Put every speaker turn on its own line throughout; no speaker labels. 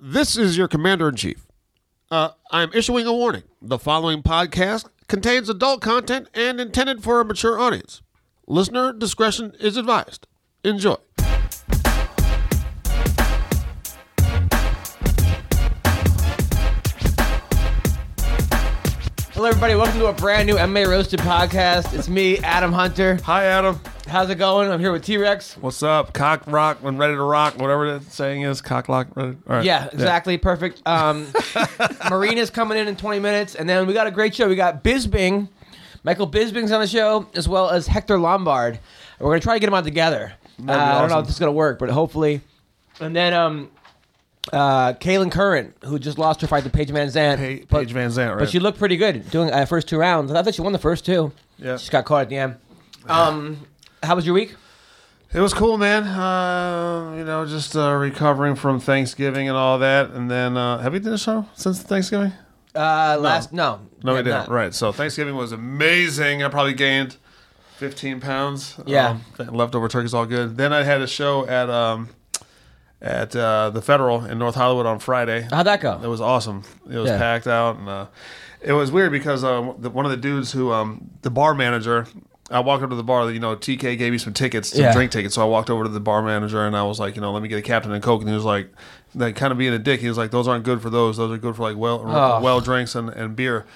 This is your commander in chief. Uh, I'm issuing a warning. The following podcast contains adult content and intended for a mature audience. Listener discretion is advised. Enjoy.
Hello, everybody. Welcome to a brand new MMA Roasted podcast. It's me, Adam Hunter.
Hi, Adam.
How's it going? I'm here with T Rex.
What's up? Cock rock when ready to rock, whatever the saying is. Cock lock. Ready. All right.
Yeah, exactly. Perfect. Um, Marina's coming in in 20 minutes. And then we got a great show. We got Bisbing. Michael Bisbing's on the show, as well as Hector Lombard. And we're going to try to get them on together. Uh, I don't know
awesome.
if this is going to work, but hopefully. And then um, uh, Kaylin Curran, who just lost her fight to Paige Van Zandt.
Pa-
but-
Paige Van Zandt, right?
But she looked pretty good doing uh, first two rounds. I thought she won the first two.
Yeah.
She just got caught at the end. Um, how was your week?
It was cool, man. Uh, you know, just uh, recovering from Thanksgiving and all that. And then, uh, have you done a show since Thanksgiving?
Uh, last no,
No, we
I'm
didn't.
not.
Right. So Thanksgiving was amazing. I probably gained 15 pounds.
Yeah.
Um, that leftover turkey's all good. Then I had a show at um, at uh, the Federal in North Hollywood on Friday.
How'd that
It
go?
was awesome. It was
Yeah.
packed out, and uh, it was weird because uh, the, one of the dudes who, um, the bar manager, I walked up to the bar. You know, TK gave me some tickets, some
Yeah.
drink tickets. So I walked over to the bar manager, and I was like, you know, let me get a captain and coke. And he was like, like kind of being a dick. He was like, those aren't good for those. Those are good for like well,
Oh.
well drinks and, and beer.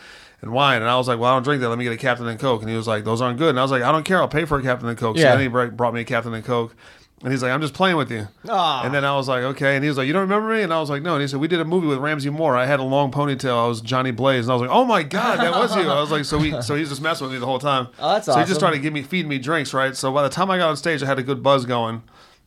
And wine, and I was like, "Well, I don't drink that. Let me get a Captain and Coke." And he was like, "Those aren't good." And I was like, "I don't care. I'll pay for a Captain and Coke." So
Yeah.
then he br- brought me a Captain and Coke, and he's like, "I'm just playing with you."
Aw.
And then I was like, okay. And he was like, you don't remember me? And I was like, no. And he said, we did a movie with Ramsey Moore. I had a long ponytail. I was Johnny Blaze. And I was like, oh my god, that was you. I was like, so we, so he's just messing with me the whole time.
Oh, that's
so he
awesome.
just tried to give me, feed me drinks, right? So by the time I got on stage, I had a good buzz going.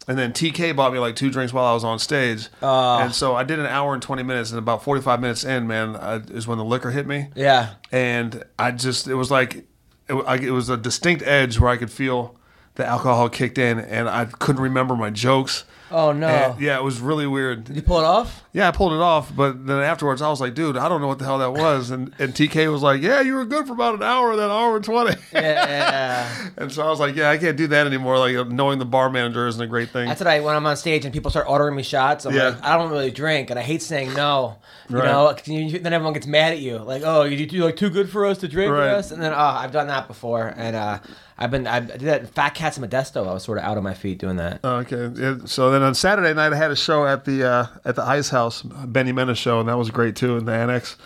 And then TK bought me like two drinks while I was on stage.
Ah.
and so I did an hour and 20 minutes. And about 45 minutes in, man, I, is when the liquor hit me
Yeah,
and I just it was like it, wa- I- it was a distinct edge where I could feel the alcohol kicked in, and I couldn't remember my jokes.
Oh, no.
And, yeah, it was really
you
weird.
pull it off.
Yeah, I pulled it off, but then afterwards I was like, "Dude, I don't know what the hell that was." And and TK was like, "Yeah, you were good for about an hour, then hour and 20.
Yeah,
and so I was like, "Yeah, I can't do that anymore." Like knowing the bar manager isn't a great thing.
that's what I when I'm on stage and people start ordering me shots. I'm
Yeah.
like, I don't really drink, and I hate saying no. You
Right.
know, 'cause you- then everyone gets mad at you, like, oh, you do like too good for us to drink with
Right.
us, and then oh, I've done that before, and uh, I've been I did that in Fat Cats Modesto. I was sort of out on my feet doing that.
Okay. Yeah, So then on Saturday night, I had a show at the uh, at the Ice House, Benny Menace show, and that was great too in the annex.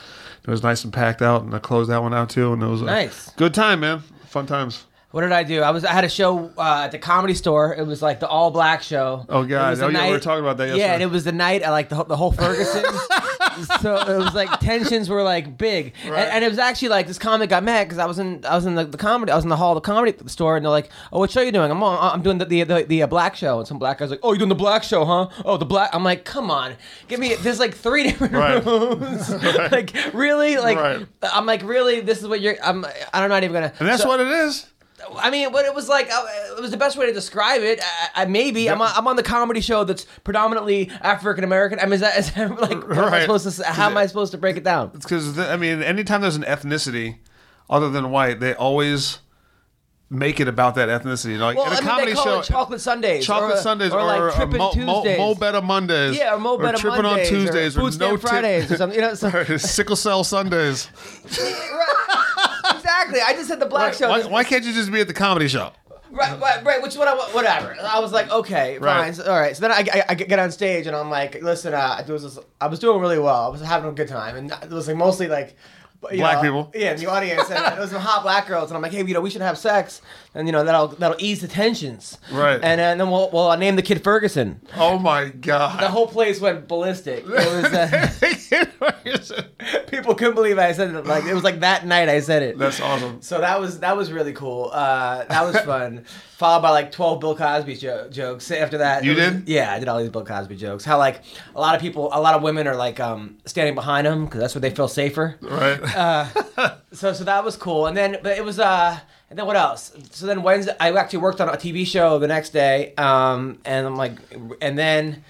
It was nice and packed out, and I closed that one out too, and it was a
Nice.
good time, man. Fun times.
What did I do? I was I had a show uh, at the comedy store. It was like the all black show.
Oh, God.
It was
Oh,
the
yeah, we were talking about that
Yeah,
yesterday.
and it was the night I like the, whole- the whole Ferguson. so it was like tensions were like big, and, and it was actually like this comic got mad because I was in I was in the, the comedy I was in the hall of the comedy store, and they're like, "Oh, what show you doing?" I'm on, I'm doing the the, the, the uh, black show, and some black guy's like, "Oh, you're doing the black show, huh? Oh, the black." I'm like, "Come on, give me." There's like three different
Right.
rooms. like really, like
Right.
I'm like really. This is what you're. I'm I'm not even gonna.
And that's
So-
what it is.
I mean, what it was like, uh, it was the best way to describe it. I, I, maybe I'm, on, I'm on the comedy show that's predominantly African American. I mean, is that, is that like what am I
Right.
supposed to, s- how am I supposed to break it down?
It's because I mean, anytime there's an ethnicity other than white, they always make it about that ethnicity. Like
Well,
in a
I mean,
comedy
they call
show,
it Chocolate Sundays,
Chocolate
or,
Sundays,
or, like
or, uh,
Trippin'
Mo, Mo,
Tuesdays.
Mo Better Mondays,
yeah, or Mo Better
Trippin'
Mondays,
on Tuesdays,
or,
or,
Food
No
Stamp
Tip-
Fridays, or something. You know, so,
Sickle Cell Sundays.
right. exactly. I just said the black show.
Why, why can't you just be at the comedy show?
Right, right, right. Which one? I, wa- whatever. I was like, okay,
Uh-huh. Right.
fine. So, all right. So then I, I, I get on stage and I'm like, listen, uh, I was just, I was doing really well. I was having a good time, and it was like mostly like you
Black
know,
people.
Yeah, in the audience, and it was some hot black girls, and I'm like, hey, you know, we should have sex, and you know that'll that'll ease the tensions.
Right.
And, uh, then we'll we'll name the kid Ferguson.
Oh my
The
god!
whole place went ballistic. It was. Uh, people couldn't believe I said it. Like it was like that night I said it.
That's awesome.
So that was that was really cool. Uh, that was fun. Followed by like twelve Bill Cosby jo- jokes. After that,
You
it was-
did?
Yeah, I did all these Bill Cosby jokes. How like a lot of people, a lot of women are like um, standing behind him because that's where they feel safer.
right?
Uh, So so that was cool. And then but it was uh and then what else? So then Wednesday I actually worked on a TV show the next day. Um and I'm like and then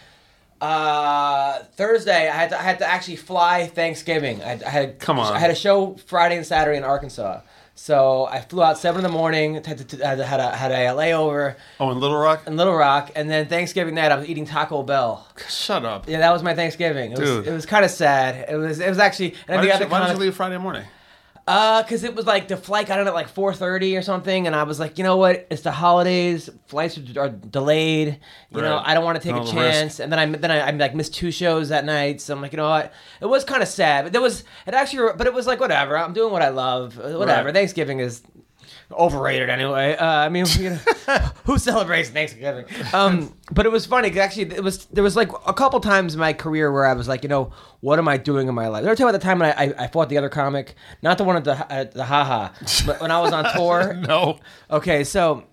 uh Thursday I had to I had to actually fly Thanksgiving. I, I had
Come on.
I had a show Friday and Saturday in Arkansas. So I flew out seven in the morning. Had, to, had, a, had, a, had a layover
Oh, in Little Rock?
in Little Rock, and then Thanksgiving night I was eating Taco Bell.
Shut up.
Yeah, that was my Thanksgiving. It was,
Dude.
it was kind of sad. It was it was actually and
Why
then the
did,
other
you, why did you
comic-
leave Friday morning?
uh, cause it was like the flight got in at like four thirty or something, and I was like, you know what? It's the holidays. Flights are, are delayed. You know,
Right.
I don't want to take
All
a
the
chance. And then I then I, I like missed two shows that night, so I'm like, you know what? It was kind of sad, but there was it actually, but it was like whatever. I'm doing what I love. uh, Whatever.
Right.
Thanksgiving is overrated anyway. Uh, I mean, you know, who celebrates Thanksgiving? Um, but it was funny 'cause actually it was there was like a couple times in my career where I was like, you know, what am I doing in my life? There was about the time when I, I, I fought the other comic, not the one at the at the haha, but when I was on tour.
No.
Okay, so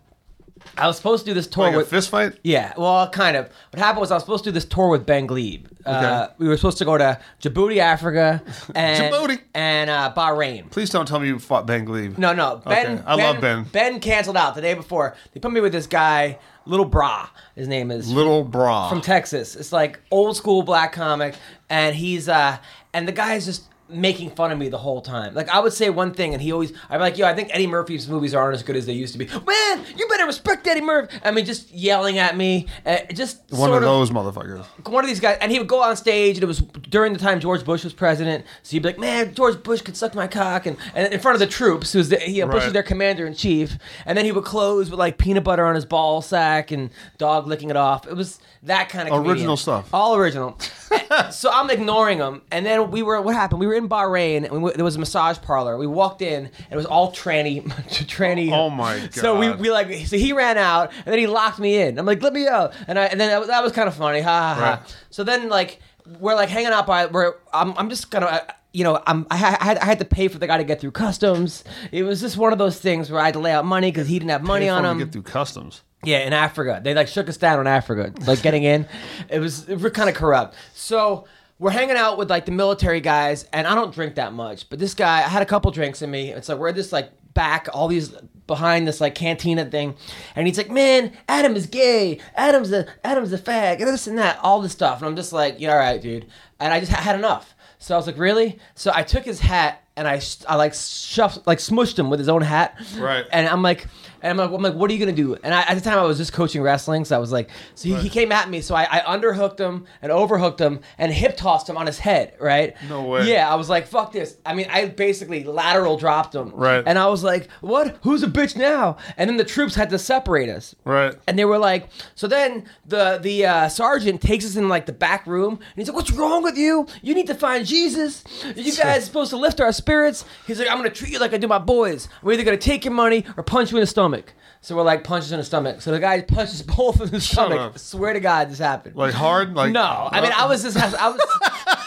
I was supposed to do this tour
Like a
with
fist fight?
yeah, well, kind of. What happened was I was supposed to do this tour with Ben Glebe. Uh, we were supposed to go to Djibouti, Africa, and
Djibouti.
and uh, Bahrain.
Please don't tell me you fought Ben Glebe.
No, no. Ben,
Okay, I love Ben.
Ben canceled out the day before. They put me with this guy, Little Bra. His name is
Little bra.
from Texas. It's like old school black comic, and he's uh, and the guy is just making fun of me the whole time. Like I would say one thing, and he always, I'm like, yo, I think Eddie Murphy's movies aren't as good as they used to be. Man, you better respect Eddie Murphy. I mean, just yelling at me, uh, just
One
sort
of those motherfuckers.
one of these guys, and he would go on stage, and it was during the time George Bush was president. So he'd be like, "Man, George Bush could suck my cock," and, and in front of the troops, who's the, he, Bush
Right.
was their commander in chief, and then he would close with like peanut butter on his ball sack and dog licking it off. It was that kind of comedian.
Original stuff.
all original. so I'm ignoring him, and then we were what happened? We were in Bahrain, and we, there was a massage parlor. We walked in, and it was all tranny, tranny.
Oh my
So we,
God.
we like so he ran out and then he locked me in. I'm like, let me out, and I and then that was, that was kind of funny. Ha ha ha.
Right.
So then like we're like hanging out by where I'm I'm just gonna. uh, you know, I'm, I, ha- I, had, I had to pay for the guy to get through customs. It was just one of those things where I had to lay out money because he didn't have money
Pay for
on
them
him.
to get through customs.
Yeah, in Africa. They like shook us down in Africa, like getting in. It was we're kind of corrupt. So we're hanging out with like the military guys, and I don't drink that much, but this guy, I had a couple drinks in me. It's like we're at this like back, all these behind this like cantina thing, and he's like, "Man, Adam is gay. Adam's a Adam's a fag, and this and that, all this stuff." And I'm just like, "Yeah, all right, dude." And I just ha- had enough. So I was like, "Really?" So I took his hat and I, sh- I like shoved, like smushed him with his own hat.
Right.
And I'm like, and I'm like, I'm like, what are you gonna do? And I, at the time, I was just coaching wrestling, so I was like, so he, he came at me, so I, I underhooked him and overhooked him and hip tossed him on his head, right?
No way.
Yeah, I was like, fuck this. I mean, I basically lateral dropped him,
Right.
And I was like, what? Who's a bitch now? And then the troops had to separate us,
Right.
and they were like, so then the the uh, sergeant takes us in like the back room, and he's like, "What's wrong with you? You need to find Jesus. You guys supposed to lift our spirits." He's like, "I'm gonna treat you like I do my boys. We're either gonna take your money or punch you in the stomach." So we're like, punches in the stomach. So the guy punches both in the stomach.
up.
Swear to God, this happened.
Like hard? Like
no, I mean, I was just, I was.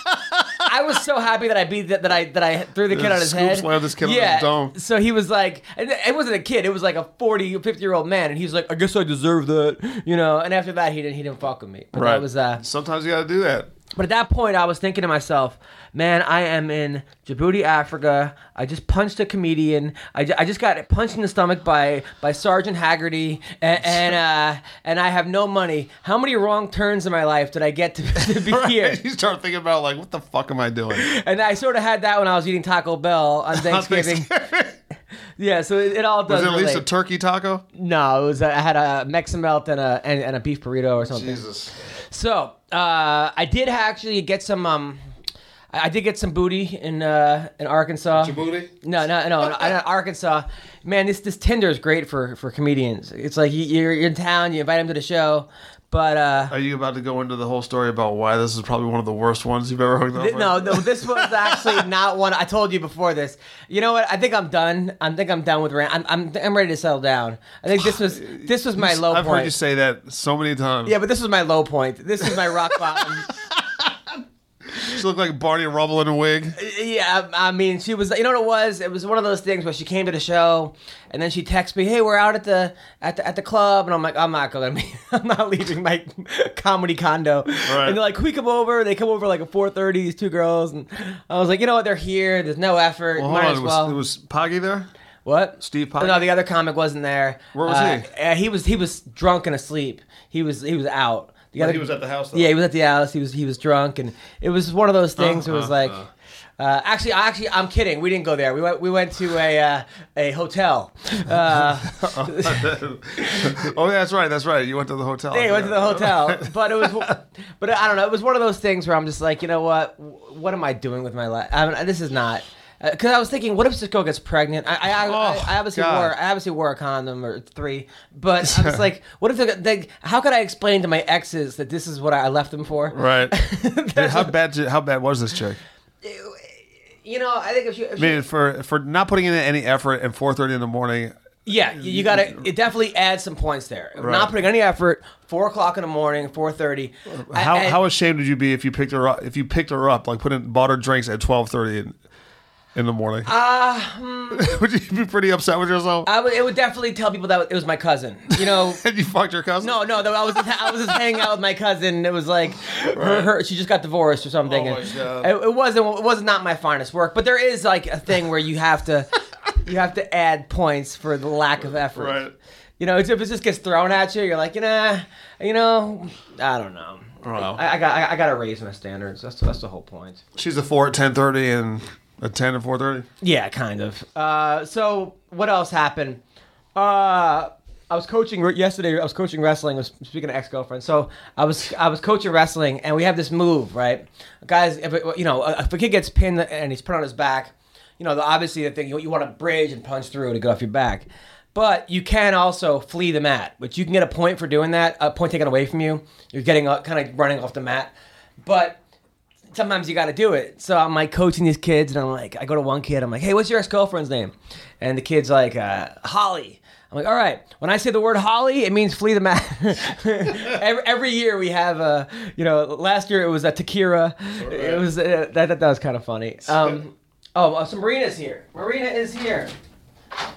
I was so happy that I beat that, that I that I threw the kid
Yeah,
on his
scoop
head.
slammed this kid on his
yeah.
dome.
So he was like, and it wasn't a kid. It was like a 40, 50 year old man, and he was like, I guess I deserve that, you know. And after that, he didn't he didn't fuck with me. But
Right.
that was uh.
Sometimes you gotta do that.
But at that point, I was thinking to myself, man, I am in Djibouti, Africa. I just punched a comedian. I, ju- I just got punched in the stomach by by Sergeant Haggerty, and and, uh, and I have no money. How many wrong turns in my life did I get to, to be here?
You start thinking about like, what the fuck am I doing?
And I sort of had that when I was eating Taco Bell on Thanksgiving. yeah, so it, it all does
Was it at least a
relate.
turkey taco?
no, it was I had a Mexican melt and a and, and a beef burrito or something.
Jesus.
So uh, I did actually get some. Um, I I did get some booty in uh, in Arkansas.
Djibouti?
No, no, no, no, I- I- Arkansas. Man, this this Tinder is great for for comedians. It's like you, you're in town, you invite them to the show, but uh,
Are you about to go into the whole story about why this is probably one of the worst ones you've ever hooked up
Th-
with?
No, no, this was actually not one. I told you before this. You know what? I think I'm done. I think I'm done with rant. I'm, I'm, I'm ready to settle down. I think this was this was my low
I've
point.
heard you say that so many times.
yeah, but this was my low point. This is my rock bottom.
She looked like Barney Rubble in a wig.
yeah, I I mean, she was. You know what it was? It was one of those things where she came to the show, and then she texted me, "Hey, we're out at the at the, at the club," and I'm like, "I'm not going to be. I'm not leaving my comedy condo." And they're like, "Can we come over?" They come over like at 4:30. These two girls, and I was like, "You know what? They're here. There's no effort.
Well, hold
Might
on.
as
It was,
well."
it was Poggy there?
What?
Steve
Oh,
Pocket?
no, the other comic wasn't there.
Where was
Uh,
he?
uh, he was he was drunk and asleep. He was he was out. The
But
other-
he was at the house, though.
Yeah, he was at the house. He was he was drunk, and it was one of those things.
Uh-huh,
where it was like, uh, actually, actually, I'm kidding. We didn't go there. We went we went to a uh, a hotel. Uh,
oh, yeah, that's right. That's right. You went to the hotel.
yeah, we went to the hotel, but it was, but I don't know. It was one of those things where I'm just like, you know what? What am I doing with my life? I mean, this is not. Because I was thinking, what if this girl gets pregnant? I I, I,
Oh,
I obviously
God.
wore I obviously wore a condom or three, but I was like, what if they, they, how could I explain to my exes that this is what I left them for?
Right. Dude, how bad? did- How bad was this chick?
You know, I think if you, if
I mean, for for not putting in any effort at 4:30 in the morning.
Yeah, you, you gotta. It definitely adds some points there. Not putting any effort. Four o'clock in the morning, four thirty.
How, how ashamed would you be if you picked her up? If you picked her up, like put in bought her drinks at 12:30 in, in the morning. Ah.
Uh,
would you be pretty upset with yourself?
I would, it would definitely tell people that it was my cousin. You know,
you fucked your cousin.
no, no, that I was just, I was just hanging out with my cousin. and It was like her, her, she just got divorced or something.
Oh my
and
God.
It, it wasn't it was not my finest work, but there is like a thing where you have to you have to add points for the lack of effort.
Right.
You know, if it just gets thrown at you, you're like, you know, you know, I don't know.
Wow.
I, I got I, I got to raise my standards. That's that's the whole point.
She's a four at 10:30 and a 10 at 4:30.
Yeah, kind of. Uh, so what else happened? Uh, I was coaching re- yesterday. I was coaching wrestling. I was speaking of ex girlfriend. So I was I was coaching wrestling, and we have this move, right? Guys, if it, you know, if a kid gets pinned and he's put on his back, you know, the, obviously the thing you, you want to bridge and punch through to get off your back. But you can also flee the mat, which you can get a point for doing that. A point taken away from you. You're getting uh, kind of running off the mat, but sometimes you got to do it. So I'm like coaching these kids, and I'm like, I go to one kid, I'm like, hey, what's your ex girlfriend's name? And the kid's like, uh, Holly. I'm like, all right. When I say the word Holly, it means flee the mat. every, every year we have a, you know, last year it was a Takira. It was uh, that, that that was kind of funny. Um, oh, uh, so Marina's here. Marina is here.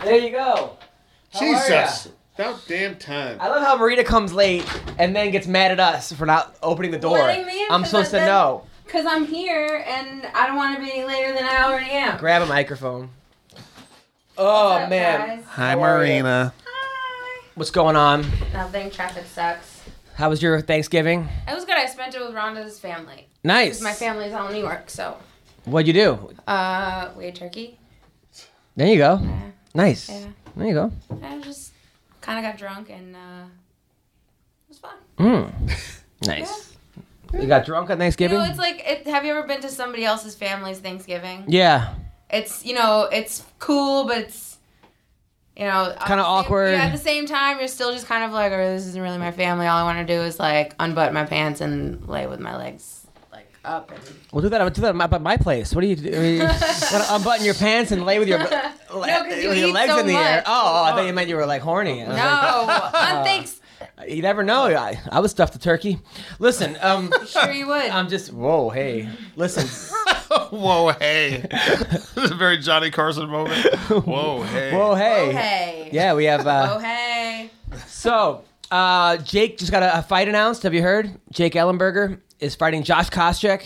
There you go. How are ya?
About damn time.
I love how Marina comes late and then gets mad at us for not opening the door.
Letting me in
I'm
'cause
supposed
I-
to know.
Because I'm here and I don't want to be any later than I already am.
Grab a microphone. Oh
What's up,
man,
guys?
Hi,
How are ya?
Marina.
Hi.
what's going on?
Nothing. Traffic sucks.
How was your Thanksgiving?
It was good. I spent it with Rhonda's family.
Nice.
My family's all in New York, so
What'd you do?
uh, we ate turkey.
There you go. Nice.
Yeah.
There you go.
I just kind of got drunk and uh, it was fun.
Mm. Nice. You got drunk on
You
Thanksgiving?
know, it's like, it, have you ever been to somebody else's family's Thanksgiving?
yeah.
It's you know, it's cool, but it's you know,
Kinda
at the same-
awkward.
Yeah, at the same time, you're still just kind of like, oh, this isn't really my family. All I want to do is like unbutton my pants and lay with my legs like up and
We'll do that. We'll do that at my, at my place. What do you do? You wanna unbutton your pants and lay with your, le-
'cause you
with your
eat
legs
so
in the air.
much.
Oh, I thought you meant you were like horny. I was
no, on thanks.
like, you never know. I, I would stuff the turkey. Listen, um,
Sure you would.
I'm just. Whoa, hey. Listen.
Whoa, hey. this is a very Johnny Carson moment. Whoa, hey.
Whoa, hey.
oh hey.
Yeah, we have. Uh,
Oh hey.
So, uh, Jake just got a, a fight announced. Have you heard? Jake Ellenberger is fighting Josh Koscheck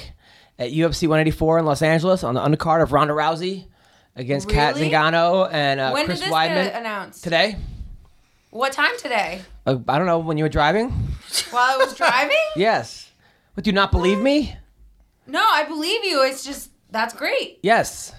at UFC 184 in Los Angeles on the undercard of Ronda Rousey against Kat
Really?
Zingano and uh,
When
Chris
did this
Weidman
get announced?
today.
What time today?
Uh, I don't know when you were driving.
While I was driving?
Yes. What do you not believe me?
No, I believe you. It's just that's great.
Yes.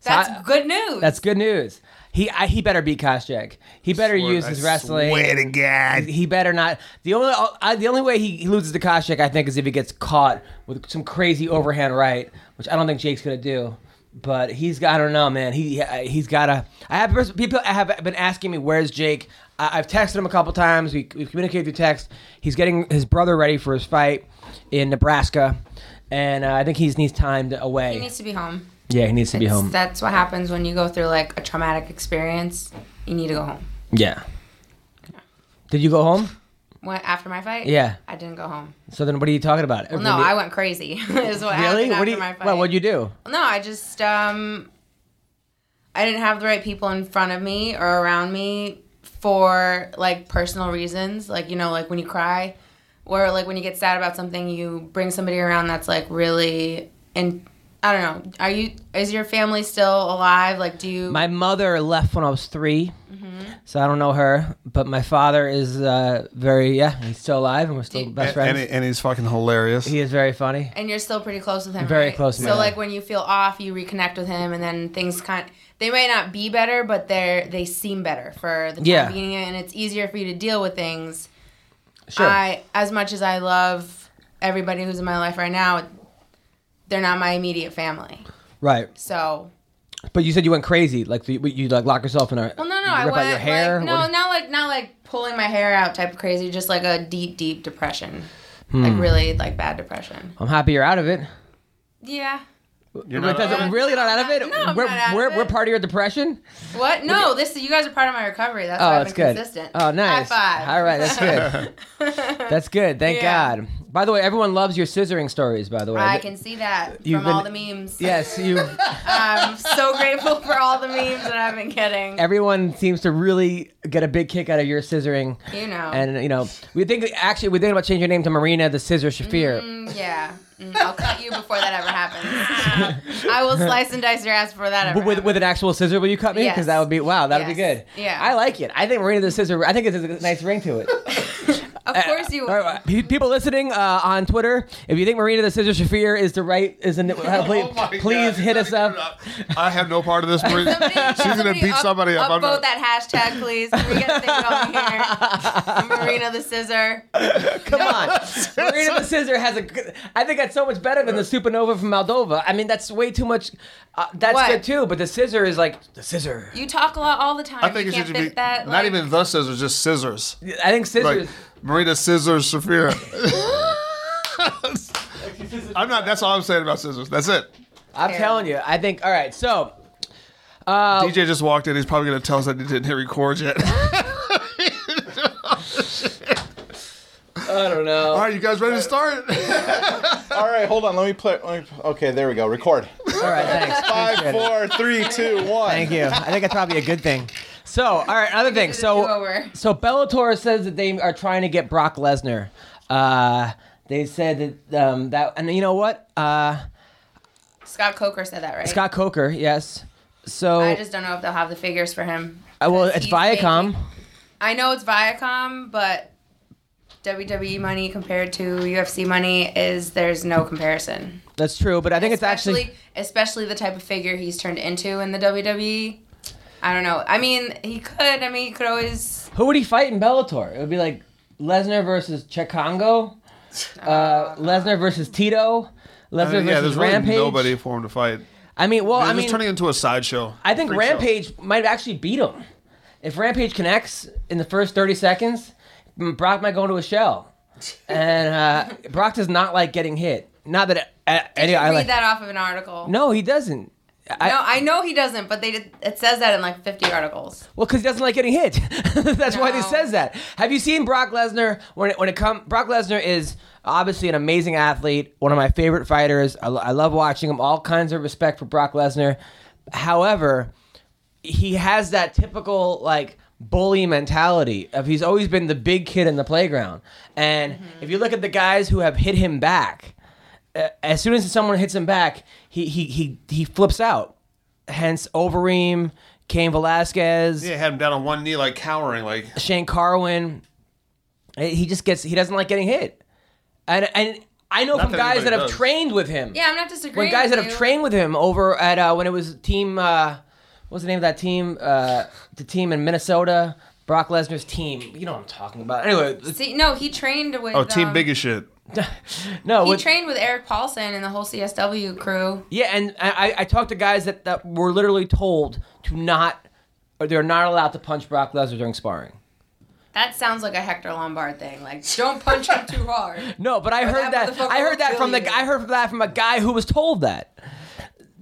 So
That's
I-
good news.
that's good news. He I, he better beat Koscheck. He better
Swear-
use his
I
wrestling.
Swear to God.
He better not. The only I, the only way he, he loses to Koscheck, I think, is if he gets caught with some crazy overhand right, which I don't think Jake's gonna do. But he's got. I don't know, man. He he's got to I have pers- people have been asking me where's Jake. I, I've texted him a couple times. We we communicated through text. He's getting his brother ready for his fight in Nebraska, and uh, I think he's needs time to away.
he needs to be home.
yeah, he needs to be
It's-
home.
That's what happens when you go through like a traumatic experience. You need to go home.
yeah. Did you go home?
What after my fight?
Yeah.
I didn't go home.
So then, what are you talking about?
Well, no, I went crazy. is what
really.
happened
What
after
do you?
my fight.
Well, what'd you do?
No, I just um, I didn't have the right people in front of me or around me for like personal reasons. Like you know, like when you cry, or like when you get sad about something, you bring somebody around that's like really in I don't know. Are you? Is your family still alive? Like, do you?
My mother left when I was 3 so I don't know her. But my father is uh, very yeah, he's still alive, and we're still
Dude.
best
and,
friends.
he- and he's fucking hilarious.
he is very funny.
and you're still pretty close with him.
Very
right?
close,
So
yeah.
like when you feel off, you reconnect with him, and then things kind. They may not be better, but they're they seem better for the time
Yeah.
being, and it's easier for you to deal with things.
Sure.
I as much as I love everybody who's in my life right now, they're not my immediate family.
right.
So
But you said you went crazy, like you, you like lock yourself in a.
well, no,
you
no, I
rip
went
out your hair.
like
What
no,
do-
not like not like pulling my hair out type of crazy, just like a deep, deep depression,
Hmm.
like really like bad depression.
I'm happy you're out of it.
Yeah.
You're
Wait,
not,
that's-
uh,
really not out of it.
No, I'm
we're
not out of
we're,
it.
we're part of your depression.
What? No, this you guys are part of my recovery. That's
Oh,
why I've
that's
been
good.
consistent.
Oh, nice.
High five.
All right, that's good. that's good. Thank
Yeah.
God. By the way, everyone loves your scissoring stories. By the way,
I can see that
You've
from all the
been-
memes.
Yes, you.
I'm so grateful for all the memes that I've been getting.
Everyone seems to really get a big kick out of your scissoring.
You know.
And you know, we think actually we think about changing your name to Marina the Scissor Shafir.
Mm, yeah. Mm, I'll cut you before that ever happens. I will slice and dice your ass before that ever
But with, with an actual scissor, will you cut me? Because
Yes.
that would be wow, that would be
Yes.
good.
Yeah.
I like it. I think Marina the Scissor. I think it's a nice ring to it.
happens. Of course you
All
will.
right, pe- people listening uh, on Twitter, if you think Marina the Scissor Shafir is the right is the uh, please,
Oh my God,
please hit us up.
I have no part of this. Marie.
Somebody-
She's gonna beat somebody up.
Upvote
I'm not-
that hashtag, please. Can we get a thing going here? Marina the Scissor.
Come on, Marina the Scissor has a. good- I think that's so much better than the Supernova from Moldova. I mean, that's way too much. Uh, that's
What?
good too, but the scissor is like the scissor.
You talk a lot all the time.
I think
you
it
can't
should
fit
be
that.
not
like-
even the scissors, just scissors.
I think scissors.
Like Marina Scissors Shafira. I'm not. That's all I'm saying about scissors. That's it.
I'm
Terrible.
telling you. I think. All right, so Oh.
DJ just walked in. He's probably gonna tell us that he didn't hit record yet.
I don't know.
all right, you guys ready to start?
All right, hold on. Let me play. Let me, okay, there we go. Record.
All right, thanks.
Five, four, three, two, one.
Thank you. I think that's probably a good thing. So, all right, another thing.
did a
So,
do-over.
so Bellator says that they are trying to get Brock Lesnar. Uh, they said that um, that, and you know what? Uh,
Scott Coker said that, right?
Scott Coker, yes. So,
I just don't know if they'll have the figures for him.
uh, well, it's
he's
Viacom.
making- I know it's Viacom, but WWE money compared to UFC money is there's no comparison.
That's true, but I think it's actually
especially, especially the type of figure he's turned into in the WWE. I don't know. I mean, he could. I mean, he could always.
who would he fight in Bellator? It would be like Lesnar versus Chikongo, uh, Lesnar versus Tito, Lesnar
I mean, Uh, yeah,
versus
there's really
Rampage.
nobody for him to fight.
I mean, well,
They're
I
just
mean,
turning into a sideshow.
I think
Freak show.
Rampage might have actually beat him. If Rampage connects in the first 30 seconds, M- Brock might go into a shell. And uh, Brock does not like getting hit. Not that. Uh, anyway, I
read
like.
that off of an article.
No, he doesn't. I,
no, I know he doesn't, but they did, it says that in like 50 articles.
Well, because he doesn't like getting hit. That's why he
No.
says that. Have you seen Brock Lesnar? When it, when it comes, Brock Lesnar is obviously an amazing athlete, one of my favorite fighters. I, lo- I love watching him. All kinds of respect for Brock Lesnar. However, he has that typical like bully mentality of he's always been the big kid in the playground. And if you look at the guys who have hit him back, uh, as soon as someone hits him back, he he he he flips out. Hence Overeem, Cain Velasquez.
Yeah, had him down on one knee, like cowering, like
Shane Carwin. eh, He just gets he doesn't like getting hit, and and I know
Not
from
that
guys
anybody
that have
does.
trained with him.
Yeah, I'm not
when
disagreeing.
guys
with
that have
you.
trained with him over at uh, when it was team uh, what was the name of that team uh, the team in Minnesota Brock Lesnar's team you know what I'm talking about anyway
See, no, he trained with.
oh, team
um,
big as shit.
no
He
with-
trained with Eric Paulson and the whole CSW crew.
yeah and I, I- I talked to guys that that were literally told to not or they're not allowed to punch Brock Lesnar during sparring.
That sounds like a Hector Lombard thing. Like, don't punch him too hard.
No, but I heard
that
that.
motherfucker
I
will
heard that
kill
from
you.
the. I heard that from a guy who was told that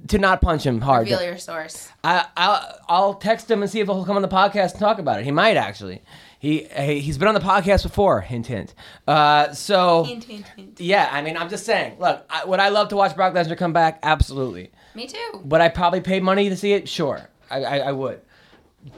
to not punch him hard.
Reveal your source.
I, I'll, I'll text him and see if he'll come on the podcast and talk about it. He might actually. He he- he's been on the podcast before. Hint hint. Uh, so
Hint, hint, hint.
yeah, I mean, I'm just saying. Look, I, would I love to watch Brock Lesnar come back? Absolutely.
Me too.
Would I probably pay money to see it? Sure, I, I, I would.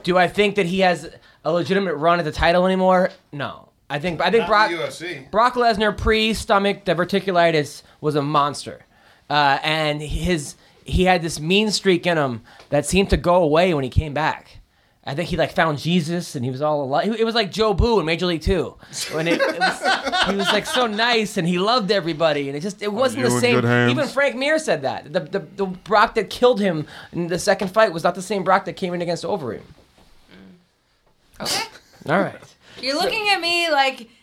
Do I think that he has a legitimate run at the title anymore? No. I think I think Brock
UFC.
Brock Lesnar pre stomach diverticulitis was a monster. Uh, uh, and his he had this mean streak in him that seemed to go away when he came back. I think he like found Jesus and he was all alive. It was like Joe Boo in Major League Two, when it, it was, he was like so nice and he loved everybody, and it just it
Oh,
wasn't
you
the
in
same.
good hands?
Even Frank Mir said that the, the the Brock that killed him in the second fight was not the same Brock that came in against Overeem.
Okay.
All right,
You're looking at me like.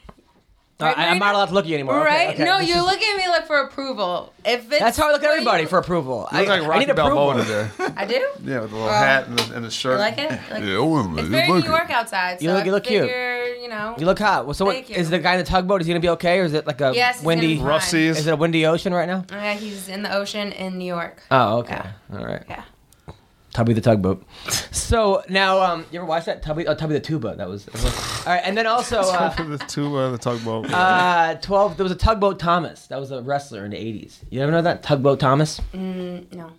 Right,
I, am
Marina?
not allowed to look at you anymore. Okay,
Right?
okay.
no,
This
you're
is-
looking at me like for approval. If it's
That's how I look at
what
everybody
you-
for approval. I,
Look like
I
Rocky
need approval.
Balboa today.
I do.
Yeah, with the little
Well,
hat and the, and the shirt.
You like it? You Like,
Yeah, well,
It's
you
very
like
New
it.
York outside. So
You look- you
I
look cute.
figure, You know.
You look hot. Well, so what,
Thank you.
is the guy in the tugboat? Is he gonna be okay, or is it like a
Yes, he's
windy?
gonna be fine.
Rough seas.
Is it a windy ocean right now?
Yeah, he's in the ocean in New York.
Oh, okay.
Yeah.
All right.
Yeah.
Tubby the tugboat. So now, um, you ever watch that Tubby? Oh, Tubby the tuba. That was. all right, and then also. Uh,
the two uh, the tugboat.
Uh, twelve. There was a tugboat Thomas. That was a wrestler in the eighties. You ever know that tugboat Thomas?
No.
All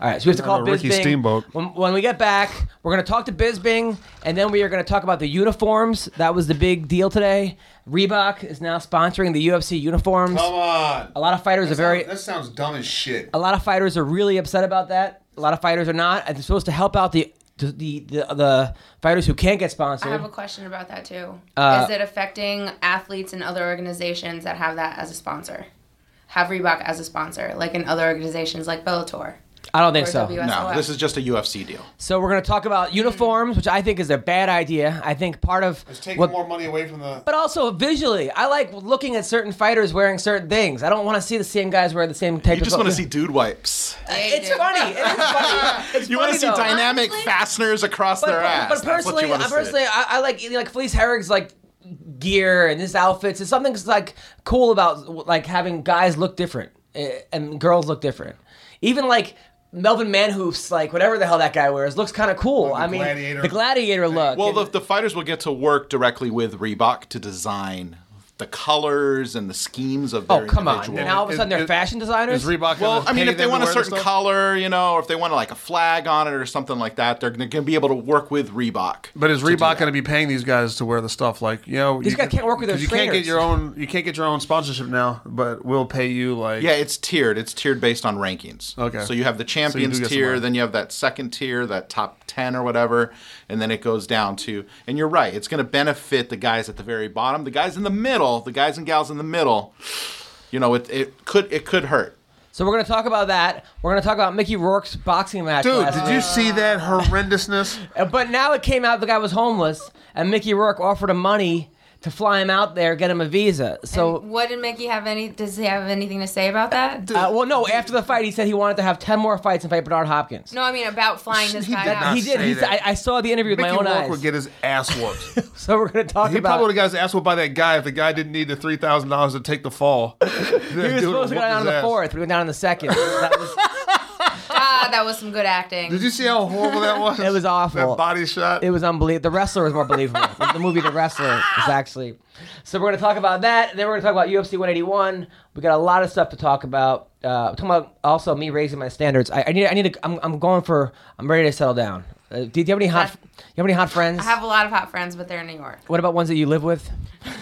right, so we have to call
Not a
Bisbing.
Ricky Steamboat.
When, when we get back, we're going to talk to Bisbing, and then we are going to talk about the uniforms. That was the big deal today. Reebok is now sponsoring the UFC uniforms.
Come on.
A lot of fighters are very.
That sounds dumb as shit.
A lot of fighters are really upset about that. A lot of fighters are not. And It's supposed to help out the the the, the, the fighters who can't get
I
sponsored.
have a question about that too.
Uh,
Is it affecting athletes and other organizations that have that as a sponsor? Have Reebok as a sponsor, like in other organizations like Bellator
I don't think
or
so.
WSOF?
No, this is just a UFC deal.
So we're going to talk about uniforms, which I think is a bad idea. I think part of
It's taking
what-
more money away from the.
But also visually, I like looking at certain fighters wearing certain things. I don't want to see the same guys wear the same type
You
of
just want to
clothes.
see dude wipes.
It's funny. It is funny. It's funny
You want to see
though.
dynamic
Honestly-
fasteners across
But,
their
but,
ass.
but
That's what
personally,
you wanna
I
see.
personally, I, I like like Felice Herrig's like gear and his outfits. It's something that's like cool about like having guys look different eh, and girls look different. Even like Melvin Manhoof's like whatever the hell that guy wears looks kind of cool. I mean,
gladiator.
the gladiator look.
Well,
and-
the, the fighters will get to work directly with Reebok to design the colors and the schemes of their
oh come on!
individual-
Now all of a
Is-
sudden they're
is-
fashion designers.
Is Reebok
Well,
gonna
I mean,
pay
if they
them to
want a
wear this
certain
stuff?
color, you know, or if they want like a flag on it or something like that, they're going to be able to work with Reebok.
But is Reebok going to be paying these guys to wear the stuff? Like, you know,
These
you
guys can't work with their
'cause you can't get
trainers.
your own. You can't get your own sponsorship now, but we'll pay you like.
Yeah, it's tiered. It's tiered based on rankings.
Okay.
So you have the champions
do get some
tier,
money.
then you have that second tier, that top 10 or whatever, and then it goes down to. And you're right, it's going to benefit the guys at the very bottom, the guys in the middle, the guys and gals in the middle. You know, it, it could it could hurt.
So we're gonna talk about that. We're gonna talk about Mickey Rourke's boxing match.
Dude,
last
did
week.
you see that horrendousness?
Uh, But now it came out the guy was homeless, and Mickey Rourke offered him money to fly him out there, get him a visa. So,
What did Mickey have any? Does he have anything to say about that?
uh, well, no. After the fight, he said he wanted to have ten more fights and fight Bernard Hopkins.
No, I mean about flying this
He
guy
did
out.
not
he did.
say
He,
that.
I, I saw the interview with
Mickey
my own
Rourke
eyes.
would get his ass whooped.
so we're gonna talk
He
about.
probably would have got his ass whooped by that guy if the guy didn't need the three thousand dollars to take the fall. he was
we were supposed to go down on the fourth. We went down on the second. That was,
Ah, that was some good acting.
Did you see how horrible that was?
It was awful.
That body shot.
it was unbelievable. The wrestler was more believable. the, the movie The Wrestler is actually. So we're gonna talk about that. Then we're gonna talk about UFC 181. We got a lot of stuff to talk about. Uh, talking about also me raising my standards. I, I need. I need. To, I'm. I'm going for. I'm ready to settle down. Uh, do, do you have any hot? You have any hot friends?
I have a lot of hot friends, but they're in New York.
what about ones that you live with?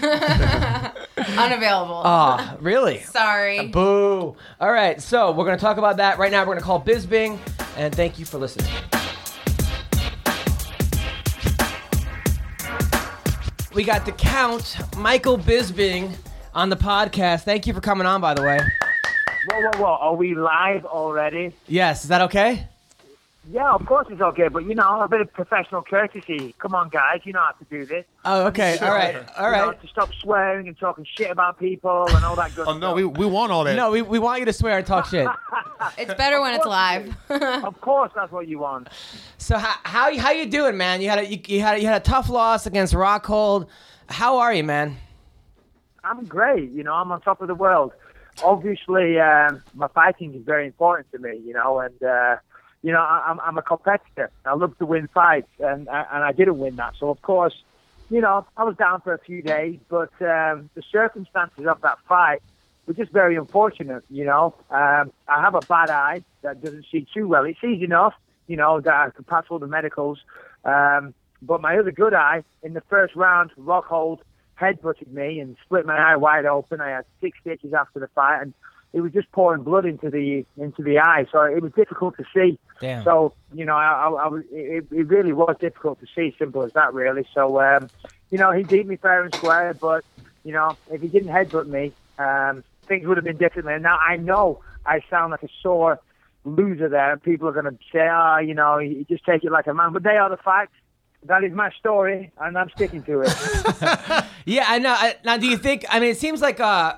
Unavailable. Uh,
Ah, really?
Sorry.
Boo. All right. So we're gonna talk about that right now. We're gonna call Bisbing, and thank you for listening. We got the Count Michael Bisbing on the podcast. Thank you for coming on, by the way.
Whoa, whoa, whoa. Are we live already?
Yes, is that okay?
Yeah, of course it's okay, but you know, a bit of professional courtesy. Come on, guys, you know how to do this.
Oh, okay. All right. All
You know,
right.
to stop swearing and talking shit about people and all that good
oh
stuff.
no, we, we want all that.
No, we, we want you to swear and talk shit.
It's better when it's live.
Of course, that's what you want.
So how how, how you doing, man? You had a you, you had a, you had a tough loss against Rockhold. How are you, man?
I'm great. You know, I'm on top of the world. Obviously, um, my fighting is very important to me. You know, and uh, you know, I, I'm, I'm a competitor. I love to win fights, and I- and I didn't win that. So of course, you know, I was down for a few days, but um, the circumstances of that fight were just very unfortunate. You know, um, I have a bad eye that doesn't see too well. It sees enough, you know, that I can pass all the medicals. Um, but my other good eye, in the first round, Rockhold headbutted me and split my eye wide open. I had six stitches after the fight, and it was just pouring blood into the into the eye, so it was difficult to see.
Damn.
So you know, I, I, I was, it, it really was difficult to see. Simple as that, really. So um, you know, he beat me fair and square, but you know, if he didn't headbutt me, um, things would have been differently. And now I know I sound like a sore loser there, and people are going to say, "Ah, you know, you just take it like a man." But they are the facts. That is my story, and I'm sticking to it.
Yeah, I know. I, now, do you think? I mean, it seems like uh,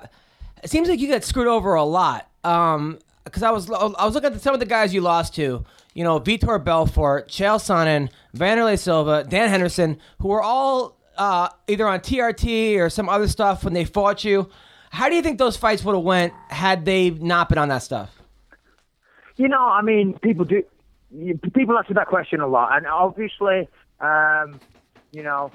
it seems like you got screwed over a lot. Um, because I was I was looking at some of the guys you lost to. You know, Vitor Belfort, Chael Sonnen, Vanderlei Silva, Dan Henderson, who were all uh, either on TRT or some other stuff when they fought you. How do you think those fights would have went had they not been on that stuff?
You know, I mean, people do. you- People answer that question a lot, and obviously, um, you know,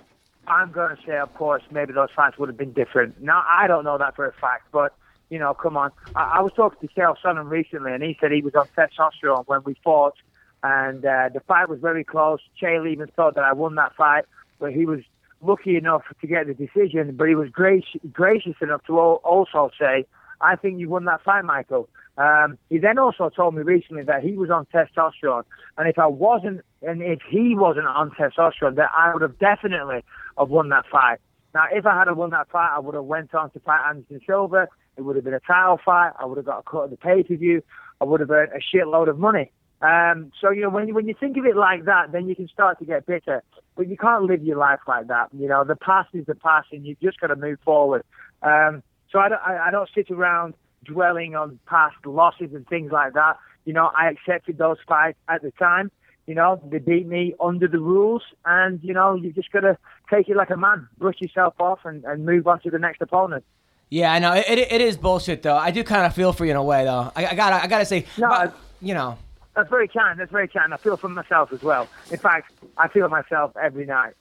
I'm going to say, of course, maybe those fights would have been different. Now, I don't know that for a fact, but you know, come on. I, I was talking to Chael Sonnen recently, and he said he was on testosterone when we fought, and uh, the fight was very close. Chael even thought that I won that fight, but he was lucky enough to get the decision. But he was gracious, gracious enough to al- also say, "I think you won that fight, Michael." Um, he then also told me recently that he was on testosterone, and if I wasn't, and if he wasn't on testosterone, that I would have definitely have won that fight. Now, if I had have won that fight, I would have went on to fight Anderson Silva. It would have been a title fight. I would have got a cut of the pay per view. I would have earned a shitload of money. Um, so you know, when you, when you think of it like that, then you can start to get bitter. But you can't live your life like that. You know, the past is the past, and you've just got to move forward. Um, so I don't, I, I don't sit around dwelling on past losses and things like that. You know, I accepted those fights at the time. You know, they beat me under the rules, and you know, you just got to take it like a man, brush yourself off, and, and move on to the next opponent.
Yeah, I know it, it, it is bullshit though. I do kind of feel for you in a way though. I, I gotta I gotta say,
No,
but,
I-
you know.
That's very kind. That's very kind. I feel for myself as well. In fact, I feel myself every night.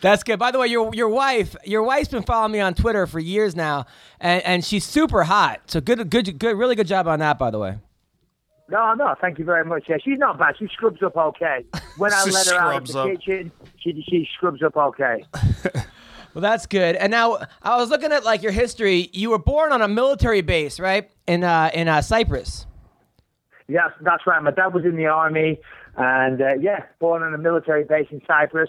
That's good. By the way, your your wife your wife's been following me on Twitter for years now, and, and she's super hot. So good good good really good job on that. By the way,
No, no, thank you very much. Yeah, she's not bad. She scrubs up okay. When I
She
let her out of
scrubs
the
up.
kitchen, she she scrubs up okay.
well that's good. And now I was looking at like your history. You were born on a military base, right? In uh, in uh, Cyprus.
Yes, that's right. My dad was in the army, and uh, yeah, born on a military base in Cyprus.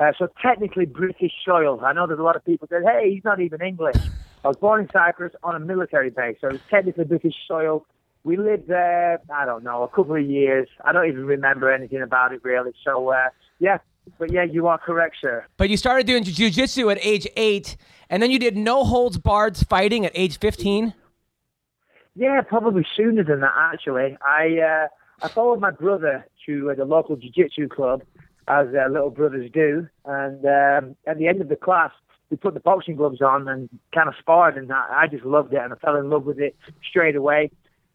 Uh, so technically British soil. I know there's a lot of people that hey, he's not even English. I was born in Cyprus on a military base, so it's technically British soil. We lived there, I don't know, a couple of years. I don't even remember anything about it really. So uh, yeah, but yeah, you are correct, sir.
But you started doing jujitsu at age eight, and then you did no holds barred fighting at age fifteen.
Yeah, probably sooner than that. Actually, I uh, I followed my brother to uh, the local jiu-jitsu club, as uh, little brothers do. And um, at the end of the class, we put the boxing gloves on and kind of sparred, and I, I just loved it, and I fell in love with it straight away,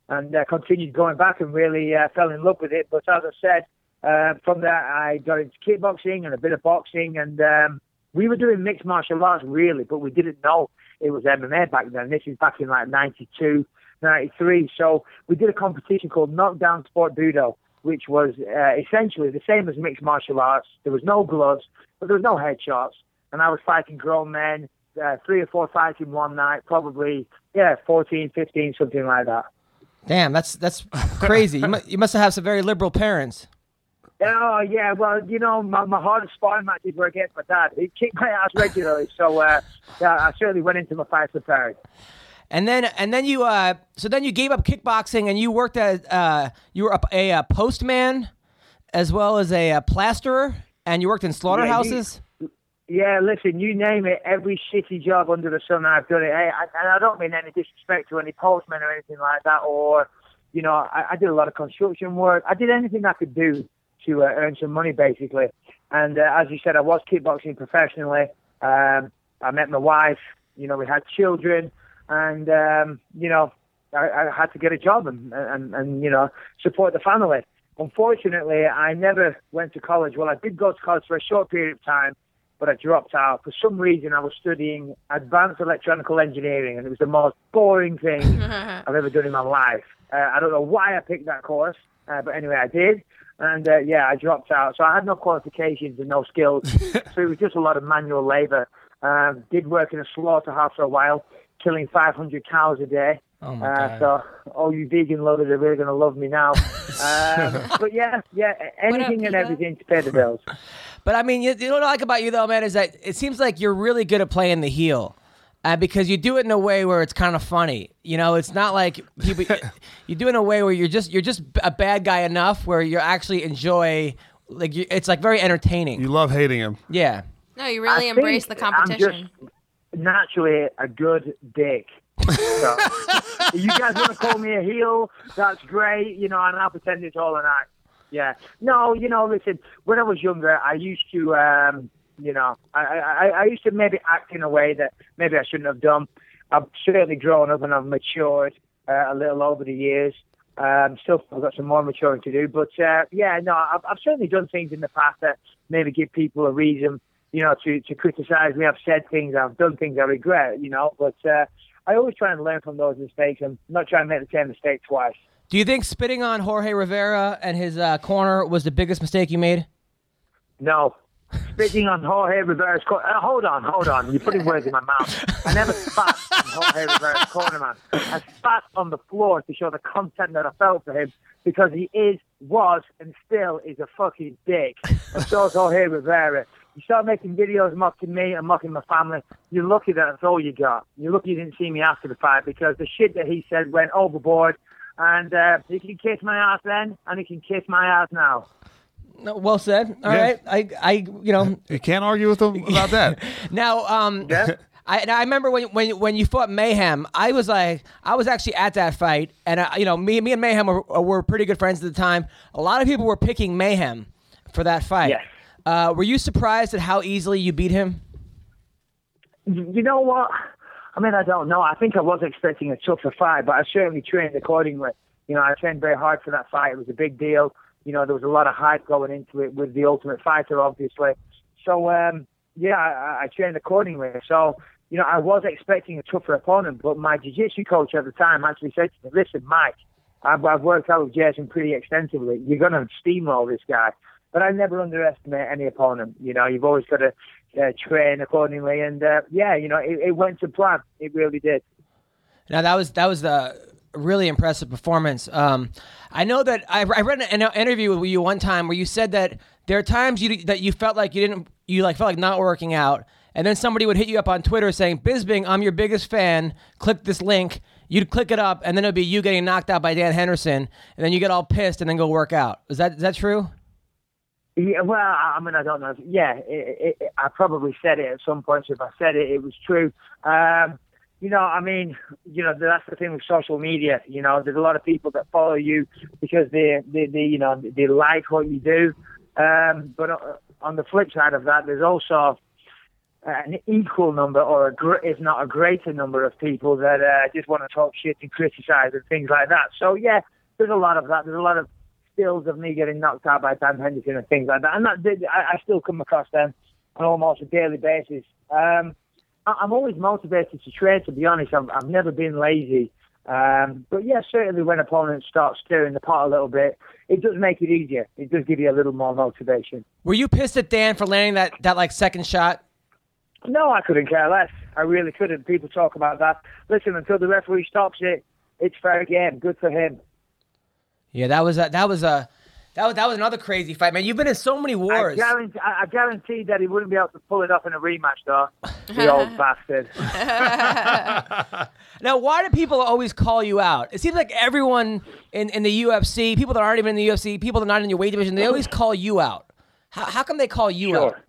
and uh, continued going back and really uh, fell in love with it. But as I said, uh, from there I got into kickboxing and a bit of boxing, and um, we were doing mixed martial arts really, but we didn't know it was MMA back then. This is back in like '92. 93. So we did a competition called Knockdown Sport Budo, which was uh, essentially the same as mixed martial arts. There was no gloves, but there was no headshots. And I was fighting grown men, uh, three or four fights in one night, probably, yeah, 14, 15, something like that.
Damn, that's that's crazy. you, mu- you must have some very liberal parents.
Oh yeah, well you know my, my hardest sparring matches were against my dad. He kicked my ass regularly, so uh, yeah, I certainly went into my fights prepared.
And then and then you uh so then you gave up kickboxing and you worked as uh you were a, a, uh postman as well as a, uh plasterer and you worked in slaughterhouses.
Yeah, listen, you name it, every shitty job under the sun I've done it. Hey, I, and I don't mean any disrespect to any postmen or anything like that. Or, you know, I, I did a lot of construction work. I did anything I could do to uh, earn some money, basically. And uh, as you said, I was kickboxing professionally. Um, I met my wife. You know, we had children, and um, you know, I, I had to get a job and, and, and you know support the family. Unfortunately, I never went to college. Well, I did go to college for a short period of time, but I dropped out. For some reason, I was studying advanced electronical engineering, and it was the most boring thing I've ever done in my life. Uh, I don't know why I picked that course, uh, but anyway, I did. And uh, yeah, I dropped out. So I had no qualifications and no skills. so it was just a lot of manual labor. Um, did work in a slaughterhouse for a while killing 500 cows a day.
Oh my
Uh,
god.
so all you vegan loaded are really going to love me now. um, but yeah, yeah, anything and
Peter?
everything to pay the bills.
But I mean, you, you know what I like about you though, man, is that it seems like you're really good at playing the heel. Uh, because you do it in a way where it's kind of funny, you know. It's not like people. you do it in a way where you're just you're just a bad guy enough where you actually enjoy. Like you, it's like very entertaining.
You love hating him.
yeah.
No, you really
I
embrace the
think
competition.
I'm just naturally a good dick. So, you guys want to call me a heel? That's great. You know, and I'll pretend it's all an act. Yeah. No, you know, listen. When I was younger, I used to, um, you know, I, I, I- I used to maybe act in a way that maybe I shouldn't have done. I've certainly grown up and I've matured uh, a little over the years. Um, still, I've got some more maturing to do. But uh, yeah, no, I've, I've certainly done things in the past that maybe give people a reason, you know, to, to criticize me. I've said things, I've done things I regret, you know. But uh, I always try and learn from those mistakes and not try and make the same mistake twice.
Do you think spitting on Jorge Rivera and his uh, corner was the biggest mistake you made?
No. Speaking on Jorge Rivera's corner. Uh, hold on, hold on. You're putting words in my mouth. I never spat on Jorge Rivera's corner, man. I spat on the floor to show the content that I felt for him because he is, was, and still is a fucking dick. And so is Jorge Rivera. You start making videos mocking me and mocking my family. You're lucky that that's all you got. You're lucky you didn't see me after the fight because the shit that he said went overboard. And uh, he can kiss my ass then, and he can kiss my ass now.
No, well said. All
Yeah.
right, I, I, you know,
You can't argue with him about that.
now, um,
Yeah.
I, now I remember when, when when you fought Mayhem, I was like, I was actually at that fight, and I, you know, me me and Mayhem were, uh, were pretty good friends at the time. A lot of people were picking Mayhem for that fight.
Yes.
Uh, were you surprised at how easily you beat him?
you know what? I mean, I don't know. I think I was expecting a tougher fight, but I certainly trained accordingly. You know, I trained very hard for that fight. It was a big deal. You know, there was a lot of hype going into it with the Ultimate Fighter, obviously. So, um, yeah, I, I trained accordingly. So, you know, I was expecting a tougher opponent, but my jiu-jitsu coach at the time actually said to me, listen, Mike, I've, I've worked out with Jason pretty extensively. You're going to steamroll this guy. But I never underestimate any opponent. You know, you've always got to uh, train accordingly. And uh, yeah, you know, it, it went to plan. It really did.
Now that was that was the really impressive performance. Um, I know that I, I read an interview with you one time where you said that there are times you that you felt like you didn't you like felt like not working out, and then somebody would hit you up on Twitter saying, "Bisbing, I'm your biggest fan. Click this link." You'd click it up, and then it'd be you getting knocked out by Dan Henderson, and then you get all pissed, and then go work out. Is that is that true?
Yeah, well, I I mean, I don't know. If, yeah, it, it, it, I probably said it at some point. So if I said it, it was true. Um, you know, I mean, you know, that's the thing with social media. You know, there's a lot of people that follow you because they, they, they you know, they like what you do. Um, but uh, on the flip side of that, there's also an equal number, or a gr- if not a greater number of people that uh, just want to talk shit and criticize and things like that. So yeah, there's a lot of that. There's a lot of stills of me getting knocked out by Dan Henderson and things like that. And that did, I, I still come across them on almost a daily basis. Um, I, I'm always motivated to train. To be honest, I've, I've never been lazy. Um, but yeah, certainly when opponents start stirring the pot a little bit, it does make it easier. It does give you a little more motivation.
Were you pissed at Dan for landing that that like second shot?
No, I couldn't care less. I really couldn't. People talk about that. Listen, until the referee stops it, it's fair game. Good for him.
Yeah, that was a, that was a that was that was another crazy fight, man. You've been in so many
I
wars.
guarantee, I I guarantee that he wouldn't be able to pull it off in a rematch, though. The old bastard.
Now, why do people always call you out? It seems like everyone in, in the UFC, people that aren't even in the UFC, people that are not in your weight division, they always call you out. How, how come they call you out?
Sure.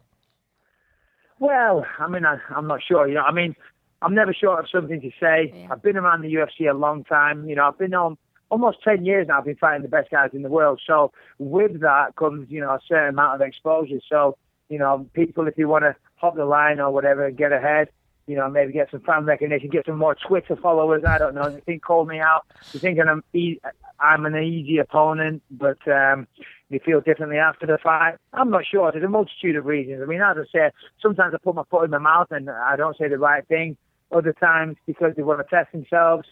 Well, I mean, I, I'm not sure. You know, I mean, I'm never sure of something to say. I've been around the UFC a long time. You know, I've been on almost 10 years now. I've been fighting the best guys in the world. So with that comes, you know, a certain amount of exposure. So, you know, people, if you want to hop the line or whatever and get ahead, you know, maybe get some fan recognition, get some more Twitter followers. I don't know. They think call me out. They're thinking I'm e- I'm an easy opponent, but um, they feel differently after the fight. I'm not sure. There's a multitude of reasons. I mean, as I said, sometimes I put my foot in my mouth and I don't say the right thing. Other times, because they want to test themselves.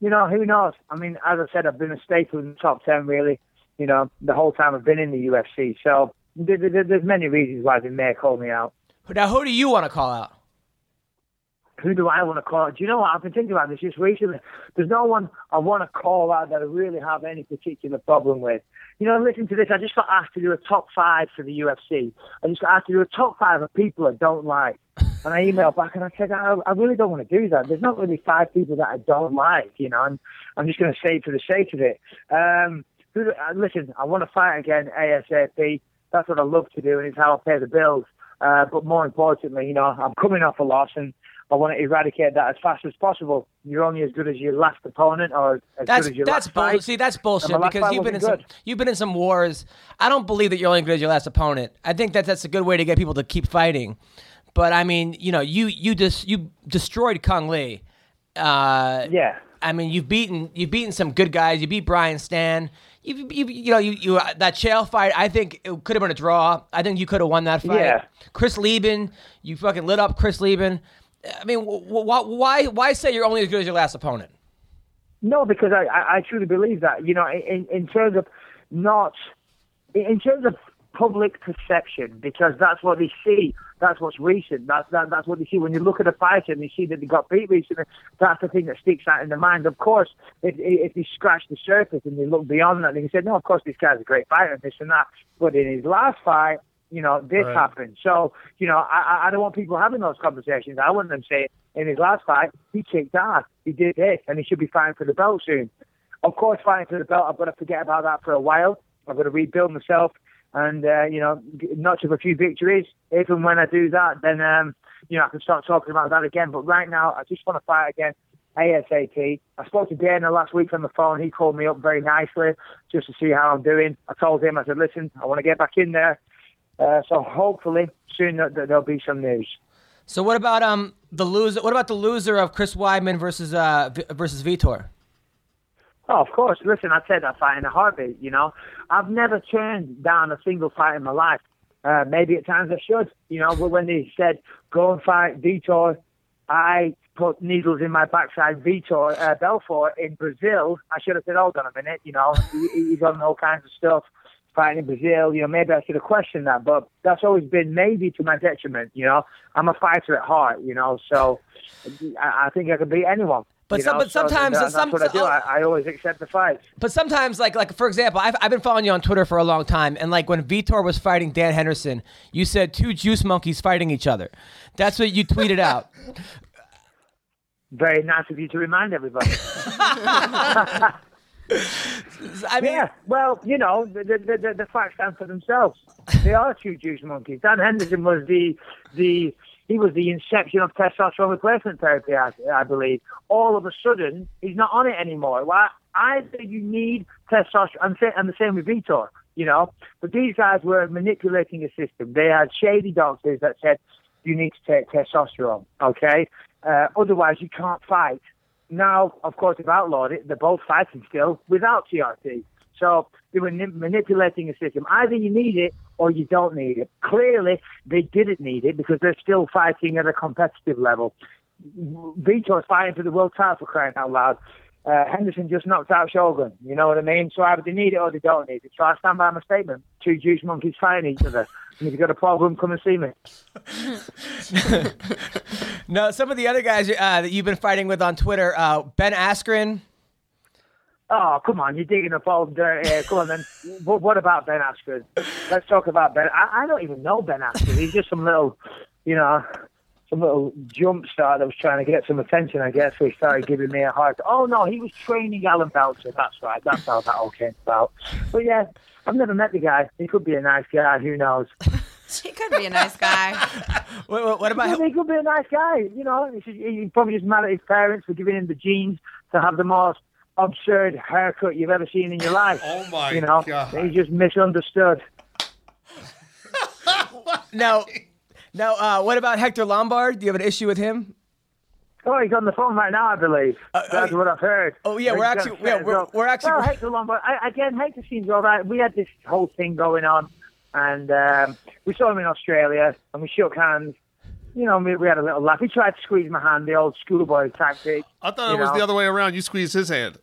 You know, who knows? I mean, as I said, I've been a staple in the top ten, really. You know, the whole time I've been in the UFC. So there, there, there's many reasons why they may call me out.
Now, who do you want to call out?
who do I want to call? Do you know what? I've been thinking about this just recently. There's no one I want to call out that I really have any particular problem with. You know, listen to this. I just got asked to do a top five for the UFC. I just got asked to do a top five of people I don't like. And I emailed back and I said, I, I really don't want to do that. There's not really five people that I don't like, you know, and I'm just going to say it for the sake of it. Um, who do- uh, listen, I want to fight again ASAP. That's what I love to do, and it's how I pay the bills. Uh, but more importantly, you know, I'm coming off a loss, and I want to eradicate that as fast as possible. You're only as good as your last opponent, or as
That's
good as your
that's
last
bull-
fight.
see that's bullshit
And my last
because
fight
you've been in
wasn't
some
good.
you've been in some wars. I don't believe that you're only good as your last opponent. I think that that's a good way to get people to keep fighting. But I mean, you know, you you just you destroyed Kung Lee. Uh,
Yeah.
I mean, you've beaten you've beaten some good guys. You beat Brian Stan. You you, you know you you uh, that Chael fight. I think it could have been a draw. I think you could have won that fight.
Yeah.
Chris Lieben, you fucking lit up Chris Lieben. I mean, wh- wh- why why say you're only as good as your last opponent?
No, because I, I, I truly believe that. You know, in, in terms of not, in- in terms of public perception, because that's what they see. That's what's recent. That's that, that's what they see when you look at a fighter and they see that they got beat recently. That's the thing that sticks out in their mind. Of course, if if they scratch the surface and they look beyond that, they can say, no, of course this guy's a great fighter and this and that. But in his last fight, you know, this happened. So, you know, I, I- I don't want people having those conversations. I want them saying, in his last fight, he kicked ass, he did this, and he should be fighting for the belt soon. Of course, fighting for the belt, I've got to forget about that for a while. I've got to rebuild myself and, uh, you know, g- notch up a few victories. If and when I do that, then, um, you know, I can start talking about that again. But right now, I just want to fight again. ASAP. I spoke to Dana last week on the phone. He called me up very nicely just to see how I'm doing. I told him, I said, listen, I want to get back in there. Uh, so hopefully soon th- th- there'll be some news.
So what about um the loser? What about the loser of Chris Weidman versus uh v- versus Vitor?
Oh, of course. Listen, I said that fight in a heartbeat. You know, I've never turned down a single fight in my life. Uh, maybe at times I should. You know, but when they said go and fight Vitor, I put needles in my backside. Vitor uh, Belfort in Brazil. I should have said, hold on a minute. You know, he, he's on all kinds of stuff. Fighting in Brazil, you know, maybe I should have questioned that, but that's always been maybe to my detriment. You know, I'm a fighter at heart. You know, so I, I think I could beat anyone.
But
you
some-
know,
but
so
sometimes-
that's
some-
what I do.
oh.
I, I always accept the fight.
But sometimes, like like for example, I've I've been following you on Twitter for a long time, and like when Vitor was fighting Dan Henderson, you said two juice monkeys fighting each other. That's what you tweeted out.
Very nice of you to remind everybody.
I mean,
yeah, well, you know, the the, the, the facts stand for themselves. They are two juice monkeys. Dan Henderson was the the he was the inception of testosterone replacement therapy, I, I believe. All of a sudden, he's not on it anymore. Well, I think you need testosterone. I'm, say, I'm the same with Vitor, you know. But these guys were manipulating a system. They had shady doctors that said you need to take testosterone, okay? Uh, otherwise, you can't fight. Now, of course, they've outlawed it. They're both fighting still without TRT. So they were ni- manipulating a system. Either you need it or you don't need it. Clearly, they didn't need it because they're still fighting at a competitive level. Vitor's fighting for the world title for crying out loud. Uh, Henderson just knocked out Shogun. You know what I mean? So either they need it or they don't need it. So I stand by my statement. Two juice monkeys fighting each other. And if you've got a problem, come and see me.
no, some of the other guys uh, that you've been fighting with on Twitter, uh, Ben Askren.
Oh, come on, you're digging up old dirt here. Come on, then. what, what about Ben Askren? Let's talk about Ben. I, I don't even know Ben Askren. He's just some little, you know, some little jumpstart that was trying to get some attention, I guess, so he started giving me a hard Oh, no, he was training Alan Belcher. That's right. That's how that all came about. But yeah, I've never met the guy. He could be a nice guy. Who knows?
He could be a nice guy.
What, what, what
Yeah,
about
he could be a nice guy. You know, He should- he- he's probably just mad at his parents for giving him the genes to have the most absurd haircut you've ever seen in your life.
Oh my
You know,
God.
he's just misunderstood.
now? Now, uh, what about Hector Lombard? Do you have an issue with him?
Oh, he's on the phone right now, I believe. That's
oh,
what I've heard.
oh, yeah, we're
He's
actually-
upstairs
yeah, we're-
up.
we're actually-
Well, Hector Lombard. I, again, Hector seems all right. We had this whole thing going on, and um, we saw him in Australia, and we shook hands. You know, we, we had a little laugh. He tried to squeeze my hand, the old schoolboy tactic.
I thought
You
it was
know.
the other way around. You squeezed his hand.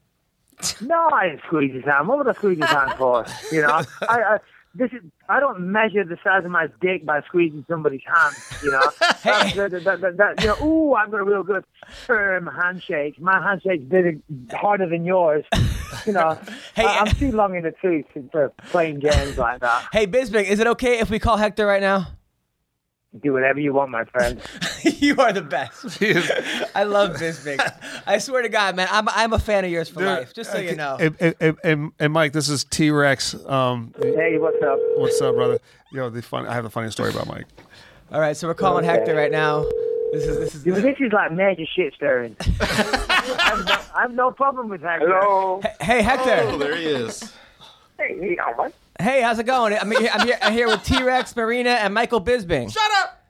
No, I didn't squeeze his hand. What would I squeeze his hand for? You know, I, I this is I don't measure the size of my dick by squeezing somebody's hand. You know, That's- that, that, that, that- you know, ooh, I've got a real good firm handshake. My handshake's bigger, harder than yours. You know,
Hey,
I, am
uh,
too long in the tooth for playing games like that.
Hey, Bisbing, is it okay if we call Hector right now?
Do whatever you want, my friend.
you are the best. I love Bisbing. I swear to God, man, I'm, I'm a fan of yours for life. Just so you know.
And, and- and- and- and Mike, this is T Rex. Um,
Hey, what's up?
what's up, brother? Yo, the fun. I have the funniest story about Mike.
All right, so we're calling Hector right now. This is this is.
Dude, this is like major shit stirring. I've, no, I've no problem with that.
Hello.
Hey,
Oh,
Hector.
there he is.
Hey, you know what?
Hey, how's it going? I'm here, I'm here, I'm here with T Rex, Marina, and Michael Bisbing.
Shut up.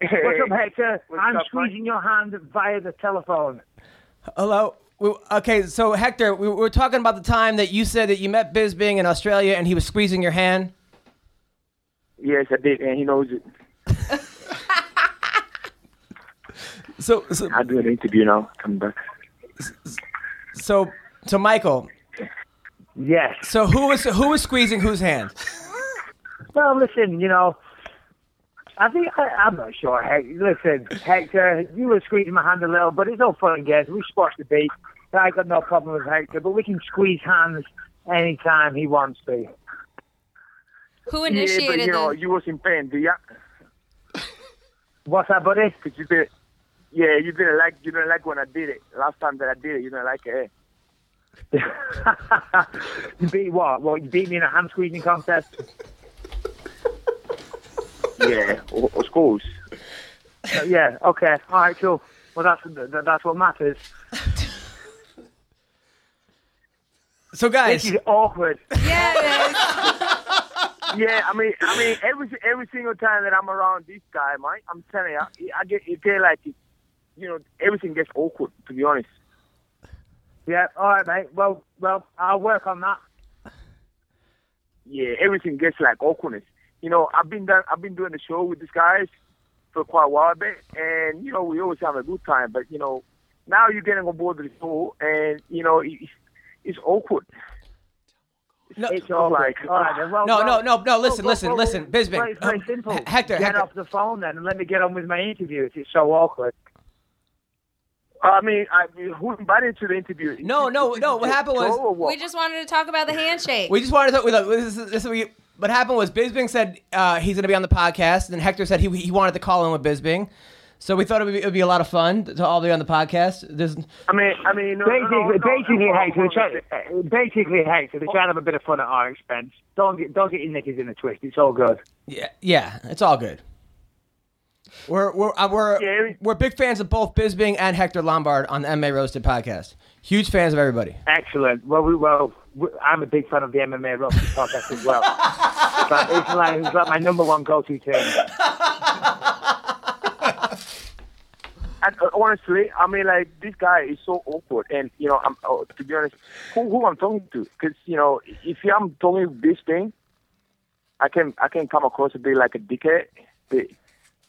What's up, Hector?
What's
I'm
up,
squeezing your hand via the telephone.
Hello. We, okay, so Hector, we were talking about the time that you said that you met Bisbing in Australia and he was squeezing your hand.
Yes, I did, and he knows it.
So, so,
I do an interview now. Come back.
so, so Michael.
Yes.
So who was who was squeezing whose hand?
Well, listen, you know, I think I, I'm not sure. Hec listen, Hector, you were squeezing my hand a little, but it's all fun and games. We're supposed to be. I got no problem with Hector, but we can squeeze hands anytime he wants to.
Who
yeah, but
initiated
you know,
the?
you was in pain, do ya?
What's up, buddy?
Cause you did. Yeah, you didn't like you didn't like when I did it last time that I did it. You didn't like it.
eh? you beat what? What? You beat me in a hand squeezing contest?
eh? Yeah, o- of course.
Uh, yeah. Okay. All right. Cool. Well, that's that, that's what matters.
So
This
guys,
is awkward.
Yeah, it is.
Yeah, I mean, I mean, every every single time that I'm around this guy, man, I'm telling you, I, I get it feel like, it, you know, everything gets awkward. To be honest.
Yeah. All right, mate. Well, well, I'll work on that.
yeah, everything gets like awkwardness. You know, I've been done, I've been doing the show with these guys for quite a while, bit, and you know, we always have a good time. But you know, now you're getting on board the show, and you know, it, it's awkward.
no,
It's all like,
All right. Then. Well,
no,
well,
no, no, no. Listen,
well,
listen,
well,
listen,
well,
Bisbing.
well, It's very
um,
simple.
H- Hector,
get
Hector.
off the phone then and let me get on with my interview. It's so awkward.
I mean, I mean, who invited you to the interview?
No, no, no, what happened was-
Show or what?
We just wanted to talk about the handshake.
We just wanted to. We, look, this is, this is what, you- what happened was Bisbing said uh, he's going to be on the podcast, and then Hector said he he wanted to call in with Bisbing. So we thought it would be, it would be a lot of fun to all be on the podcast. There's,
I mean, I mean, no,
Basically,
no, no,
basically,
no,
Hector.
no,
They're trying, uh, basically, Hector. They're trying to have a bit of fun at our expense. Don't get don't get your knickers in a twist. It's all good.
yeah, yeah, it's all good. We're we're uh, we're
Gary?
we're big fans of both Bisbing and Hector Lombard on the MMA Roasted podcast. Huge fans of everybody.
Excellent. Well, we, well, we, I'm a big fan of the MMA Rocky podcast as well. but it's like, it's like my number one go-to team.
And uh, honestly, I mean, like this guy is so awkward, and you know, I'm uh, to be honest, who who I'm talking to? Because you know, if I'm talking this thing, I can I can come across a bit like a dickhead. But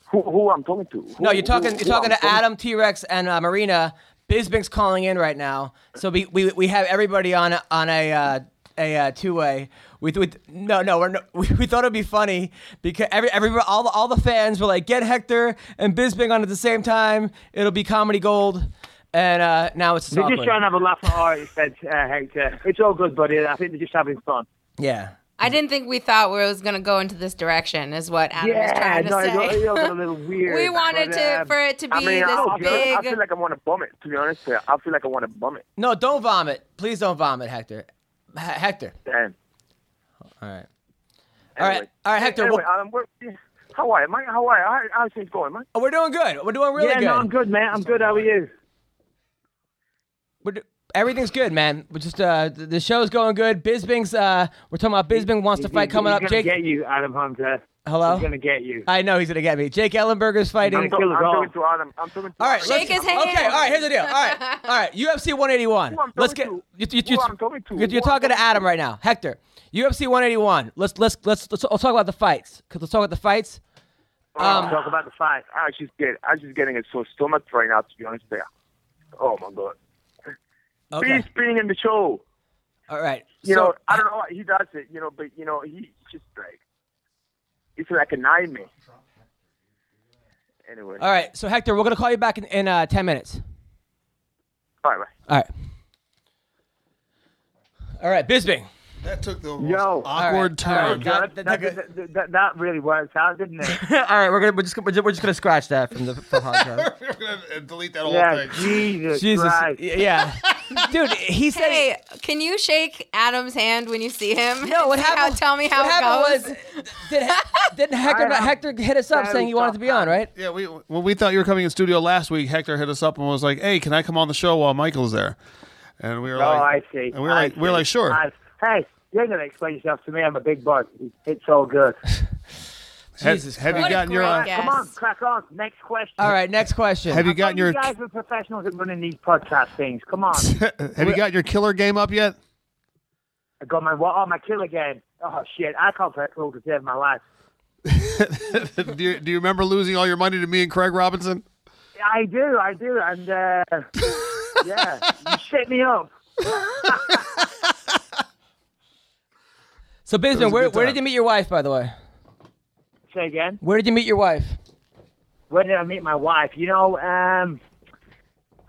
who who I'm talking to? Who-
No, you're
who-
talking
who
you're talking
I'm
to Adam, T Rex, and uh, Marina. Bisbing's calling in right now, so we we, we have everybody on a- on a uh, a uh, two way. We, we no no we're no, we, we thought it'd be funny because every every all the, all the fans were like get Hector and Bisbing on at the same time. It'll be comedy gold, and uh, now it's
They're just
awkward.
trying to have a laugh at our expense, uh, Hector. It's all good, buddy. I think they're just having fun.
yeah.
I didn't think we thought we was going to go into this direction, is what Adam was
Yeah,
trying to
no, it got,
say.
it got a little weird.
we wanted
but,
to
um,
for it to be
I mean, I, I,
this
feel, I feel
big.
like I want to bomb it. To be honest, uh, I feel like I want to bomb it.
No, don't vomit. Please don't vomit, Hector. H- Hector.
Damn.
All right. All
Anyway.
right. All right, Hector.
Anyway,
we're-
Adam, where, how are you, man? How are you? How, how's things going, man?
we're, doing good. Oh, We're doing really
yeah,
good.
no, I'm good, man. I'm good. How are you?
We're do- everything's good, man. We're just uh, th- the show's going good. Bisbing's uh, we're talking about Bisbing wants to fight
He's-
coming
he's
up.
gonna
Jake,
get you, Adam Hunter.
hello.
He's gonna get you.
I know he's gonna get me. Jake Ellenberger's
I'm,
fighting.
Kill us
I'm
all.
talking to Adam. I'm talking to
All right,
Adam.
Shake
let's-
his hand.
Okay, all right. Here's the deal. All right, all right. UFC 181.
Who I'm
Let's get.
talking
You,
to?
you, you,
Who I'm talking to?
you're- you're
Who I'm
talking to
talking
Adam
to?
right now, Hector. UFC 181. Let's let's let's let's, let's talk about the fights. let let's talk about the fights. Um,
Talk about the fight. I just get, I just getting a sore stomach right now. To be honest, there. Oh my god.
Um, okay.
Please bring in the show.
All right.
You
so,
know, I don't know. why He does it, you know, but you know, he just like it's like a nightmare. Anyway,
All right. So Hector, we're gonna call you back in, in uh, ten minutes.
bye bye.
All right. All right, Bisbing.
That took the
Yo.
most awkward
All right,
turn.
got-
That, that, that, that really works out, didn't it?
Oh, All right, we're gonna we're just gonna, we're just gonna scratch that from the from podcast.
We're gonna delete that whole
yeah,
thing.
Jesus,
Jesus,
Christ.
Y- yeah, dude, he said.
Hey, can you shake Adam's hand when you see him?
No, what
See how-
happened?
tell me how
what
it
happened
goes.
was did, did Hector
I am
Hector hit us up
so
saying you wanted to be on, right?
Yeah, we when we thought you were coming in studio last week, Hector hit us up and was like, "Hey, can I come on the show while Michael's there?" And we were
Oh,
like,
I see.
And we were
I
like, we were
see.
like, sure.
I- hey, you're gonna explain yourself to me. I'm a big bug. It's all good.
Have-
Jesus
have,
Christ.
you gotten your
What a
uh,
great
Come on, crack on. Next question.
All right, next question.
have you
I thought
gotten your
you guys were professionals at running these podcast things. Come on.
have you got your killer game up yet?
I got my what? Oh, my killer game. Oh shit! I can't play pool to save my life.
do, you, do you remember losing all your money to me and Craig Robinson?
I do, I do, and uh, yeah, you set me up.
so Bisbing, where,
good
where
time.
did you meet your wife, by the way?
Say again.
Where did you meet your wife?
Where did I meet my wife? You know, um,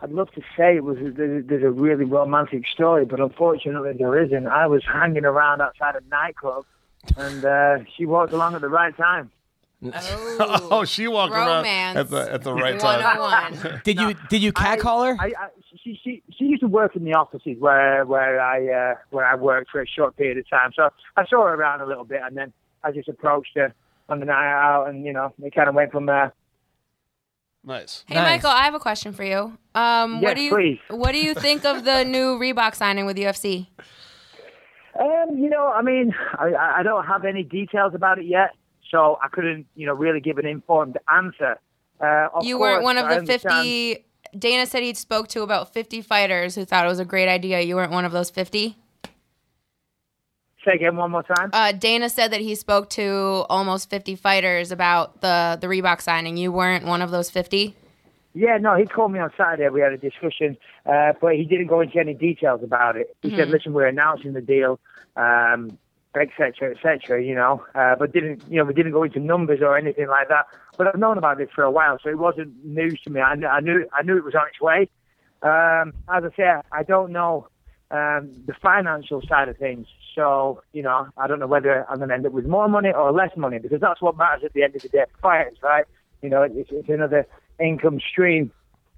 I'd love to say it was there's there's a really romantic story, but unfortunately there isn't. I was hanging around outside a nightclub, and uh, she walked along at the right time.
Oh, she walked
Romance.
around at the at the right time.
101.
Did you did you cat call her?
I, I, she, she she used to work in the offices where where I uh, where I worked for a short period of time. So I saw her around a little bit, and then I just approached her on the night out, and you know, it kind of went from there.
Nice.
Hey,
Nice.
Michael, I have a question for you. Um,
Yes,
what do you
please.
What do you think of the new Reebok signing with UFC?
Um, you know, I mean, I- I, I don't have any details about it yet, so I couldn't, you know, really give an informed answer. Uh, of
you
course,
weren't one of
I
the
understand-
50. Dana said he spoke to about 50 fighters who thought it was a great idea. You weren't one of those 50.
Say again one more time.
Uh, Dana said that he spoke to almost 50 fighters about the the Reebok signing. You weren't one of those 50.
Yeah, no, he called me on Saturday. We had a discussion, uh, but he didn't go into any details about it. He
Hmm.
said, "Listen, we're announcing the deal, um, et cetera, et cetera." You know, uh, but didn't you know? We didn't go into numbers or anything like that. But I've known about this for a while, so it wasn't news to me. I, kn- I knew I knew it was on its way. Um, as I say, I don't know um, the financial side of things, so you know, I don't know whether I'm going to end up with more money or less money because that's what matters at the end of the day. for Fighters, right? You know, it's, it's another income stream.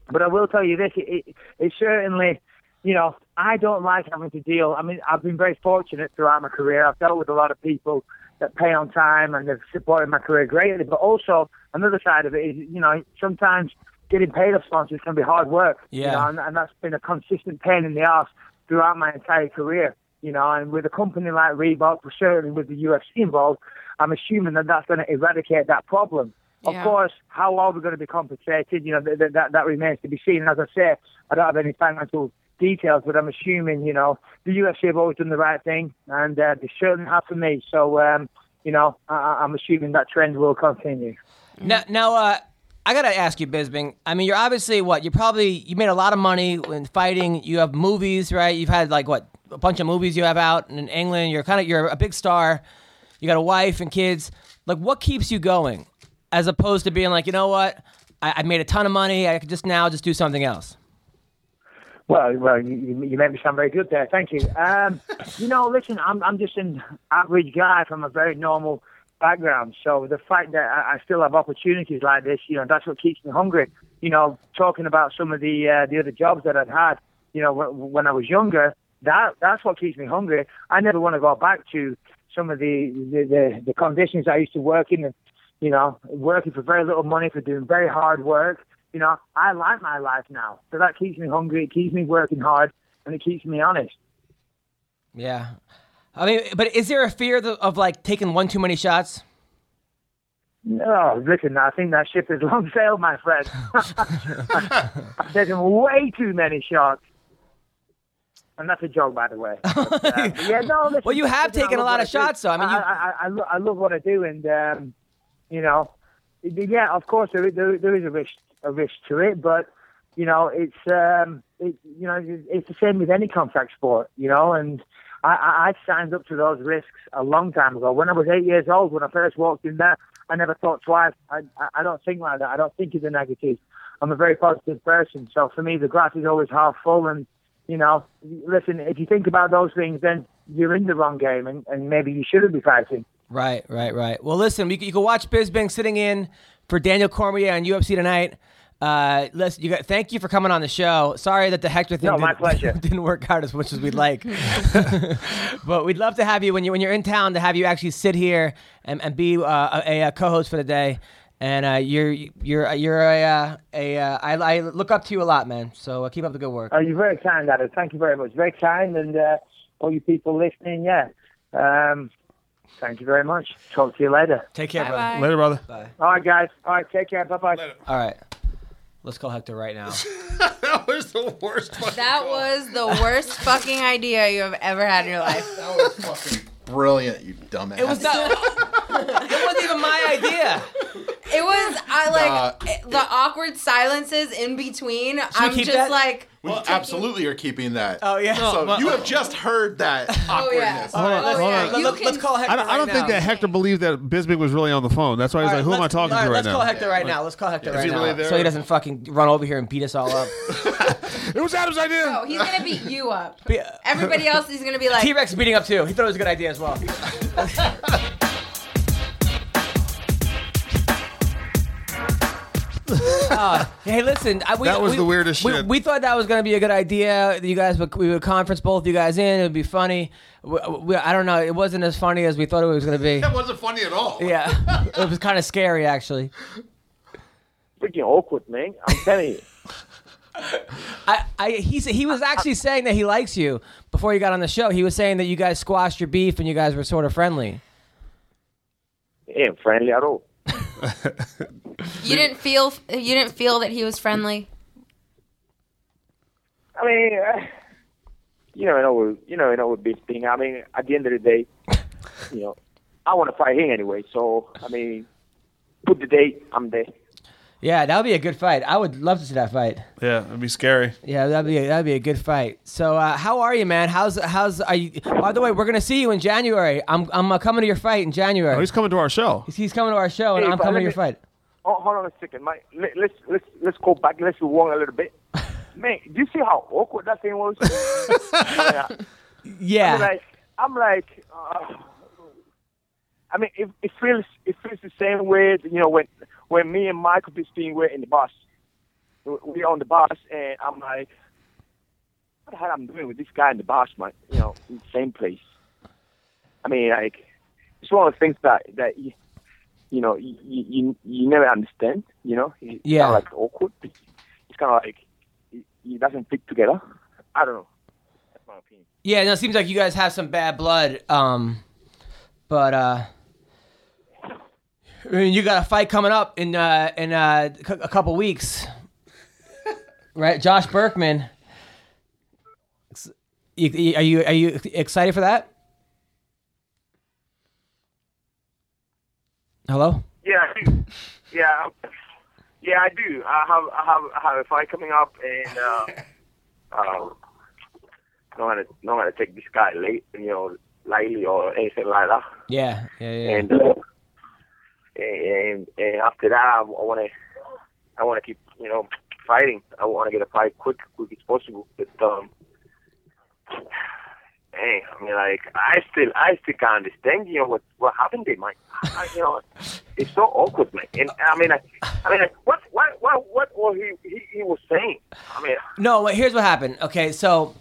But I will tell you this: it, it, it certainly, you know, I don't like having to deal. I mean, I've been very fortunate throughout my career. I've dealt with a lot of people that pay on time and have supported my career greatly. But also, another side of it is, you know, sometimes getting paid off sponsors can be hard work. you
Yeah.
know, and, and that's been a consistent pain in the ass throughout my entire career. You know, and with a company like Reebok, certainly with the UFC involved, I'm assuming that that's going to eradicate that problem. Of
Yeah.
course, how are we going to be compensated? You know, th- th- that that remains to be seen. And as I say, I don't have any financial details, but I'm assuming you know the UFC have always done the right thing, and uh, they certainly have for me. So, um, you know, I- I- I'm assuming that trend will continue.
Now, now uh, I gotta ask you, Bisbing. I mean, you're obviously what you probably you made a lot of money when fighting. You have movies, right? You've had like what a bunch of movies you have out in England. You're kind of you're a big star. You got a wife and kids. Like, what keeps you going, as opposed to being like, you know what? I, I made a ton of money. I could just now just do something else.
Well, well, you, you you made me sound very good there. Thank you. Um, you know, listen, I'm I'm just an average guy from a very normal background. So the fact that I, I still have opportunities like this, you know, that's what keeps me hungry. You know, talking about some of the uh, the other jobs that I'd had, you know, w- when I was younger, that that's what keeps me hungry. I never want to go back to some of the the, the, the conditions I used to work in. And, you know, working for very little money for doing very hard work. You know, I like my life now. So that keeps me hungry, it keeps me working hard, and it keeps me honest.
Yeah. I mean, but is there a fear th- of like taking one too many shots?
No, listen, I think that ship has long sailed, my friend. I've taken way too many shots. And that's a joke, by the way. But, uh, but yeah, no, listen,
Well, you have
listen, I
taken a
love
lot of
what do.
shots, though. I mean, you-
I, I, I, lo- I love what I do, and um, you know, it- yeah, of course there, i- there, there is a risk, a risk to it, but you know, it's um, it, you know, it's the same with any contact sport, you know, and I, I, I signed up to those risks a long time ago. When I was eight years old, when I first walked in there, I never thought twice. I, I, I don't think like that. I don't think of the negative. I'm a very positive person. So for me, the glass is always half full. And, you know, listen, if you think about those things, then you're in the wrong game and, and maybe you shouldn't be fighting.
Right, right, right. Well, listen, you, can- you can watch Bisbing sitting in for Daniel Cormier on UFC tonight. Uh, listen, you got, thank you for coming on the show. Sorry that the Hector thing
No, my
didn't-
pleasure.
didn't work out as much as we'd like, but we'd love to have you when you when you're in town to have you actually sit here and, and be uh, a, a co-host for the day. And uh, you're you're you're a uh, a uh, I, I look up to you a lot, man. So uh, keep up the good work.
Oh, you're very kind, Adam. Thank you very much. Very kind. And uh, all you people listening, yeah. Um, thank you very much. Talk to you later.
Take care, brother.
Bye-bye.
Later, brother.
All right, guys. All right, take care. Bye bye.
All right, let's call Hector right now.
that was the worst. fucking
That was the worst fucking idea you have ever had in your life.
That was fucking brilliant, you dumbass.
It was not. it wasn't even my idea.
It was I like it- the awkward silences in between. I'm
keep
just
that?
like
We absolutely are keeping that.
Oh yeah.
So you have just heard that
oh yeah.
awkwardness.
Oh,
All right, let's,
hold
yeah.
on.
let-
You
let-
can-
let's call Hector.
I don't, I
right
don't think
now.
that Hector believed that Bisbing was really on the phone. That's why he's
All
like,
right,
"Who am I
let's-
talking
all
to
right,
right
let's
now?"
call Hector right now. Let's call Hector right
he
now,
really there?
so he doesn't fucking run over here and beat us all up.
It was Adam's idea.
No, Oh, he's gonna beat you up.
Be- uh,
Everybody else is gonna be like
T Rex beating up too. He thought it was a good idea as well. Uh, hey, listen. I, we,
That was
we-
the weirdest
we,
shit.
We thought that was going to be a good idea. You guys, would, we would conference both you guys in. It would be funny. We, we- I don't know. It wasn't as funny as we thought it was going to be.
That wasn't funny at all.
Yeah, it was kind of scary actually.
Freaking awkward, man. I'm telling you.
I, I he sa- he was actually saying that he likes you before you got on the show. He was saying that you guys squashed your beef and you guys were sort of friendly.
Yeah, friendly at all.
you didn't feel you didn't feel that he was friendly.
I mean, uh, you know, you know, we- you know, you know, with this thing. I mean, at the end of the day, you know, I want to fight him anyway. So, I mean, put the date. I'm there.
Yeah, that would be a good fight. I would love to see that fight.
Yeah, it'd be scary.
Yeah, that'd be a, that'd be a good fight. So, uh, how are you, man? How's how's are you? By the way, we're gonna see you in January. I'm I'm uh, coming to your fight in
Oh,
January.
he's coming to our show.
he's, he's coming to our show, and
Hey,
I'm
but
coming
let
to your
me-
fight.
Oh, hold on a second, mate. Let, let's let's let's go back. Let's rewind a little bit. Man, do you see how awkward that thing was? yeah. I'm
Yeah,
like, I'm like, uh, I mean, it, it feels it feels the same way. You know, when when me and Michael Bisping were in the bus, we we on the bus, and I'm like, what the hell I'm doing with this guy in the bus, man? You know, in the same place. I mean, like, it's one of the things that that you, you know you, you you never understand. You know, it's
Yeah.
kind of like awkward. It's kind of like it, it doesn't fit together. I don't know. That's my opinion.
yeah. No, it seems like you guys have some bad blood. Um, but uh. I mean, you got a fight coming up in uh, in uh, c- a couple weeks, right? Josh Berkman. Ex- you- you- Are you are you excited for that? Hello.
Yeah, I do. yeah, yeah. I do. I have, I have, I have a fight coming up, and uh, um, not gonna, not gonna take this guy late, you know, lightly or anything like that.
Yeah, yeah, yeah.
And uh, and and after that, I want to, I want to keep, you know, fighting. I want to get a fight quick, quick as possible. But um, hey, I mean, like, I still, I still can't understand, you know, what what happened there, Mike. I, you know, it's so awkward, man. And I mean, I, I mean, like, what, what, what, what was he, he, he was saying? I mean,
No, wait, here's what happened. Okay, so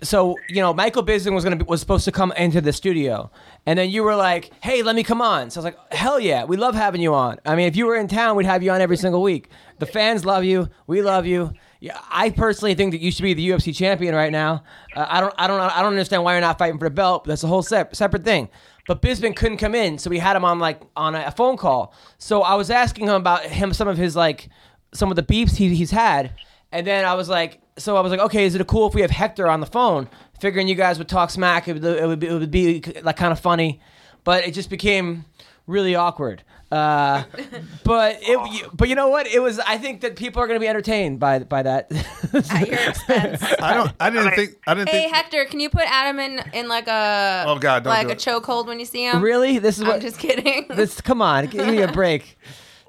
so you know Michael Bisping was gonna be, was supposed to come into the studio, and then you were like, "Hey, let me come on." So I was like, "Hell yeah, we love having you on." I mean, if you were in town, we'd have you on every single week. The fans love you. We love you. Yeah, I personally think that you should be the UFC champion right now. Uh, I don't, I don't, I don't understand why you're not fighting for the belt. That's a whole sep- separate thing. But Bisping couldn't come in, so we had him on like on a, a phone call. So I was asking him about him some of his like some of the beeps he, he's had, and then I was like, so I was like, okay, is it cool if we have Hector on the phone? Figuring you guys would talk smack, it would, it would, be, it would be like kind of funny, but it just became really awkward. Uh, but it, you- but you know what? It was. I think that people are going to be entertained by by that.
at your expense.
I don't. I didn't think. I didn't
hey
think.
Hector, can you put Adam in in like a
Oh, God, don't
like
do
a
it.
chokehold when you see him?
really? This is
I'm
what.
just kidding.
this. Come on, give me a break.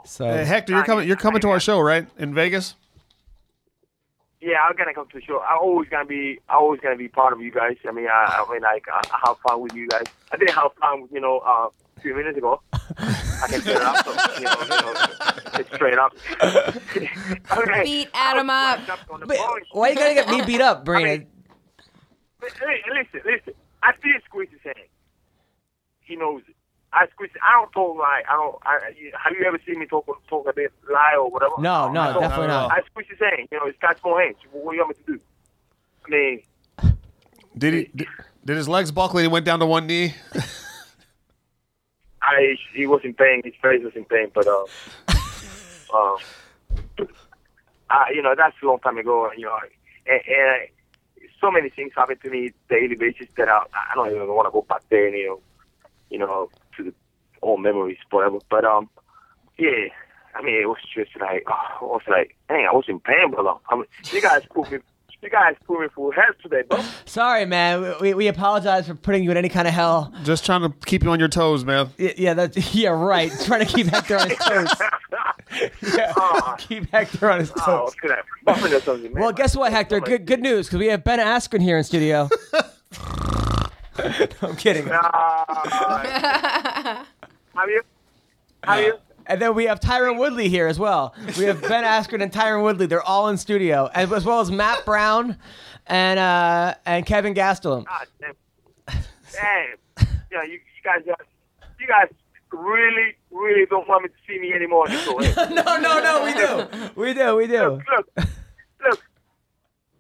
So
Hey, Hector, you're coming. You're coming to our show, right? In Vegas.
Yeah, I'm gonna come to the show. I'm always gonna be, I'm always gonna be part of you guys. I mean, I, I mean, like, I, I have fun with you guys. I didn't have fun, you know, uh, a few minutes ago. I can straight up, so, you know, you know, it's straight up. okay.
Beat Adam
I
up.
was up on the
But
phone.
why you gotta get me beat up, Brandon?
Hey, hey, listen, listen. I did squeeze his hand. He knows it. I squeeze. I don't talk lie. I don't. I, I- have you ever seen me talk talk a bit lie or whatever?
No, no,
I don't.
definitely not.
I squeeze his hand. You know, it's got small hands. What do you want me to do? I mean,
Did he? Did, did his legs buckle and he went down to one knee?
I he was in pain. His face was in pain, but uh, uh, I, you know that's a long time ago. You know, and, and so many things happen to me daily basis that I, I don't even want to go back there. You know, you know, to the old memories forever. But um, yeah. I mean, it was just like, oh, I was like, dang, I was in pain, bro. I mean, you guys put me, you guys put me full head today, bro.
Sorry, man. We, we apologize for putting you in any kind of hell.
Just trying to keep you on your toes, man.
Y- Yeah, that's yeah, right. Trying to keep Hector on his toes. Yeah, keep Hector on his toes.
Oh, look at that, bumping or something, man.
Well, guess what, Hector? Good, good news, because we have Ben Askren here in studio. No, I'm kidding.
Uh, have you? Have you?
And then we have Tyron Woodley here as well. We have Ben Askren and Tyron Woodley. They're all in studio, as, as well as Matt Brown and uh, and Kevin Gastelum.
God damn. Damn. Yeah, you, you guys, are- you guys really, really don't want me to see me anymore. Just go ahead.
No, no, no. We do. We do. We do.
look, look.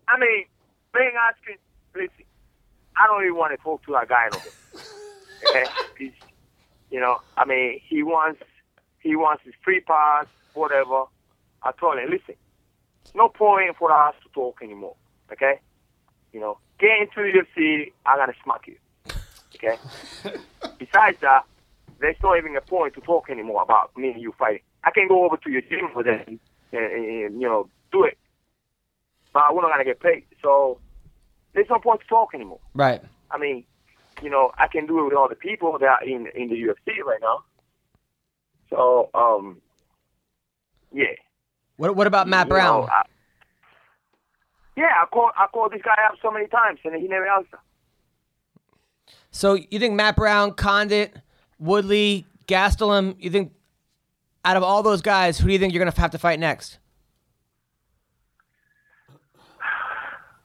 I mean, being asking, listen, I don't even want to talk to that guy no more. Okay? He's, you know, I mean, he wants, he wants his free pass, whatever. I told him, listen, no point for us to talk anymore. Okay? You know, get into the UFC, I'm gonna smack you. Okay? Besides that, there's not even a point to talk anymore about me and you fighting. I can go over to your gym with it and, and, and, you know, do it. But we're not going to get paid. So there's no point to talk anymore.
Right.
I mean, you know, I can do it with all the people that are in, in the UFC right now. So, um, yeah.
What What about Matt
You know,
Brown?
I- yeah, I call I called this guy up so many times and he never answered.
So you think Matt Brown, Condit, Woodley, Gastelum? You think out of all those guys, who do you think you're gonna have to fight next?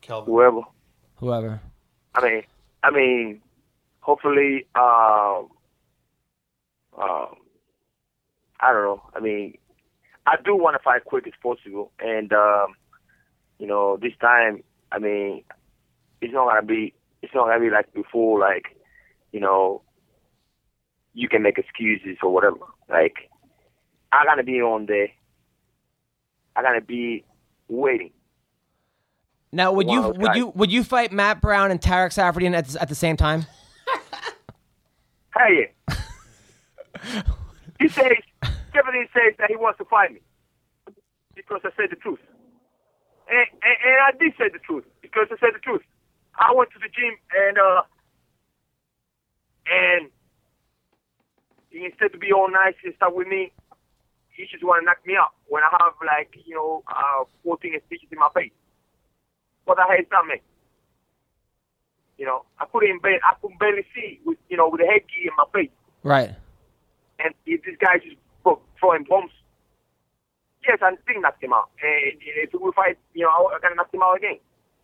Calvin.
Whoever.
Whoever.
I mean, I mean, hopefully, um, um, I don't know. I mean, I do want to fight quick as possible, and um, you know, this time, I mean, it's not gonna be, it's not gonna be like before, like, you know, you can make excuses or whatever. Like, I gotta be on there. I gotta be waiting.
Now, would you
Wild
would
guy.
you would you fight Matt Brown and Tarek Safradine at the, at the same time?
Hey, he says, Kevin says that he wants to fight me because I said the truth. And, and, and I did say the truth because I said the truth. I went to the gym and, uh, and instead to be all nice and stuff with me, he just want to knock me out when I have like, you know, uh, 14 stitches in my face. What the hell is that, man? You know, I put it in bed. I could barely see, with, you know, with a headgear in my face.
Right.
And if this guy just broke, throwing bombs, yes, I think knocked him out. And if we fight, you know, I'm going to knock him out again.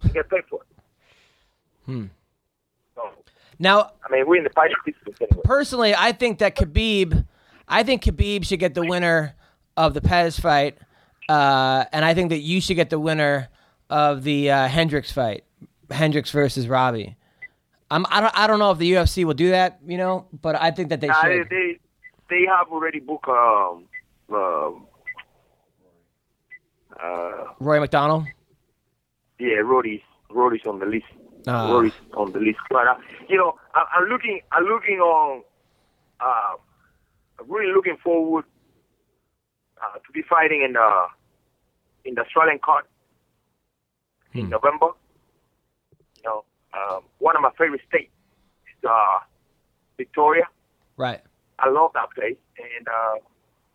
and Get paid for it. Hmm. So,
Now,
I mean, we're in the fighting business anyway.
personally, I think that Khabib, I think Khabib should get the winner of the Pez fight, uh, and I think that you should get the winner of the uh, Hendricks fight, Hendricks versus Robbie. I'm, I don't I don't know if the UFC will do that, you know, but I think that they
Nah, they,
should.
they they have already booked um, um
Roy McDonald.
yeah Rory's Rory's on the list.
Ah.
Rory's on the list, but uh, you know I, I'm looking I'm looking on uh, really looking forward uh, to be fighting in the in the Australian card in November. You know, um, one of my favorite states is uh, Victoria.
Right.
I love that place, and uh,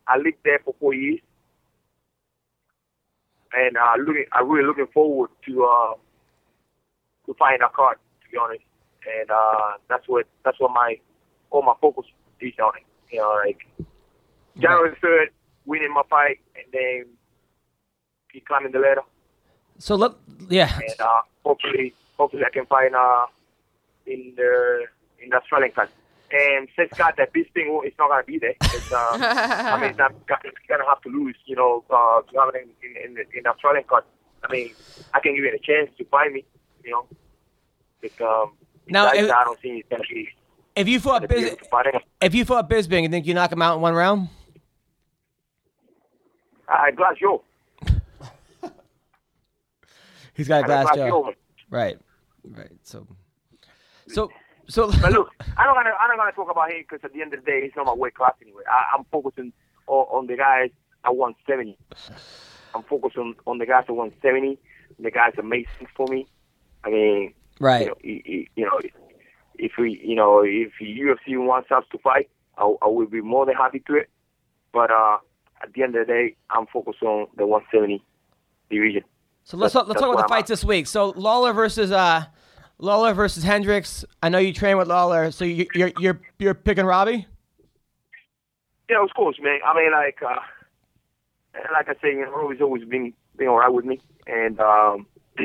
I lived there for four years. And uh, looking, I'm really looking forward to uh, to find a card, to be honest. And uh, that's what that's what my all my focus is on it. You know, like January third, winning my fight, and then keep climbing the ladder.
So let yeah.
And uh, hopefully, hopefully I can find uh in the in the Australian card. And since God that this thing is not gonna be there. It's, uh, I mean, I'm g- gonna have to lose, you know, uh, to have it in in, in, the- in the Australian card. I mean, I can give it a chance to find me, you know. But um,
Now,
besides,
if-
I don't think it's gonna be.
If you fought
gonna be
Biz,
able to find him.
if you fought Bisbing, you think you knock him out in one round?
I glass you.
He's got a
I
glass
glass
jaw.
you.
Right. Right. So. So. So.
But look, I don't gonna I don't gonna talk about him because at the end of the day, he's not my weight class anyway. I, I'm focusing on, on the guys at 170. I'm focused on, on the guys at 170. The guys that make sense for me. I mean,
Right.
You know, i- i- you know, if we, you know, if UFC wants us to fight, I, I will be more than happy to it. But uh, at the end of the day, I'm focused on the 170 division.
So let's let's
That's- that's
talk about
where
the
I'm
fights
at.
this week. So Lawler versus uh, Lawler versus Hendricks. I know you train with Lawler, so you, you're you're you're picking Robbie.
Yeah, of course, man. I mean, like, uh, like I say, you know, Robbie's always been been all right with me, and um,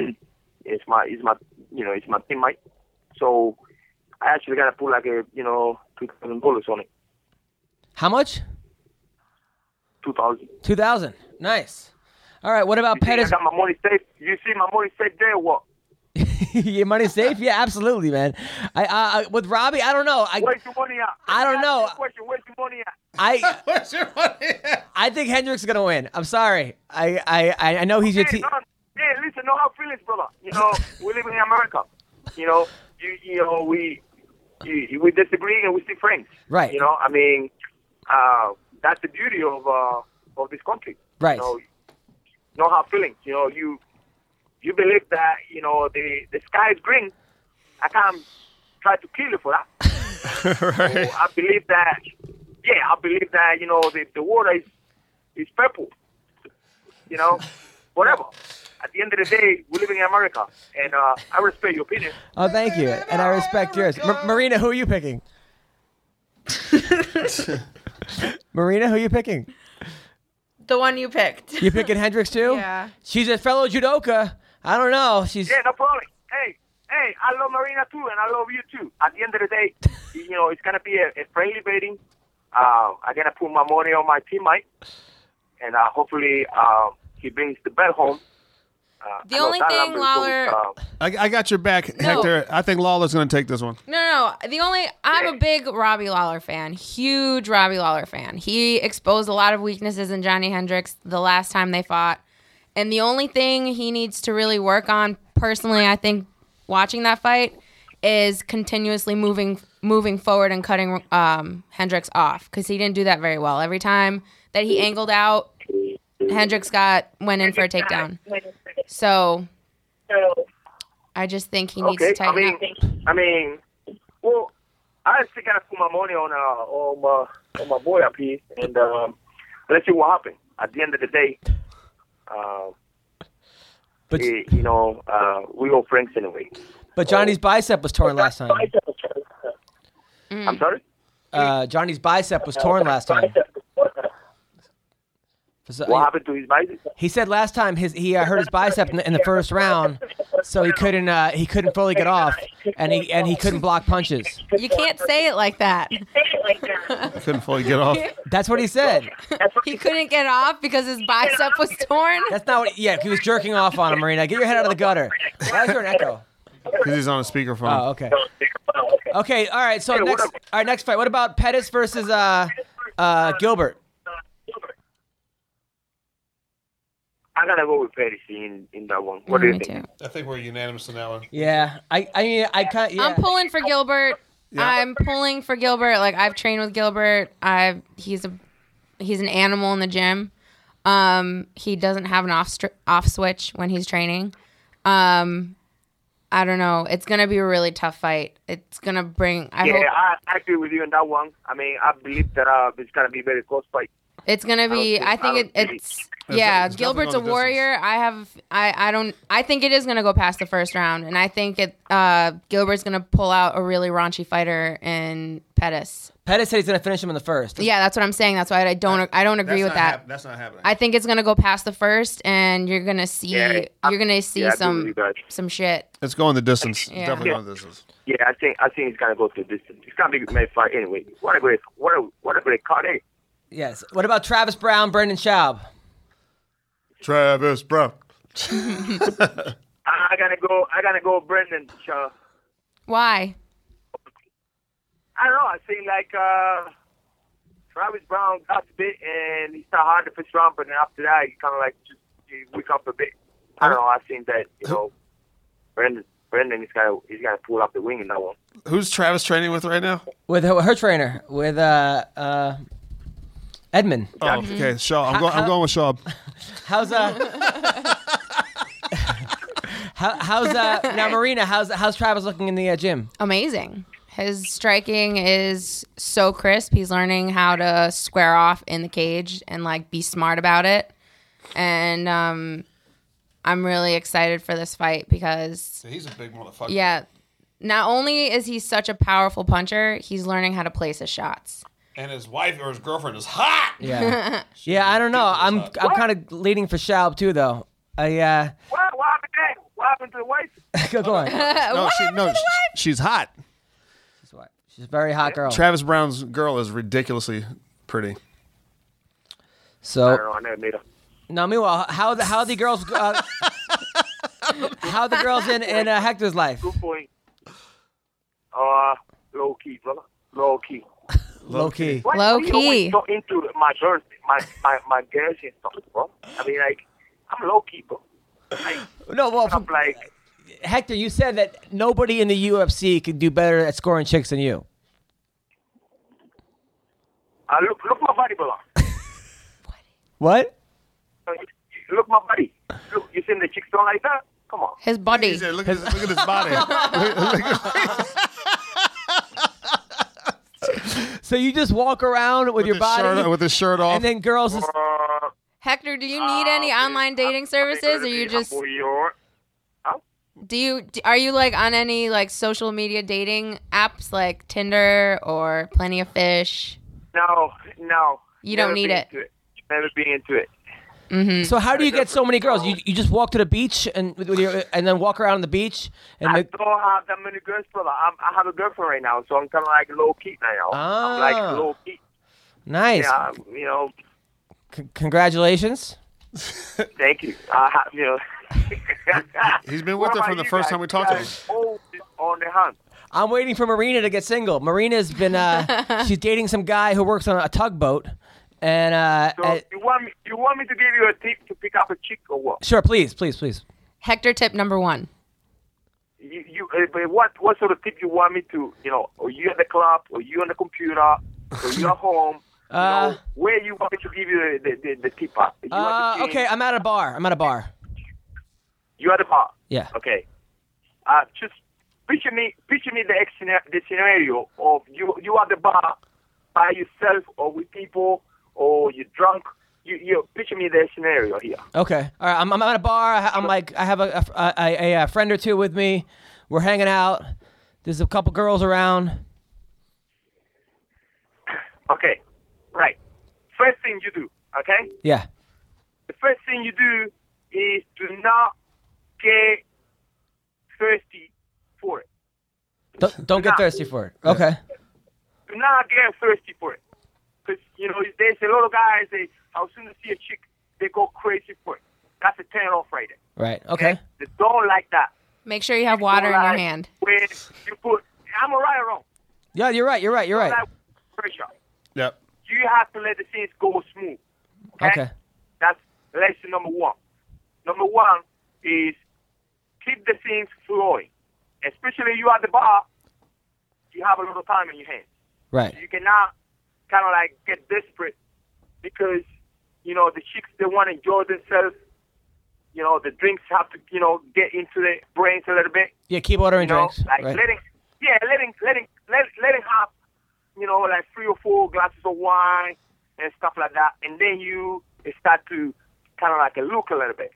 it's my, it's my, you know, it's my teammate. So I actually gotta put like a, you know, two thousand dollars on it.
How much?
Two thousand.
Two thousand. Nice. All right. What about
I
Pettis?
got my money safe. You see my money safe there? What?
Your money safe? Yeah, absolutely, man. I, I, I with Robbie, I don't know. I
Where's your money at?
I don't
Ask
know.
me a Question. Where's your money at?
I
Where's your money?
I think Hendricks is gonna win. I'm sorry. I I I- I know he's your
Hey,
team.
no, hey, listen, no hard feelings, brother. You know, we live in America. You know, you, you know, we you, we disagree and we still friends.
Right.
You know, I mean, uh, that's the beauty of uh, of this country.
Right.
You know, no hard feelings. You know, you you believe that you know the the sky is green. I can't try to kill you for that. So I believe that. Yeah, I believe that you know the, the water is is purple. You know, whatever. At the end of the day, we live in America, and uh, I respect your opinion.
Oh, thank you, and I respect yours. Ma- Marina, who are you picking? Marina, who are you picking?
The one you picked.
You picking Hendricks too?
Yeah.
She's a fellow judoka. I don't know. She's
Yeah, no problem. Hey, hey, I love Marina too, and I love you too. At the end of the day, you know, it's gonna be a, a friendly meeting. Uh, I'm gonna put my money on my teammate, and uh, hopefully, uh, he brings the bell home. Uh,
The
I know
only
that
thing,
I'm really
Lawler-
good, uh,
I, I got your back, Hector. I think Lawler's going to take this one.
No, no. The only I'm a big Robbie Lawler fan, huge Robbie Lawler fan. He exposed a lot of weaknesses in Johnny Hendricks the last time they fought, and the only thing he needs to really work on personally, I think, watching that fight is continuously moving moving forward and cutting um, Hendricks off because he didn't do that very well. Every time that he angled out, Hendricks got went in for a takedown. So I just think he needs
okay,
to
I
tighten
mean,
up.
I mean, well, I still gotta put my money on uh, on my on my boy up here, and um, let's see what happens. At the end of the day, uh,
but
eh, you know, uh, we all friends anyway.
but Johnny's bicep was torn last time.
Hmm.
I'm sorry.
Uh, Johnny's bicep was torn last time. So-
What happened to his bike?
He said last time his he uh, hurt his bicep in the, in the first round, so he couldn't uh, he couldn't fully get off, and he and he couldn't block punches.
You can't say it like that.
I couldn't fully get off.
That's what he said.
He couldn't get off because his bicep was torn.
That's not what. Yeah, he was jerking off on him, Marina. Get your head out of the gutter. Why is there an echo?
Because he's on a speakerphone.
Oh, okay. Okay. All right. So
Hey, what
next,
up?
all right, next fight. What about Pettis versus uh, uh, Gilbert?
I gotta go with Paris in, in that one. What do you
Mm, Me
think?
too.
I think we're unanimous on that one.
Yeah. I I mean I kind. Yeah.
I'm pulling for Gilbert. I'm pulling for Gilbert. Like I've trained with Gilbert. I've he's a he's an animal in the gym. Um, he doesn't have an off str- off switch when he's training. Um, I don't know. It's gonna be a really tough fight. It's gonna bring. I hope
Yeah, I, I agree with you on that one. I mean, I believe that uh, it's gonna be very close fight.
It's gonna be.
think-
I
I
think it,
don't think-
it's. Yeah,
it's definitely
Gilbert's a
going the
warrior. I have. I. I don't. I think it is gonna go past the first round, and I think it. Uh, Gilbert's gonna pull out a really raunchy fighter in Pettis.
Pettis said he's gonna finish him in the first.
Yeah, that's what I'm saying. That's why I don't. I don't agree with that.
that's not happening.
I think it's gonna go past the first, and you're gonna see.
Yeah, I'm-
you're gonna see
yeah, I agree with
some
you guys.
some shit.
it's going the distance. It's
Yeah.
Definitely
Yeah.
going the distance.
Yeah, I think I think it's gonna go to the distance. It's gonna be a great fight anyway. What a great, what a what a great card, eh?
Yes. What about Travis Brown, Brendan Schaub?
Travis Brown.
I, I gotta go. I gotta go, Brendan. Uh,
Why?
I don't know. I think like uh, Travis Brown got a bit and he started hard the first round, but then after that he kind of like just he weak up a bit. I don't know. I think that you know, Brendan Brendan is gonna he's gonna pull up the wing in that one.
Who's Travis training with right now?
With her, her trainer, with uh, uh, Edmund.
Oh, okay, Shaw. I'm going. I'm going with Shaw.
How's uh? How, how's uh now, Marina? How's how's Travis looking in the uh, gym?
Amazing. His striking is so crisp. He's learning how to square off in the cage and like be smart about it. And um, I'm really excited for this fight because
He's a big motherfucker.
yeah, not only is he such a powerful puncher, he's learning how to place his shots.
And his wife or his girlfriend is hot.
Yeah, yeah. I don't know. I'm I'm kind of leaning for Schaub too, though. I uh,
What, what happened there? What happened to the wife?
go, go on.
No, she, no, sh- she's hot.
She's what- She's a very hot girl.
Travis Brown's girl is ridiculously pretty.
I
So
don't know. I never made her.
now, meanwhile, how the how the girls uh, how the girls in in uh, Hector's life?
Good point. Uh, low key, brother. Low key.
Low key.
Why
Low
are you always
key.
So into my girls, my my my girls and stuff, bro. I mean, like I'm low key, bro. Like,
No, well,
I'm like.
Hector, you said that nobody in the UFC could do better at scoring chicks than you.
Uh, look, look my body, brother.
What?
Look my body. Look, you seen the chicks don't like that? Come on.
His body.
look, at his, look at his body.
So you just walk around with, your
his
body,
shirt, with his shirt off.
and then girls just
Uh,
Hector, do you need any online dating services, or you just do you d- are you like on any like social media dating apps like Tinder or Plenty of Fish?
No, no.
You don't
Never
need
been
it.
into Never been into it.
So how do you get so many girls? You, you just walk to the beach and with with your and then walk around on the beach and
I
the,
don't have that many girls, brother. I'm, I have a girlfriend right now, so I'm kind of like low key now.
Ah.
I'm like low key.
nice.
Yeah, I'm, you know.
C- congratulations.
Thank you. I have, you know.
He's been
What
with her
about
from the
you
first
guys?
time we talked to
You
him.
guys always on the hunt.
I'm waiting for Marina to get single. Marina's been uh, she's dating some guy who works on a tugboat, and uh,
So
uh,
you want me, you want me to give you a tip to pick up a chick or what?
sure, please, please, please.
Hector tip number 1.
You, you uh, but what what sort of tip you want me to? You know, or you at the club, or you on the computer, or you at home. You
Uh.
know, where you want me to give you the the, the, the tip at? You at
Uh,
the gym?
okay, I'm at a bar. I'm at a bar.
You at the bar?
Yeah.
Okay. Uh, just picture me, picture me the, ex- the scenario of you, you at the bar by yourself or with people or you're drunk. You, you picture me the scenario here.
Okay, all right. I'm, I'm at a bar. I- I'm like I have a a, a a friend or two with me. We're hanging out. There's a couple girls around.
Okay. Right. First thing you do, okay?
Yeah.
The first thing you do is do not get thirsty for it.
Don't, don't get thirsty for it. Okay.
do not get thirsty for it. Because, you know, there's a lot of guys, they, how soon they see a chick, they go crazy for it. That's a turn off right there.
Right. Okay.
They don't like that.
Make sure you have water in your
Like,
hand.
When you put, I'm right or wrong.
Yeah, you're right. You're right. You're right.
Like pressure.
Yep.
You have to let the things go smooth.
Okay.
That's lesson number one. Number one is keep the things flowing. Especially you at the bar, you have a little time in your hands.
Right.
You cannot kind of like get desperate because you know the chicks they want to enjoy themselves. You know the drinks have to you know get into the brains a little bit.
Yeah, keep ordering
you know,
drinks.
like
right.
letting yeah letting letting let letting have you know like three or four glasses of wine and stuff like that, and then you start to kind of like look a little bit.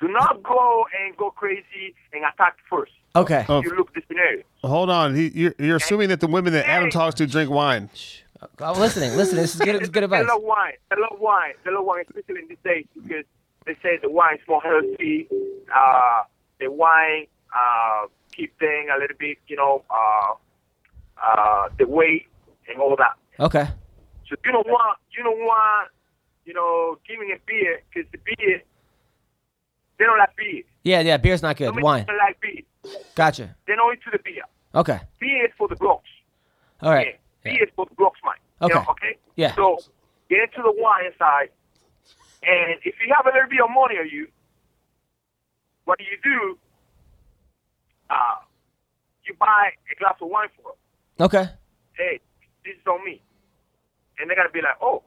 Do not go and go crazy and attack first.
okay.
Oh.
You look the scenario.
Hold on. He, you're, you're assuming that the women that Adam talks to drink wine.
I'm listening. Listen, this is good, this is good advice.
They love wine. They love wine. They love wine, especially in these days because they say the wine's more healthy. Uh, the wine uh, keep thing a little bit, you know, uh, uh, the weight and all that.
Okay.
So you don't want, you don't want, you know, giving a beer because the beer, they don't like beer.
Yeah, yeah. Beer's not good.
Some
Wine.
people like beer.
Gotcha.
They're not into the beer.
Okay.
Beer is for the blocks.
All right.
Yeah. He is both blocks mine. You
Okay.
know, okay.
Yeah.
So get into the wine side, and if you have a little bit of money on you, what do you do? Uh, you buy a glass of wine for her.
Okay.
Hey, this is on me, and they're gonna be like, oh,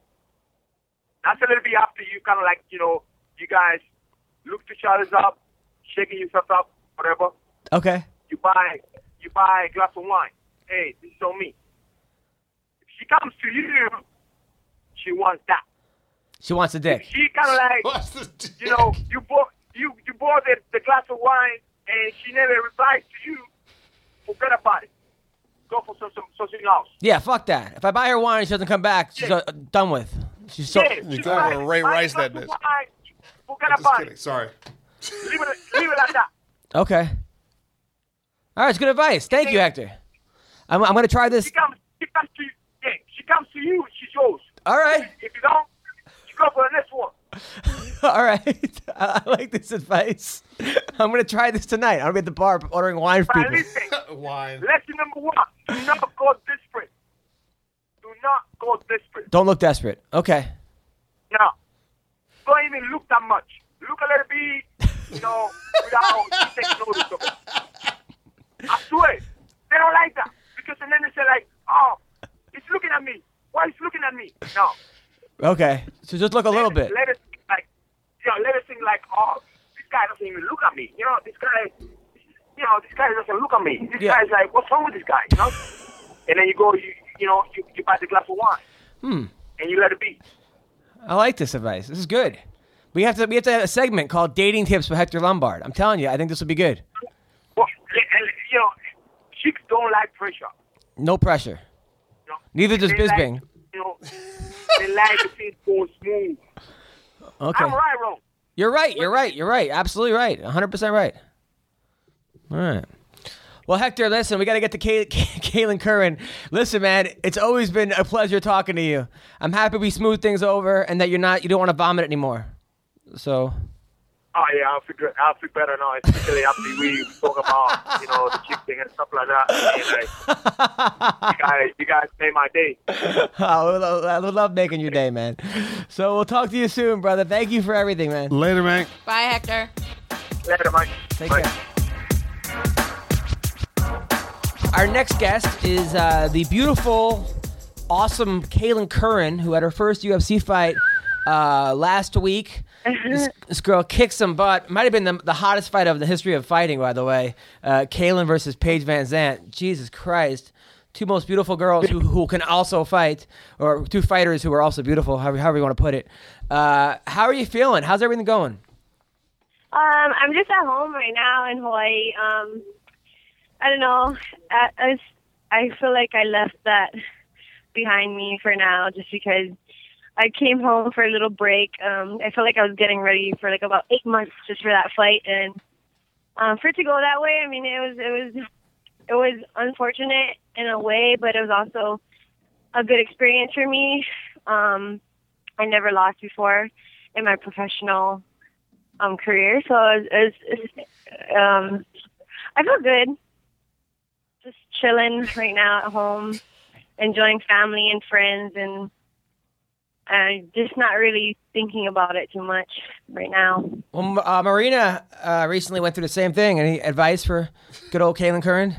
that's a little bit after you, kind of like you know, you guys look to each other's up, shaking yourself up, whatever.
Okay.
You buy you buy a glass of wine. Hey, this is on me. If she comes to you, she wants that.
She wants a dick.
She kind of like
What's the
you know you bought you you bought the, the glass of wine and she never replies to you. Forget about it. Go for some, some something else.
Yeah. Fuck that. If I buy her wine, and she doesn't come back. She's
Yeah.
uh, done with. She's so.
yeah,
You
she
got
buy-
a Ray
buy a
Rice
glass
that
of
bitch.
wine, Forget
Just
about
kidding.
it.
Sorry.
Leave it leave it like that.
Okay. All right. It's good advice. Thank you, Hector. I'm, I'm gonna try this.
She comes she comes to you. Yeah, she comes to you. She's yours.
All right.
If you don't, you go for the next one.
All right. I, I like this advice. I'm gonna try this tonight. I'm gonna be at the bar ordering wine for
But
people.
listen,
Wine.
lesson number one: do not go desperate. Do not go desperate.
Don't look desperate. Okay.
Now, don't even look that much. Look a little bit, you know, without taking notice of it. I swear, they don't like that because then they say like, "Oh, it's looking at me. Why it's looking at me?" No,
Okay. So just look a little bit.
Let us like, you know, let us think like, "Oh, this guy doesn't even look at me." You know, this guy, you know, this guy doesn't look at me. This
Yeah.
guy's like, "What's wrong with this guy?" You know. and then you go, you you know, you, you buy the glass of wine,
Hmm.
and you let it be.
I like this advice. This is good. We have to we have to have a segment called "Dating Tips with Hector Lombard." I'm telling you, I think this would be good.
Well, and, you know, chicks don't like pressure.
No pressure.
You know?
Neither does
They like,
Bisbing.
you know, they like to see go smooth.
Okay.
I'm right, wrong.
You're right. You're right. You're right. Absolutely right. 100% right. All right. Well, Hector, listen, we got to get to Kay- Kaylin Curran. Listen, man, it's always been a pleasure talking to you. I'm happy we smoothed things over and that you're not, you don't want to vomit anymore. So,
Oh yeah, I'll figure. I'll feel better now, especially after we talk about you know the chick thing and stuff like that. Anyway, you guys, you guys made my day.
I would lo- I would love making your day, man. So, we'll talk to you soon, brother. Thank you for everything, man.
Later, man.
Bye, Hector.
Later, Mike.
Take
Bye.
care. Our next guest is uh, the beautiful, awesome Kaylin Curran, who had her first UFC fight uh, last week. This, this girl kicked some butt. Might have been the, the hottest fight of the history of fighting, by the way. Uh, Kaylin versus Paige Van Zant. Jesus Christ. Two most beautiful girls who, who can also fight, or two fighters who are also beautiful, however, however you want to put it. Uh, how are you feeling? How's everything going?
Um, I'm just at home right now in Hawaii. Um, I don't know. I, I, s- I feel like I left that behind me for now, just because I came home for a little break. Um, I felt like I was getting ready for like about eight months just for that flight, and um, for it to go that way, I mean, it was it was it was unfortunate in a way, but it was also a good experience for me. Um, I never lost before in my professional um career so it's, it's, it's um i feel good just chilling right now at home enjoying family and friends and and just not really thinking about it too much right now
Well, uh, Marina uh, recently went through the same thing. Any advice for good old Kaylin Curran?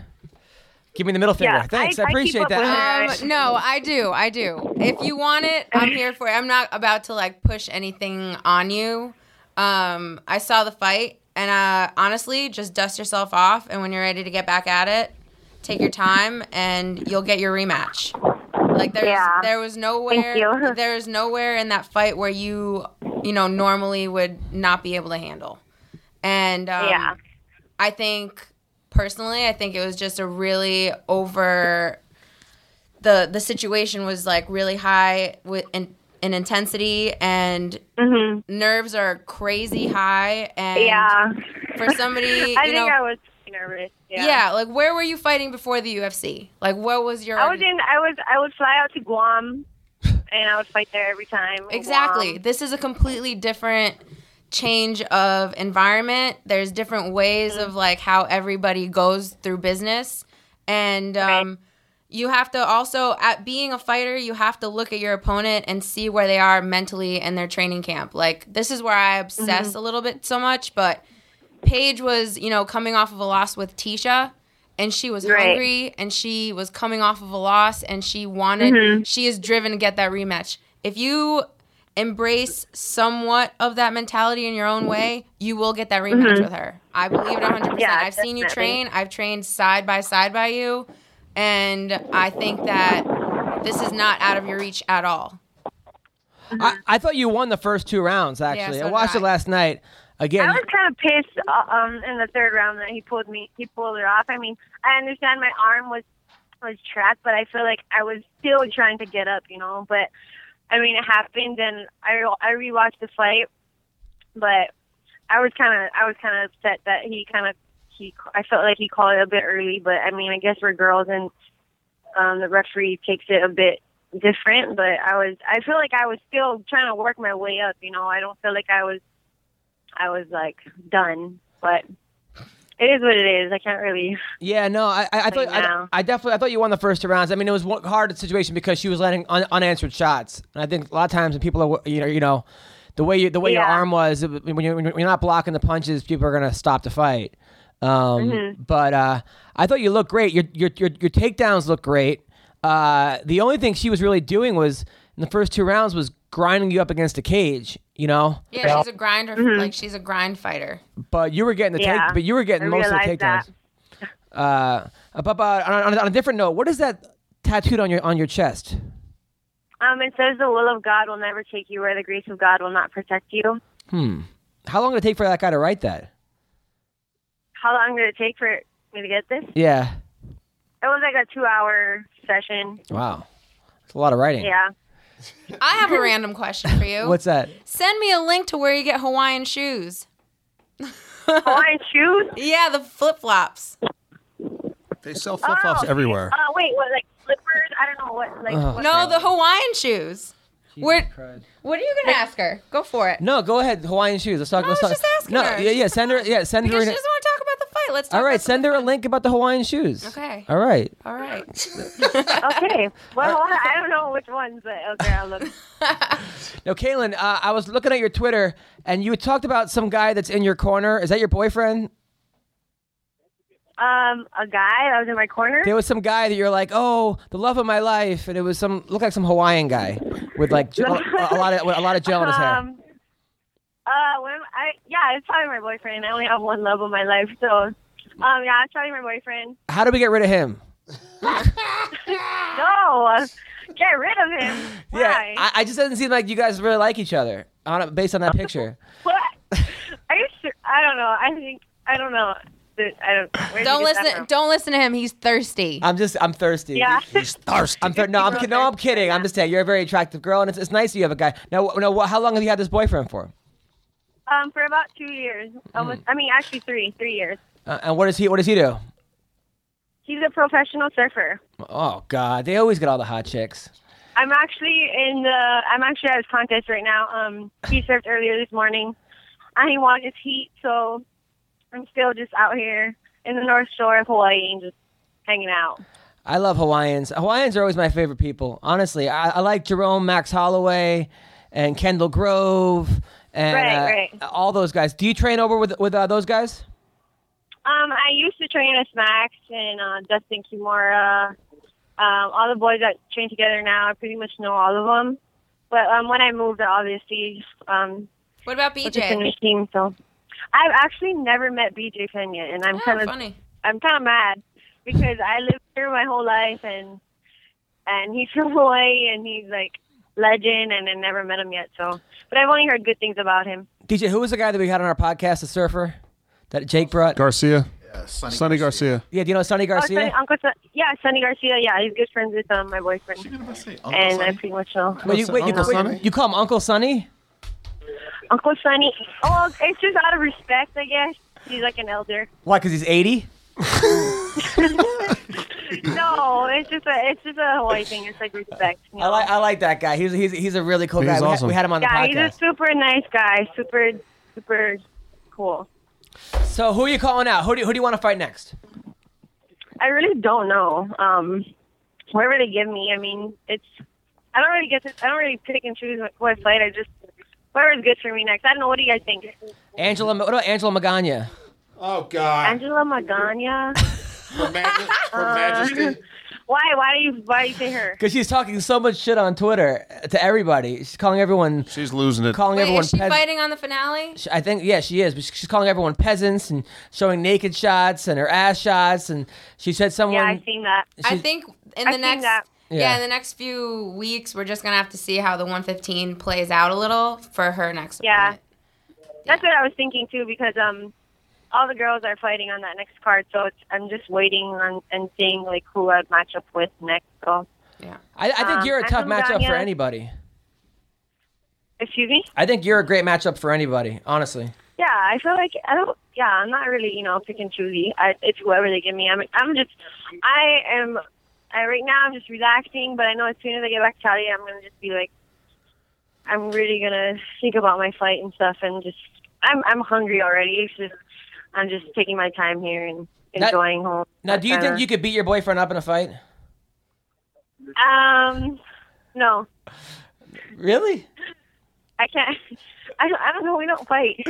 Give me the middle finger.
Yeah,
Thanks. I,
I- I keep
appreciate
up with
that.
Um,
her. Alright.
no, I do. I do. If you want it, I'm here for it. I'm not about to like push anything on you. Um, I saw the fight, and uh, honestly, just dust yourself off. And when you're ready to get back at it, take your time, and you'll get your rematch. Like there's
Yeah.
there was nowhere
you.
there was nowhere in that fight where you you know normally would not be able to handle. And um,
yeah.
I think personally, I think it was just a really over the the situation was like really high with in, in intensity and
hmm
nerves are crazy high and
Yeah.
for somebody
I
you
think
know
I was nervous. Yeah.
yeah. like where were you fighting before the UFC? Like what was your
I was in. I was. I would fly out to Guam, and I would fight there every time. in
Exactly.
Guam.
This is a completely different change of environment. There's different ways of like how everybody goes through business. And um, you have to also, at being a fighter, you have to look at your opponent and see where they are mentally in their training camp. Like, this is where I obsess a little bit so much, but Paige was, you know, coming off of a loss with Tisha and she was
Right.
hungry and she was coming off of a loss and she wanted she is driven to get that rematch. If you embrace somewhat of that mentality in your own way, you will get that rematch with her. I believe it 100%.
Mm-hmm. Yeah,
I've seen you
definitely.
train. I've trained side by side by you and I think that this is not out of your reach at all.
I, I thought you won the first two rounds. Actually,
so
I
did
watched
I.
it last night. Again,
I was kind of pissed uh, um, in the third round that he pulled me. He pulled it off. I mean, I understand my arm was was trapped, but I feel like I was still trying to get up, you know. But I mean, it happened, and I I rewatched the fight, but I was kind of I was kind of upset that he kind of he I felt like he called it a bit early, but I mean, I guess we're girls, and um, the referee takes it a bit different. But I was I feel like I was still trying to work my way up, you know. I don't feel like I was I was like done, but it is what it is. I can't really.
Yeah, no, I, I, I thought I,
now.
I definitely I thought you won the first two rounds. I mean, it was one hard situation because she was letting un, unanswered shots, and I think a lot of times when people are you know you know the way you, the way your
Yeah.
arm was it- when you're, when you're not blocking the punches, people are gonna stop the fight. Um,
Mm-hmm.
But uh, I thought you looked great. Your your your, your takedowns look great. Uh, the only thing she was really doing was in the first two rounds was grinding you up against the cage, you know.
Yeah, she's a grinder.
Mm-hmm.
Like she's a grind fighter.
But you were getting the
Yeah,
take, but you were getting
I
most of the
realized
takedowns. Uh, but, but on, on, on a different note, what is that tattooed on your on your chest?
Um, it says the will of God will never take you where the grace of God will not protect you.
How long did it take for that guy to write that?
How long did it take for me to get this? It
Yeah.
was like a two-hour session.
Wow. It's a lot of writing.
Yeah.
I have a random question for you.
What's that?
Send me a link to where you get Hawaiian shoes.
Hawaiian shoes.
Yeah, the flip flops.
They sell flip flops
Oh.
everywhere.
Uh, wait, what? Like slippers? I don't know what. Like what
No, the Hawaiian shoes. Where- What are you gonna ask her? Go for it.
No, go ahead. Hawaiian shoes. Let's talk.
No,
let's
I
talk.
was just asking
no,
her.
yeah, yeah. Send her. Yeah, send her.
Because she
An,
doesn't want to talk about the fight. Let's talk
all right,
about
send her a link about the Hawaiian shoes.
Okay.
All right.
All right.
Okay. Well, I don't know which ones, but okay, I'll look.
Now, Caitlin, uh, I was looking at your Twitter, and you talked about some guy that's in your corner. Is that your boyfriend?
Um, a guy that was in my corner.
There was some guy that you're like, oh, the love of my life, and it was some looked like some Hawaiian guy with like j- a, a lot of with a lot of gel in his hair.
Um, uh, when I yeah, it's probably my boyfriend. I only have one love of my life, so um, yeah, it's probably my boyfriend.
How do we get rid of him?
No, uh, get rid of him. Why?
I, I just doesn't seem like you guys really like each other on a, based on that picture.
what? Are you sure? I don't know. I think I don't know. Th- I don't. where'd you
Don't
get that
listen.
from?
Don't listen to him. He's thirsty.
I'm just I'm thirsty.
Yeah.
I'm thir- no, I'm kid- no, I'm kidding. I'm just saying you're a very attractive girl, and it's, it's nice that you have a guy. Now, wh- now, wh- how long have you had this boyfriend for?
um, for about two years, almost.
Hmm.
I mean, actually, three, three years.
Uh, and what does he what does he do?
He's a professional surfer.
Oh God, they always get all the hot chicks.
I'm actually in the. I'm actually at his contest right now. Um, he served earlier this morning, and he won his heat. So I'm still just out here in the North Shore of Hawaii and just hanging out.
I love Hawaiians. Hawaiians are always my favorite people. Honestly, I, I like Jerome, Max Holloway, and Kendall Grove, and
Right,
uh,
right.
all those guys. Do you train over with with uh, those guys?
Um, I used to train with Max and uh, Dustin Kimura. Um, all the boys that train together now, I pretty much know all of them. But um, when I moved, I obviously, um,
What about
was just in
BJ?
the team. So I've actually never met BJ Penn yet, and I'm
Oh,
kind of
funny.
I'm kind of mad because I lived here my whole life, and and he's from Hawaii, and he's like legend, and I never met him yet. So, but I've only heard good things about him.
DJ, who was the guy that we had on our podcast, the surfer that Jake brought?
Garcia,
Uh, Sonny,
Sonny Garcia.
yeah, do you know Sonny
Oh, Sonny,
Garcia?
Uncle, Son- yeah, Sonny Garcia. Yeah, he's good friends with um, my boyfriend,
Garcia. What did I say? Uncle
and I
Sonny?
pretty much know
Wait, you, wait, you,
Uncle
wait,
Sonny?
you call him Uncle Sonny?
Uncle Sonny. Oh, it's just out of respect, I guess. He's like an elder.
Why? Because he's eighty.
No, it's just a it's just a Hawaii thing. It's like respect. you
I
know?
like I like that guy. He's he's he's a really cool
He's
guy. We, had-
awesome.
we had him on the
yeah, he's a
podcast.
super nice guy. Super super cool.
So who are you calling out? Who do you, who do you want to fight next?
I really don't know. Um, whatever they give me, I mean, it's. I don't really get to. I don't really pick and choose who I fight. I just whatever's good for me next. I don't know. What do you guys think?
Angela, what about Angela Magana?
Oh God,
Angela Magana.
her, Maj- her Majesty.
Why? Why do you? Why do you say her?
Because she's talking so much shit on Twitter uh, to everybody. She's calling everyone
She's losing it.
calling
Wait,
everyone.
is she
ped-
fighting on the finale?
She- I think yeah, she is. But she's calling everyone peasants and showing naked shots and her ass shots. And she said someone.
Yeah, I've seen that.
I
she's-
think in
I've
the
seen
next yeah.
that.
Yeah.
in the next few weeks we're just gonna have to see how the 115 plays out a little for her next
Yeah.
opponent.
That's what I was thinking too, because um, all the girls are fighting on that next card, so it's, I'm just waiting on and seeing like who I'd match up with next. So,
Yeah.
I, I think
um,
you're a tough
Angela
matchup for
Magana.
anybody.
excuse me.
I think you're a great matchup for anybody. Honestly,
Yeah, I feel like I don't. Yeah, I'm not really, you know, pick and choosy. I, it's whoever they give me. I'm, I'm just, I am. I right now I'm just relaxing, but I know as soon as I get back to Cali, I'm gonna just be like, I'm really gonna think about my fight and stuff, and just, I'm, I'm hungry already. It's just, I'm just taking my time here and
That-
enjoying home.
now do you think you could beat your boyfriend up in a fight?
Um, no,
Really?
I can't. I don't, I don't know. We don't fight.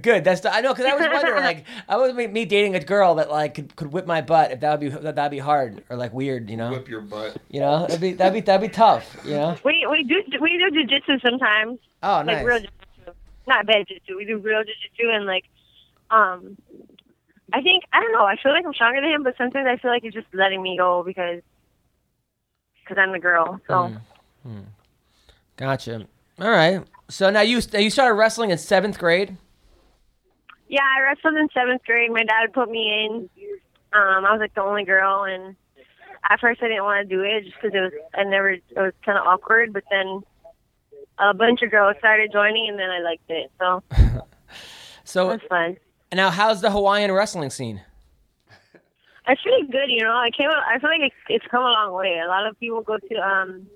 Good. That's the, I know because I was wondering like I was me dating a girl that like could, could whip my butt if that would be that that'd be hard or like weird you know
Whip your butt.
you know that'd be that'd be that'd be tough you know
We we do we do jujitsu sometimes.
oh
like
nice
real jiu-jitsu. not bad jiu-jitsu. We do real jiu-jitsu and like, um, I think I don't know. I feel like I'm stronger than him, but sometimes I feel like he's just letting me go because because I'm the girl. So
Hmm. gotcha all right so now you you started wrestling in seventh grade
yeah, I wrestled in seventh grade. My dad put me in. Um, I was like the only girl, and at first I didn't want to do it just because it was I never it was kind of awkward. But then a bunch of girls started joining, and then I liked it. So it
so
was fun.
now how's the Hawaiian wrestling scene
It's pretty good, you know. I came. I feel like it, it's come a long way. A lot of people go to. um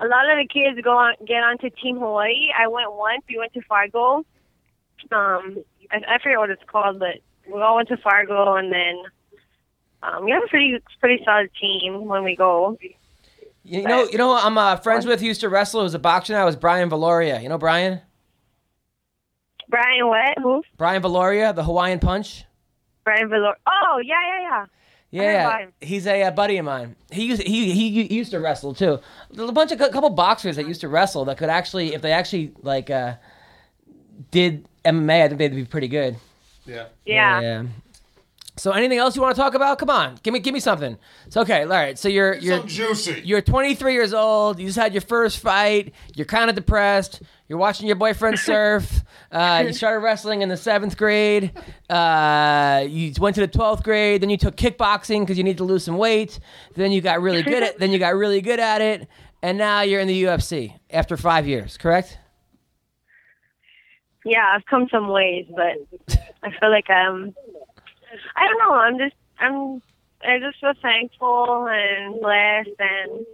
A lot of the kids go on get onto Team Hawaii. I went once. We went to Fargo. Um, I, I forget what it's called, but we all went to Fargo, and then um, we have a pretty pretty solid team when we go.
you know you know who I'm uh, friends with who used to wrestle who was a boxer now is Brian Valoria you know Brian
Brian, what? Who?
Brian Valoria the Hawaiian Punch
Brian Valor. Oh, yeah, yeah, yeah. heard
Yeah,
about him.
he's a, uh buddy of mine. He used he, he he used to wrestle too. There's a bunch of a couple boxers that used to wrestle that could actually, if they actually like uh, did MMA, I think they'd be pretty good.
Yeah.
So anything else you want to talk about? Come on, give me give me something. It's okay. All right. So you're you're
Juicy.
you're 23 years old. You just had your first fight. You're kind of depressed. You're watching your boyfriend surf. Uh, you started wrestling in the seventh grade. Uh, you went to the 12th grade. Then you took kickboxing because you needed to lose some weight. Then you got really good at. Then you got really good at it. And now you're in the UFC after five years, correct?
yeah, I've come some ways, but I feel like um, I don't know. I'm just I'm I just feel thankful and blessed, and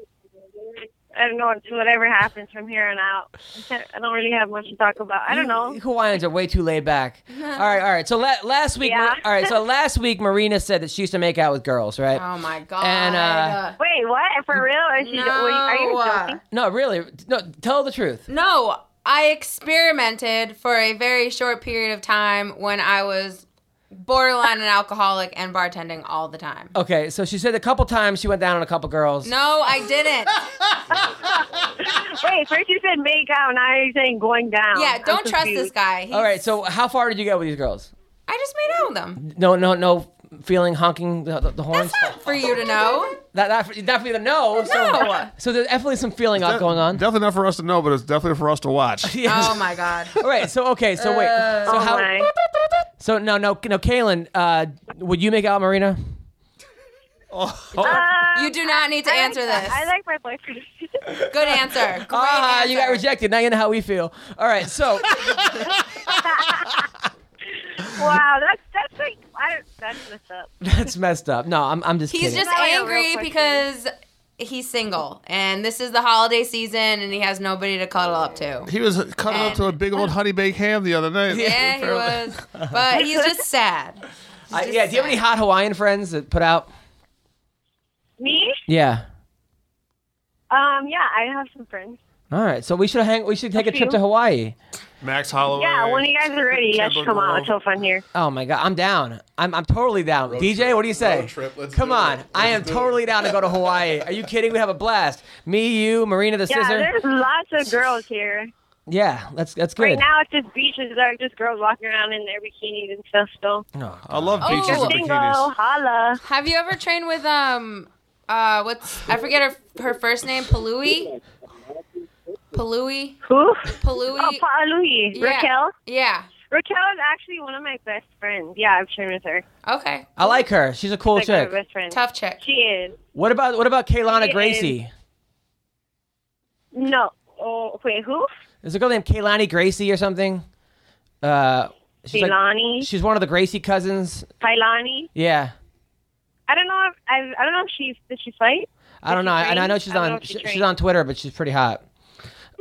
I don't know it's whatever happens from here on out. I can't- I don't really have much to talk about. I don't know.
You Hawaiians are way too laid back. all right, all right. So la- last week,
Yeah.
all right. So last week, Marina said that she used to make out with girls, right?
Oh my god.
And, uh,
Wait, what? For real? Is she, wait, are you
No, uh,
joking?
no, really. No, tell the truth.
no, I experimented for a very short period of time when I was borderline an alcoholic and bartending all the time.
Okay, so she said a couple times she went down on a couple girls.
No, I didn't.
Wait, first you said make out, now you're saying going down.
Yeah,
I'm
don't trust this
confused.
guy. He's,
All right, so how far did you go with these girls?
I just made out with him.
No, no, no feeling honking the, the, the horns.
That's not for you to know.
That, that, definitely the no. So,
No.
so there's definitely some feeling up going on.
Definitely not for us to know, but it's definitely for us to watch.
Yes.
Oh my god.
All right. So okay. So wait. So
Uh,
Oh
how?
my.
So no, no, no. Kaylin, uh, would you make out, Marina?
You do not need to
Uh, I like
answer
that.
this.
I like my boyfriend.
Good answer. Great
Ah,
answer.
you got rejected. Now you know how we feel. All right. So
wow, that's that's like I don't, that's messed up.
that's messed up. No, I'm, I'm just
He's
kidding.
just
Now I know
angry
real
because he's single and this is the holiday season and he has nobody to cuddle up to.
He was cutting up to a big old honey baked ham the other night.
Yeah, he was. But he's just sad.
I- Uh, yeah. Do you have any hot Hawaiian friends that put out?
Me?
Yeah.
Um, yeah, I have some friends.
All right. So we should hang. We should take a
few.
trip to Hawaii.
Max Holloway.
Yeah, when you guys are ready, you guys should come out.
Grove.
It's so fun here.
Oh my God, I'm down. I'm, I'm totally down. DJ, what do you say?
Road trip, let's
Come
do it.
on, I am totally down to go to Hawaii. Are you kidding? We have a blast. Me, you, Marina the
Yeah,
Scissor.
there's lots of girls here.
Yeah, that's that's good.
Right now, it's just beaches. There's just girls walking around in their bikinis and stuff. Still,
I love
Oh.
beaches and
single,
bikinis.
holla.
Have you ever trained with um uh what's I forget her her first name, Palui? Palui?
Who? Oh,
Palui?
Pa'alui.
Yeah.
Raquel.
Yeah.
Raquel is actually one of my best friends. Yeah, I've trained with her.
Okay.
I like her. She's a cool
Like my
chick.
best friend.
Tough chick.
She is.
What about what about Kaylana
She
Gracie?
No. Oh, wait, who?
There's a girl named Kaylani Gracie or something. Uh, she's like-
Kailani.
she's one of the Gracie cousins.
Kailani.
Yeah,
I don't know if I, I don't know if she's did she fight?
I don't know. I, and I know
trained?
she's
I don't
on
know if she
she- she's
trained.
on Twitter, but she's pretty hot.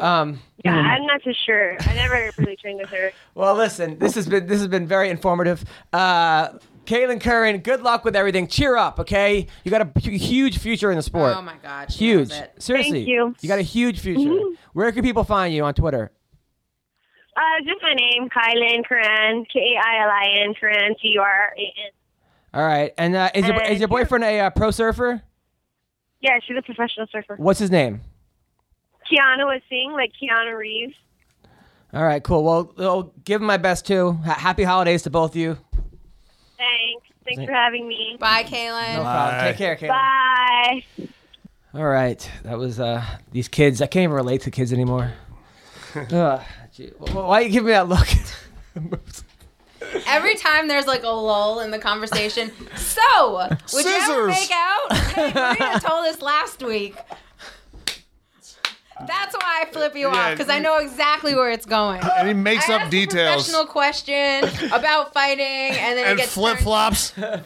Um,
Yeah, I'm not too sure. I never really trained with her.
well, listen, this has been this has been very informative. Uh, Kaylin Curran, good luck with everything. Cheer up, okay? You got a hu- huge future in the sport.
Oh my god. she
Huge,
loves it.
seriously.
Thank you. Mm-hmm.
got a huge future. Where can people find you on Twitter?
Uh, just my name, Kylan Karan, K A I L I N Karan, C U R A N.
All right, and uh, is your
Uh,
is your
sure.
boyfriend a uh, pro surfer?
Yeah, she's a professional surfer.
What's his name?
Keanu was Singh, like Keanu Reeves.
All right, cool. Well, I'll give him my best too. H- happy holidays to both of you.
Thanks. Thanks for having me.
Bye, Kaylin.
problem. Uh, Take care, Caleb.
Bye.
All right, that was uh, these kids. I can't even relate to kids anymore. Ugh, gee, wh- wh- why you give me that look?
Every time there's like a lull in the conversation. So, would you ever
Scissors.
make out? Hey, Marina told us last week. That's why I flip you off because I know exactly where it's going.
And he makes
I
up
asked A
details.
professional question about fighting, and then it
And
gets
flip
turned-
flops.
flip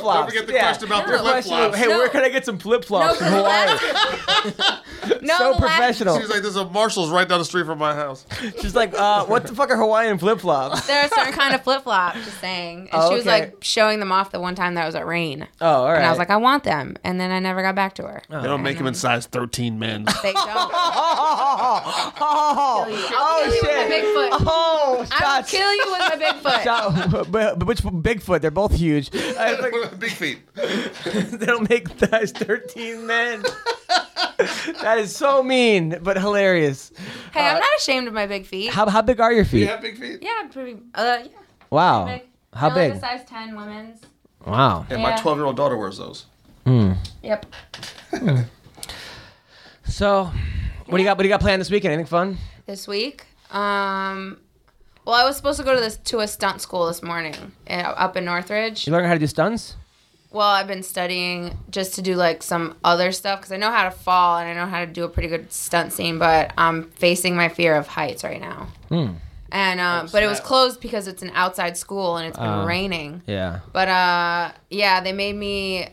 flops.
Don't forget the question about the
No.
flip flops.
Hey,
No.
where can I get some flip
No,
flops?
'cause the last, no,
so
the last-
professional.
She's like, there's a Marshall's right down the street from my house.
She's like, uh, what the fuck are Hawaiian flip flops?
There are certain kind of flip flop. Just saying, and
Oh,
she was
okay.
like showing them off the one time that was at rain,
Oh, all right.
and I was like, I want them, and then I never got back to her.
They don't make him in size 13 men.
They don't.
oh, oh, oh,
I'll kill you
shit.
With my Bigfoot.
Oh,
I will
shots.
kill you with my Bigfoot.
Shot- but, but which Bigfoot? They're both huge. I was like,
Big feet.
they don't make size 13 men. that is so mean, but hilarious.
Hey, I'm not ashamed of my big feet.
How, how big are your feet?
Yeah, big feet.
yeah, I'm pretty. Uh, yeah,
Wow.
big.
How
They're
big?
Like a size 10 women's.
Wow.
And my
Yeah.
12 year old daughter wears those.
Yep.
So, what do you got? What do you got planned this weekend? Anything fun?
This week, um, well, I was supposed to go to this to a stunt school this morning uh, up in Northridge.
You learning how to do stunts?
Well, I've been studying just to do like some other stuff because I know how to fall and I know how to do a pretty good stunt scene, but I'm facing my fear of heights right now.
Hmm.
And uh, but it was closed because it's an outside school and it's been
Ah.
raining.
Yeah.
But uh, yeah, they made me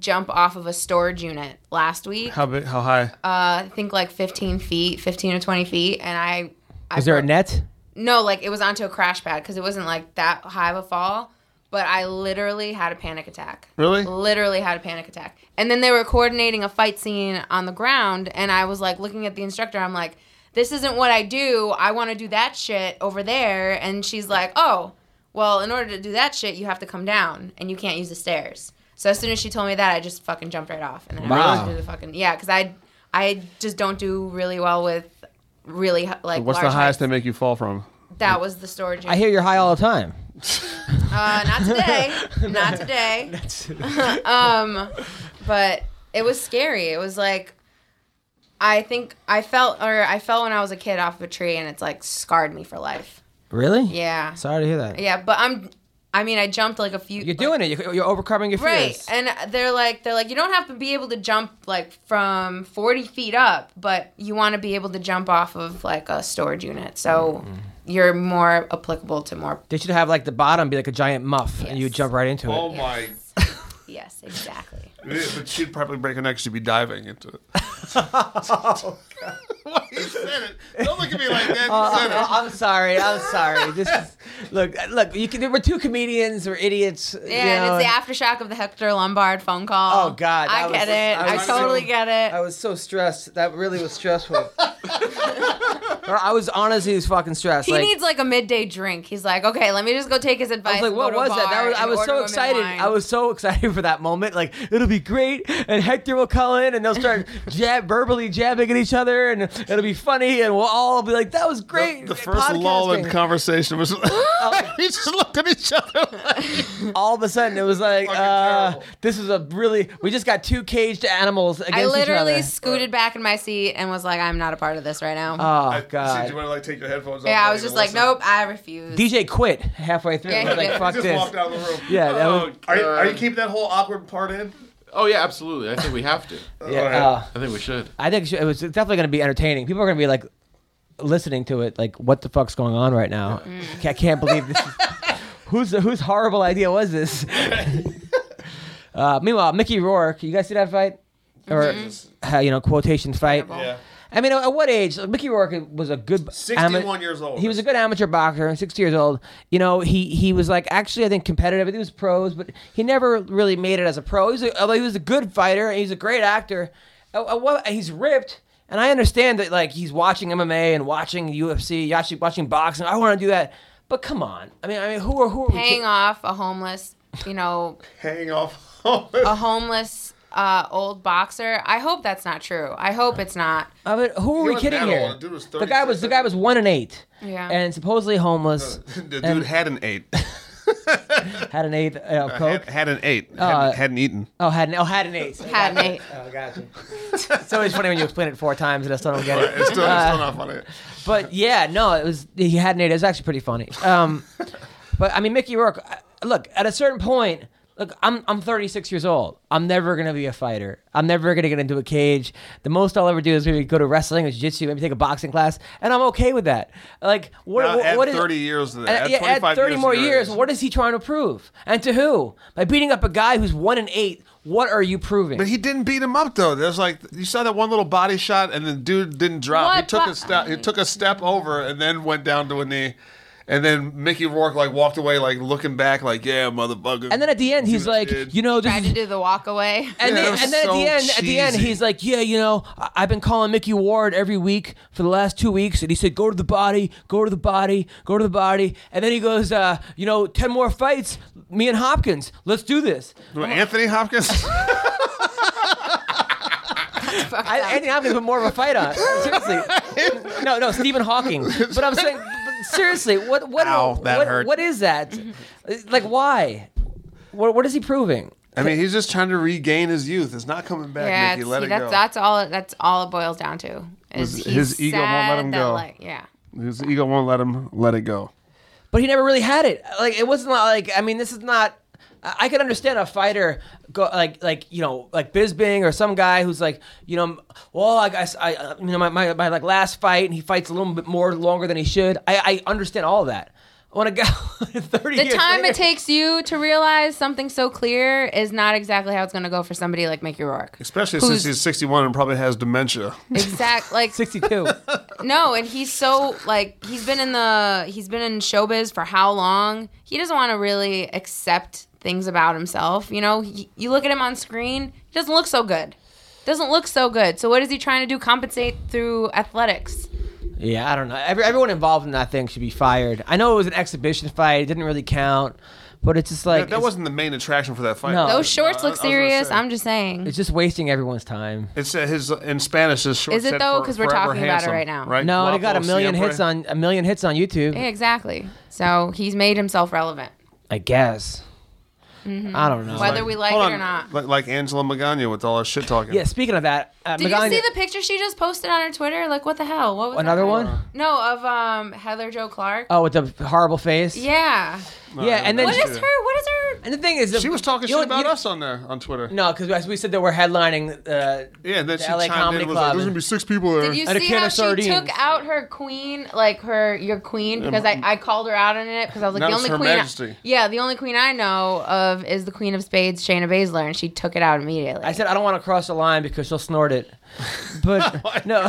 jump off of a storage unit last week.
How big? How high?
Uh, I think like 15 feet, 15 or 20 feet, and I. I
Is there a
broke-
net?
No, like it was onto a crash pad because it wasn't like that high of a fall. But I literally had a panic attack.
Really?
Literally had a panic attack. And then they were coordinating a fight scene on the ground, and I was like looking at the instructor. I'm like, "This isn't what I do. I want to do that shit over there." And she's like, "Oh." Well, in order to do that shit, you have to come down, and you can't use the stairs. So as soon as she told me that, I just fucking jumped right off, and then I
Wow.
just do the fucking yeah, because I I just don't do really well with really h- like
What's the
large
highest
heights.
they make you fall from?
That was the storage.
I hear you're high all the time.
Uh, not today. not today. um, but it was scary. It was like I think I felt or I fell when I was a kid off of a tree, and it's like scarred me for life.
Really?
Yeah.
Sorry to hear that.
Yeah, but I'm. I mean, I jumped like a few.
You're doing it. You're, you're overcoming your
Right,
fears.
and they're like, they're like, you don't have to be able to jump like from forty feet up, but you want to be able to jump off of like a storage unit, so
Mm-hmm.
you're more applicable to more.
They should have like the bottom be like a giant muff, and you
Yes.
jump right into it.
Oh my!
Yes, exactly.
But she'd probably break her neck. She'd be diving into it.
he said it. Don't look at me like that.
Oh,
Oh,
He said it.
I- I'm sorry. I'm sorry. This is, look, uh, look. You can, there were two comedians. We're idiots. you
Yeah,
know,
and it's the aftershock of the Hector Lombard phone call.
Oh, God,
I
that
get
was-
it.
I
I,
was
totally
so-
get it.
I was so stressed. That really was stressful. Or I was honestly was fucking stressed.
he
like,
needs like a midday drink. He's like, okay, let me just go take his
I was
advice.
like,
and
what
go to
was
a
that? that
bar
was, I
and
was
order
so
women
excited.
wine."
I was so excited for that moment. Like, it'll be great, and Hector will call in, and they'll start jab verbally jabbing at each other, and it'll be funny, and we'll all be like, "That was great."
The first lull in
podcasting."
conversation was.
Oh.
we just looked at each other.
all of a sudden, it was like,
Fucking
uh,
terrible.
"This is a really." We just got two caged animals against
I
each
literally
other.
scooted back in my seat and was like, I'm not a part of this right now.
oh
Did you
god.
want to like take your headphones off?
yeah,
and
I
not
was
even
just like,
listen?
nope, I refuse.
DJ quit halfway through.
Yeah,
He
he
was like,
did.
fuck
He just
this.
walked out of the room.
Yeah, that was-
Are, you- are you
God.
keeping that whole awkward part in?
Oh yeah, absolutely. I think we have to.
yeah,
Alright.
uh,
I think we should.
I think it was definitely going to be entertaining. People are going to be like listening to it, like, "What the fuck's going on right now?" I can't believe this. Is, whose whose horrible idea was this? uh, meanwhile, Mickey Rourke, you guys see that fight, or uh, you know, quotation fight.
Yeah.
I mean, at what age? like, Mickey Rourke was a good
61 years old.
He was a good amateur boxer, sixty years old. You know, he he was like actually I think competitive. He was pros, but he never really made it as a pro. He was a, although he was a good fighter. and He's a great actor. Uh, uh, well, he's ripped, and I understand that like he's watching MMA and watching UFC, actually watching boxing. I want to do that, but come on. I mean, I mean, who are who are we?
Paying off a homeless, you know,
Hang off.
a homeless uh, old boxer. I hope that's not true. I hope it's not.
I mean, who are
He
we
was
kidding
that
here?
old. The dude was
the guy was the guy was one and eight.
Yeah.
and supposedly homeless,
the dude
And-
had an eight.
had an eight uh, of coke.
had, had an eight. Hadn't,
Uh,
hadn't eaten.
Oh, had an, oh, had an ace.
Had an ace.
Oh, gotcha. it's always funny when you explain it four times and I still don't get
It's
it.
still, it's
uh,
still not funny.
But yeah, no, it was he had an ace. It was actually pretty funny. Um, but I mean, Mickey Rourke. I- Look, at a certain point, look, I'm I'm 36 years old. I'm never gonna be a fighter. I'm never gonna get into a cage. The most I'll ever do is maybe go to wrestling or jiu-jitsu, maybe take a boxing class, and I'm okay with that. Like, what?
Now,
what,
add
what is-
30 years to that.
and,
Add
yeah,
25
add 30
years to
more
your
years.
age.
What is he trying to prove? And to who? By beating up a guy who's one and eight, what are you proving?
But he didn't beat him up though. There's like you saw that one little body shot, and the dude didn't drop. he
What
took
bo-
a step. He took a step over, and then went down to a knee. And then Mickey Rourke like walked away, like looking back, like yeah, motherfucker.
And then at the end,
See
he's
what I
like,
did?
you know, this
Tried to
is.
do the walk away.
And
Yeah, it
then,
was
and then at the
so
end, at the end,
cheesy.
he's like, "Yeah, you know, I- I've been calling Mickey Ward every week for the last two weeks, and he said, go to the body, go to the body, go to the body.' And then he goes, uh, you know, ten more fights, me and Hopkins, let's do this.'
Well, Anthony Hopkins.
I, I think I'm gonna put more of a fight on. Seriously, no, no, Stephen Hawking. But I'm saying, but seriously, what, what,
Ow, that
what,
hurt.
what is that? Like, why? What, what is he proving?
I mean, he's just trying to regain his youth. It's not coming back,
yeah,
Mickey.
it's-
Let it
that's,
go.
that's all. That's all it boils down to. Is
His-
he
his ego won't let
said
him
that,
go.
Like, yeah.
His ego won't let him let it go.
but he never really had it. Like it wasn't like I mean, this is not. I I can understand a fighter go like like you know like Bisbing or some guy who's like you know well I guess I uh, you know my, my, my like last fight and he fights a little bit more longer than he should. I, I understand all of that. When a guy thirty
The
years
time
later,
it takes you to realize something so clear is not exactly how it's going to go for somebody like Mickey Rourke.
Especially
Who's-
since he's 61 and probably has dementia.
Exact like
sixty two.
no, and he's so like he's been in the he's been in showbiz for how long? He doesn't want to really accept things about himself. You know, He- you look at him on screen, he doesn't look so good. Doesn't look so good. So what is he trying to do? Compensate through athletics?
Yeah, I don't know. Every, everyone involved in that thing should be fired. I know it was an exhibition fight; it didn't really count, but it's just like
that, that
it's,
wasn't the main attraction for that fight.
No.
Those
Uh,
shorts
I- I
look
was gonna
serious.
say.
I'm just saying.
it's just wasting everyone's time.
It said uh, his in Spanish. His short
Is it
said
though?
for-
'Cause we're
forever
talking about it
handsome,
right now.
Right?
No, and it got a
Guapo
million
siempre.
hits on a million hits on YouTube.
Yeah, exactly. So he's made himself relevant,
I guess. I don't know.
Mm-hmm. whether we like
Hold
it
on,
or not.
Like, like Angela Magana with all her shit talking.
yeah. Speaking of that, uh,
Did
Meghan-
you see the picture she just posted on her Twitter? Like, what the hell? What was that?
another one?
No, of um Heather Joe Clark.
Oh, with the horrible face.
Yeah.
Yeah, and then
What
What
is her? What is her?
and the thing is,
She was talking
you
shit
know-
about
you-
us on there on Twitter.
No, because as we said that we're headlining. Uh,
Yeah, and
The
then she
LA
chimed
Comedy
in and
Club
was like, "There's
and-
gonna be six people there."
Did you
And a
see
can
how
of
she took
sardines.
out her queen, like her your queen? Because I, I called her out on it because I was like
That
the
was
only
Her
queen. I-
Majesty.
yeah, the only queen I know of is the Queen of Spades, Shayna Baszler, and she took it out immediately.
I said I don't want to cross the line because she'll snort it. But no,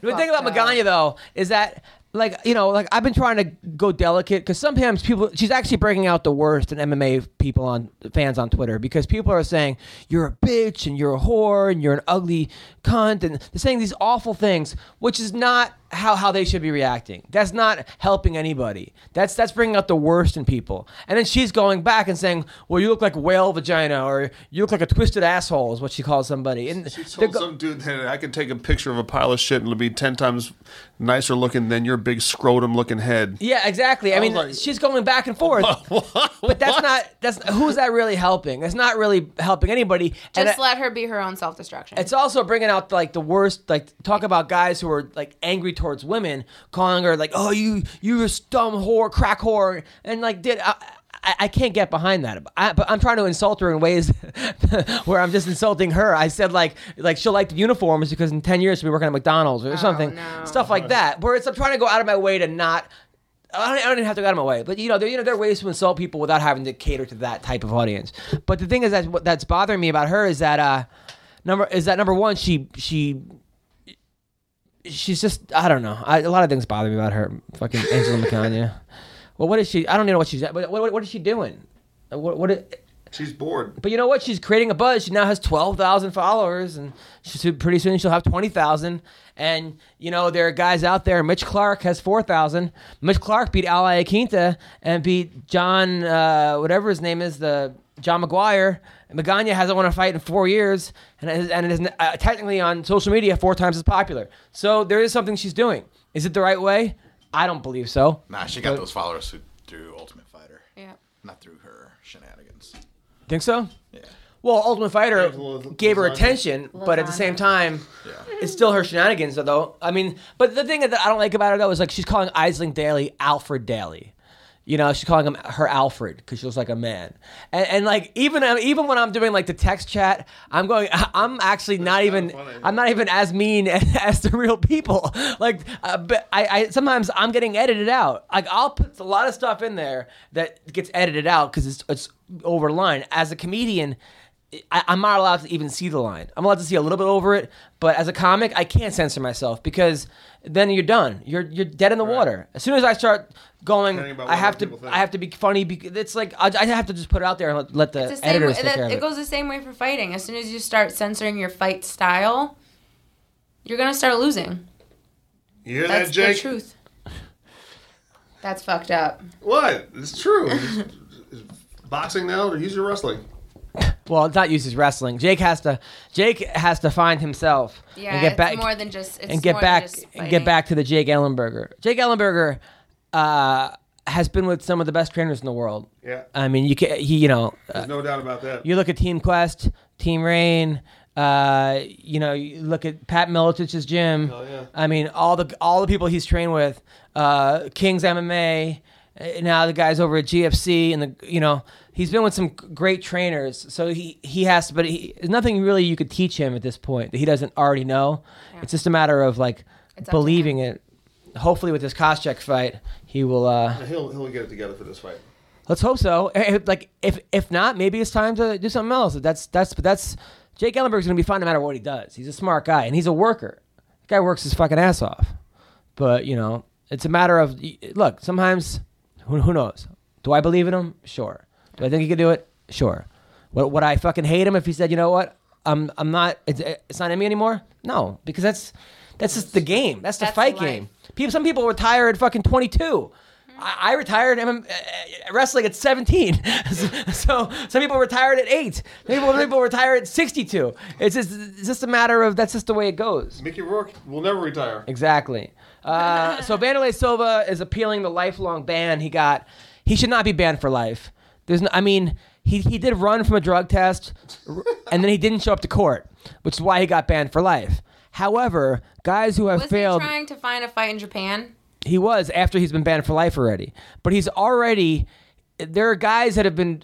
the thing about Magana though is that like you know like I've been trying to go delicate because sometimes people she's actually bringing out the worst in MMA people on fans on Twitter because people are saying you're a bitch and you're a whore and you're an ugly cunt and they're saying these awful things which is not how how they should be reacting. That's not helping anybody. That's that's bringing out the worst in people. And then she's going back and saying, "Well, you look like whale vagina, or you look like a twisted asshole," is what she calls somebody. And
She
they're
told
go-
some dude that I can take a picture of a pile of shit and it'll be ten times nicer looking than your big scrotum looking head.
yeah, exactly. I mean,
like-
she's going back and forth. But that's not that's who's that really helping? That's not really helping anybody. And
Just
I-
let her be her own self destruction.
it's also bringing out like the worst like talk about guys who are like angry towards women calling her like oh you you dumb whore crack whore and like did I, I, I can't get behind that I, but i'm trying to insult her in ways where i'm just insulting her i said like like she'll like the uniforms because in 10 years she'll be working at mcdonald's or something
no.
stuff like that where it's i'm trying to go out of my way to not I don't, I don't even have to go out of my way, but you know, there, you know, there are ways to insult people without having to cater to that type of audience. But the thing is that what that's bothering me about her is that uh, number is that number one she she she's just I don't know I, a lot of things bother me about her fucking Angela McCanya. Well, what is she? I don't even know what she's. What what, what is she doing? Uh, What what? i-
She's bored.
But you know what? She's creating a buzz. She now has twelve thousand followers, and she's pretty soon she'll have twenty thousand. And you know there are guys out there. Mitch Clark has four thousand. Mitch Clark beat Ali Aquinta and beat John uh, whatever his name is, the John McGuire. Magana hasn't won a fight in four years, and is, and is uh, technically on social media four times as popular. So there is something she's doing. Is it the right way? I don't believe so.
Nah, she got those followers through, through Ultimate Fighter,
yeah.
not through her shenanigans.
Think so?
Yeah.
Well, Ultimate Fighter
Lasagna.
gave her attention, but at the same time, it's still her shenanigans, though. I mean, but the thing that I don't like about her, though, is like she's calling Isling Daly Alfred Daly. You know, she's calling him her Alfred because she looks like a man. And, and like even um, even when I'm doing like the text chat, I'm going. I'm actually not even. I'm not even as mean as the real people. Like, uh, but I, I sometimes I'm getting edited out. Like I'll put a lot of stuff in there that gets edited out because it's it's over line. As a comedian, I, I'm not allowed to even see the line. I'm allowed to see a little bit over it, but as a comic, I can't censor myself because then you're done. You're you're dead in the water. As soon as I start going,
Caring about
I
what
have
other
to
people think.
I have to be funny. Be, it's like I, I have to just put it out there and let, let the,
It's the same way,
editors take
that,
care of
it
it.
goes the same way for fighting. As soon as you start censoring your fight style, you're gonna start losing.
You hear
That's
that, Jake?
the truth. That's fucked up.
What? It's true. Is- is Boxing now or use your wrestling?
well, it's not used as wrestling. Jake has to Jake has to find himself
Yeah,
and get
it's
back
more than just it's
and get
more
back
than just
and get
fighting.
back to the Jake Ellenberger. Jake Ellenberger uh, has been with some of the best trainers in the world.
Yeah.
I mean, you can he you know
There's no doubt about that.
you look at Team Quest, Team Rain. Uh, you know, you look at Pat Militich's gym.
yeah.
I mean, all the all the people he's trained with, uh, Kings MMA. uh, Now the guys over at GFC and the you know he's been with some great trainers, so he he has to. But he, there's nothing really you could teach him at this point that he doesn't already know. It's just a matter of like
up to
believing it. Hopefully, with this Koscheck fight, he will. uh
He'll he'll get it together for this fight.
Let's hope so. Eh, eh, Like if if not, maybe it's time to do something else. That's that's but that's Jake Ellenberg's gonna be fine no matter what he does. He's a smart guy and he's a worker. The guy works his fucking ass off. But you know, it's a matter of look. Sometimes who who knows? Do I believe in him? Sure. Do I think he could do it? Sure. Would, would I fucking hate him if he said, you know what? I'm I'm not. It's, it's not in me anymore. No, because that's that's just the game. That's the
That's
fight
the life.
game. People. Some people retire at fucking 22. I I retired MM, uh, wrestling at 17. so some people retired at eight. Some people, some people retire at 62. It's just, it's just a matter of that's just the way it goes.
Mickey Rourke will never retire.
Exactly. Uh, so Vanderlei Silva is appealing the lifelong ban he got. He should not be banned for life. There's, no, I mean, he he did run from a drug test, r- and then he didn't show up to court, which is why he got banned for life. However, guys who have
Was he
failed,
trying to find a fight in Japan?
he was after he's been banned for life already. But he's already there are guys that have been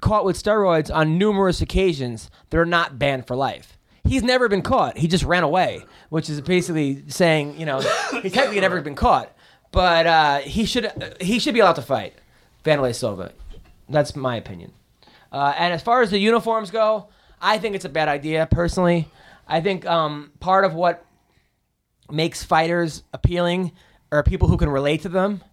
caught with steroids on numerous occasions that are not banned for life. He's never been caught. He just ran away, which is basically saying, you know, he technically never been caught. But uh, he should uh, he should be allowed to fight Vanderlei Silva. That's my opinion. Uh, and as far as the uniforms go, I think it's a bad idea personally. I think um, part of what makes fighters appealing are people who can relate to them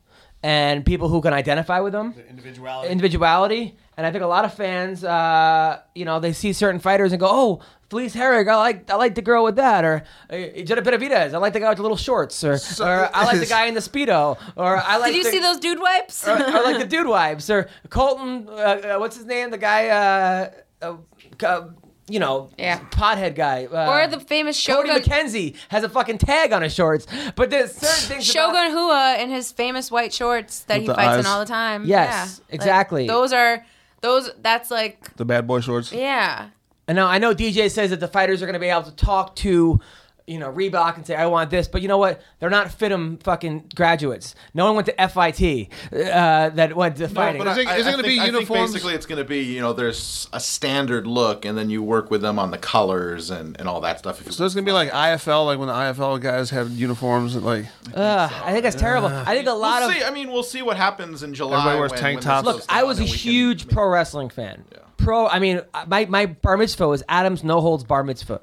and people who can identify with them.
Individuality.
Individuality. And I think a lot of fans, uh, you know, they see certain fighters and go, "Oh, Felice Herrig, I like, I like the girl with that," or uh, "Jenna Benavidez, I like the guy with the little shorts," or, or "I like the guy in the speedo," or "I like."
Did you
the-
see those dude wipes?
or, or like the dude wives or Colton. Uh, uh, what's his name? The guy. Uh, uh, uh, you know,
Yeah.
pothead guy. Uh,
or the famous
Cody
Shogun
McKenzie has a fucking tag on his shorts. But there's certain things. about-
Shogun Hua in his famous white shorts that he
the
fights
eyes.
in all the time.
Yes,
Like,
exactly.
those are those. That's like
The bad boy shorts.
yeah.
And now I know DJ says that the fighters are going to be able to talk to, you know, Reebok and say, I want this. But you know what? They're not FITM fucking graduates. No one went to FIT uh, that went to fighting.
Is it- is it gonna be
think- I think
uniforms?
basically, it's going to be you know there's a standard look, and then you work with them on the colors and, and all that stuff. If you-
So it's gonna be like IFL, like when the IFL guys had uniforms, and like
Ugh, I think that's terrible. I think a lot
we'll
of
see. I mean, we'll see what happens in July.
Everybody wears
when-
tank
when this
tops.
goes
Look,
down,
I was a
and we can
huge
make-
pro wrestling fan. Pro, I mean, my my bar mitzvah was Adam's no holds bar mitzvah.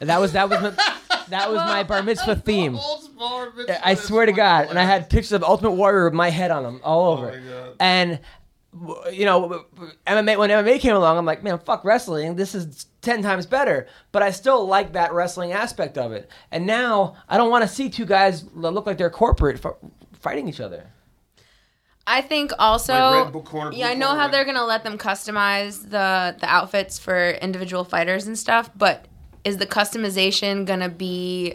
That was that was my, that was my bar mitzvah theme. I swear to God, and I had pictures of Ultimate Warrior with my head on them all
Oh
over. And w- you know, w- w- MMA when MMA came along, I'm like, man, fuck wrestling. This is ten times better. But I still like that wrestling aspect of it. And now I don't want to see two guys that look like they're corporate f- fighting each other.
I think also
Like red book corner, blue
yeah, I know
corner,
how
red-
they're gonna let them customize the the outfits for individual fighters and stuff, but is the customization gonna be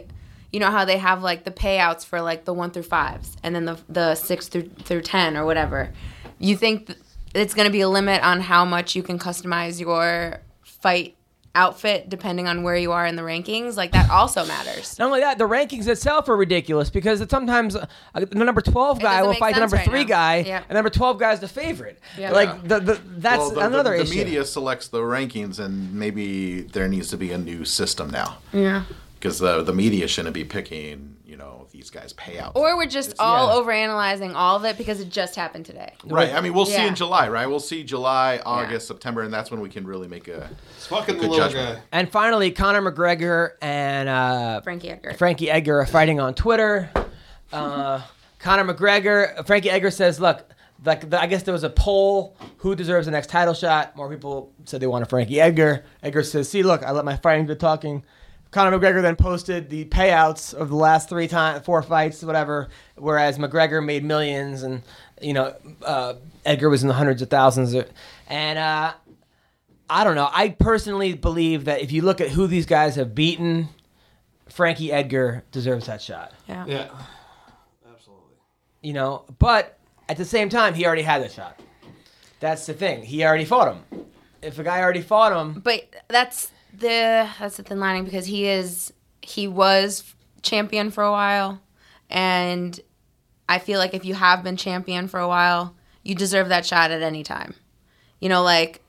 you know how they have like the payouts for like the one through fives and then the the six through through ten or whatever. You think th- it's gonna be a limit on how much you can customize your fight outfit depending on where you are in the rankings? Like that also matters.
Not only that, the rankings itself are ridiculous because it's sometimes uh, the number twelve guy
doesn't
will
make
fight the
sense
number
right
three
now.
guy,
Yeah.
and number twelve guy is the favorite.
Yeah.
Like the, the that's
Well, the,
another
the, the
issue.
media selects the rankings, and maybe there needs to be a new system now
Yeah.
because the the media shouldn't be picking you know these guys payouts.
Or we're just all
yeah.
over analyzing all of it because it just happened today.
right. I mean, we'll see
Yeah.
in July, right? We'll see July, August, September, and that's when we can really make a.
it's fucking
Good judgment.
And finally, Conor McGregor and uh,
Frankie Edgar.
Frankie Edgar are fighting on Twitter. Uh, Conor McGregor, Frankie Edgar says, "Look, like the, I guess there was a poll who deserves the next title shot. More people said they wanted Frankie Edgar. Edgar says, "See, look, I let my fighting do the talking." Conor McGregor then posted the payouts of the last three time, four fights, whatever. Whereas McGregor made millions, and you know, uh, Edgar was in the hundreds of thousands. And uh, I don't know. I personally believe that if you look at who these guys have beaten, Frankie Edgar deserves that shot.
Yeah.
You know, but at the same time, he already had the shot. That's the thing. He already fought him. If a guy already fought him,
But that's the that's the thin lining because he is he was champion for a while and I feel like if you have been champion for a while, you deserve that shot at any time. You know, like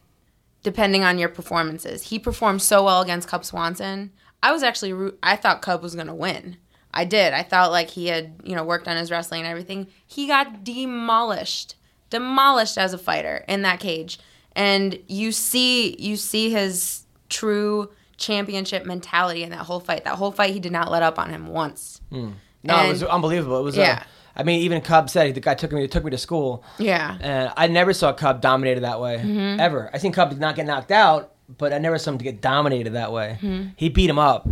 depending on your performances. He performed so well against Cub Swanson. I was actually roo- I thought Cub was going to win. I did. I thought like he had, you know, worked on his wrestling and everything. He got demolished. Demolished as a fighter in that cage. And you see you see his true championship mentality in that whole fight. That whole fight he did not let up on him once.
no, it
And-
was unbelievable. It was, yeah.
Yeah.
I mean, even Cub said the guy took me took me to school,
Yeah.
Uh, and I never saw Cub dominated that way ever. I seen Cub not get knocked out, but I never saw him to get dominated that way.
Hmm.
He beat him up.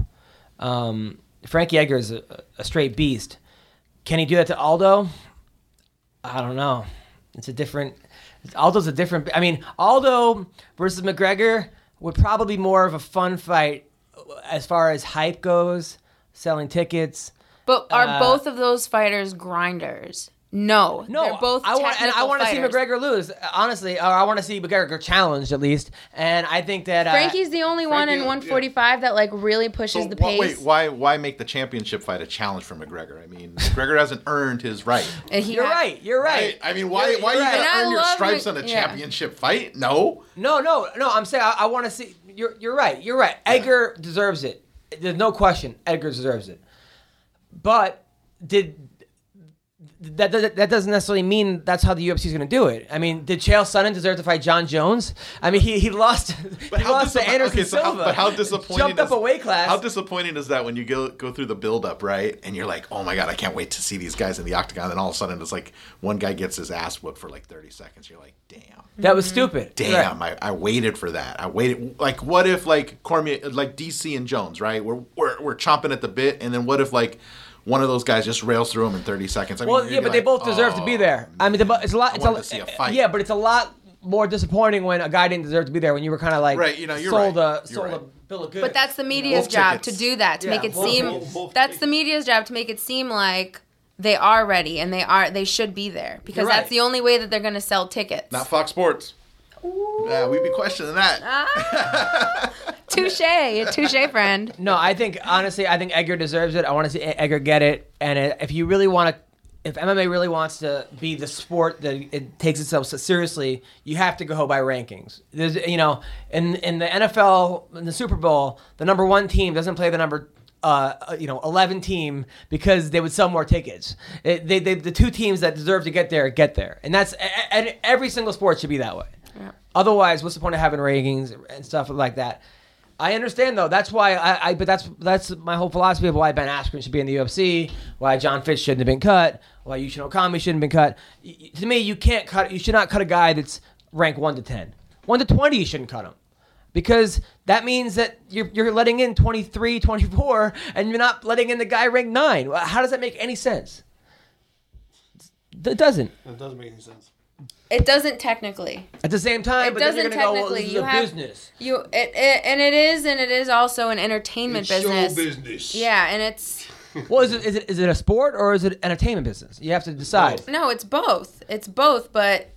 Um, Frankie Edgar is a, a straight beast. Can he do that to Aldo? I don't know. It's a different. Aldo's a different. I mean, Aldo versus McGregor would probably be more of a fun fight as far as hype goes, selling tickets.
But are
Uh,
both of those fighters grinders? No, no, they're both.
I want and I want to see
McGregor.
McGregor lose, honestly, or I want to see McGregor challenged at least. And I think that uh,
Frankie's the only one in
Frankie-
145 that like really pushes the
Wha-
pace.
wait, why why make the championship fight a challenge for McGregor? I mean, McGregor hasn't earned his right.
And he
you're
had-
right. You're right.
I mean, why
You're-
why you
you're right.
gotta
And I
earn your
love
stripes
Mc-
on a
yeah.
championship fight? No.
No, no, no. I'm saying I, I want to see. You're you're right. You're right. Edgar deserves it. There's no question. Edgar deserves it. But did that that, that doesn't necessarily mean that's how the UFC is going to do it. I mean, did Chael Sonnen deserve to fight John Jones? I mean, he he lost. he lost to
disappoint-
Anderson
okay, so how-
Silva.
but how disappointing
Jumped up
is-
a weight class.
How disappointing is that when you go go through the build up, right? And you're like, "Oh my god, I can't wait to see these guys in the octagon." And all of a sudden, it's like one guy gets his ass whooped for like 30 seconds. You're like,
that was stupid.
"Damn, I, I waited for that. I waited." Like, what if like Cormier, like DC and Jones, right? We're we're, we're chomping at the bit, and then what if like one of those guys just rails through him in 30 seconds? I mean,
well,
you're
yeah, but
gonna
they
be like,
both deserve to
"Oh,
be there. I mean, the, bu- it's a lot. It's a, eh,
wanted to see a fight.
Yeah, but it's a lot more disappointing when a guy didn't deserve to be there when you were kind of like
Right, you know, you're
sold
right.
a
You're
sold a bill of goods.
But that's the media's
Wolf
job
tickets.
to do that to
Yeah,
make it
wolf
seem.
tickets. Wolf
that's the media's job to make it seem like they are ready and they are they should be there because
You're
that's
right.
the only way that they're going to sell tickets.
Not Fox Sports. Yeah, we'd be questioning that.
Touche, touche, friend.
No, I think honestly, I think Edgar deserves it. I want to see E-, Edgar get it. And it- if you really want to, if MMA really wants to be the sport that it takes itself so seriously, you have to go by rankings. There's, you know, in in the NFL, in the Super Bowl, the number one team doesn't play the number. Uh, uh, you know, eleven team because they would sell more tickets. It, they, they, the two teams that deserve to get there get there, and that's a- a- a- every single sport should be that way. Otherwise, what's the point of having rankings and stuff like that? I understand though. That's why I, I. But that's that's my whole philosophy of why Ben Askren should be in the UFC, why John Fitch shouldn't have been cut, why Yushin Okami shouldn't have been cut. Y- y- to me, you can't cut. You should not cut a guy that's ranked one to ten. One to twenty, you shouldn't cut him. Because that means that you're, you're letting in 23, 24, and you're not letting in the guy ranked nine. How does that make any sense? It doesn't.
That doesn't make any sense.
It doesn't technically.
At the same time,
it
but
doesn't
then you're gonna go, well,
technically.
this is
you
a
have
business.
you it, it and it is and it is also an entertainment
It's show
business.
business.
Yeah, and it's
well, is it, is it is it a sport or is it entertainment business? You have to decide.
no, it's both. It's both, but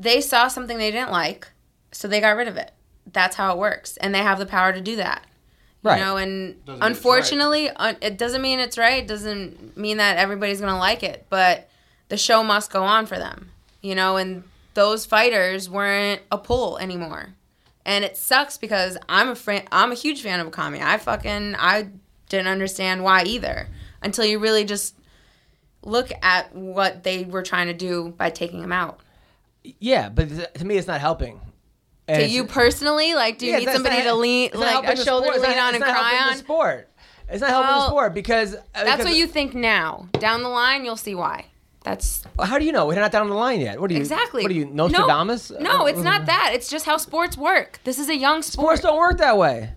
they saw something they didn't like, so they got rid of it. That's how it works, and they have the power to do that.
Right.
You know, and
Doesn't mean it's right.
unfortunately, un- it doesn't mean it's right. It doesn't mean that everybody's going to like it, but the show must go on for them. You know, and those fighters weren't a pull anymore. And it sucks because I'm a fan, I'm a huge fan of Okami. I fucking I didn't understand why either until you really just look at what they were trying to do by taking him out.
Yeah, but th- to me, it's not helping.
to
And
you
it's-
personally, like, do you
Yeah,
need
that's
somebody
not-
to lean,
it's not
like
helping
a
the
shoulder
sport.
to
It's
lean
not-
on
it's
and
not
cry
helping
on?
The sport. It's not helping the
Well,
sport because uh,
That's what
because-
you think now. Down the line, you'll see why. That's
Well, How do you know? We're not down the line yet. What are you?
exactly.
What are you?
No,
Nostradamus?
No, it's not that. It's just how sports work. This is a young sport.
mm. Sports don't work that way.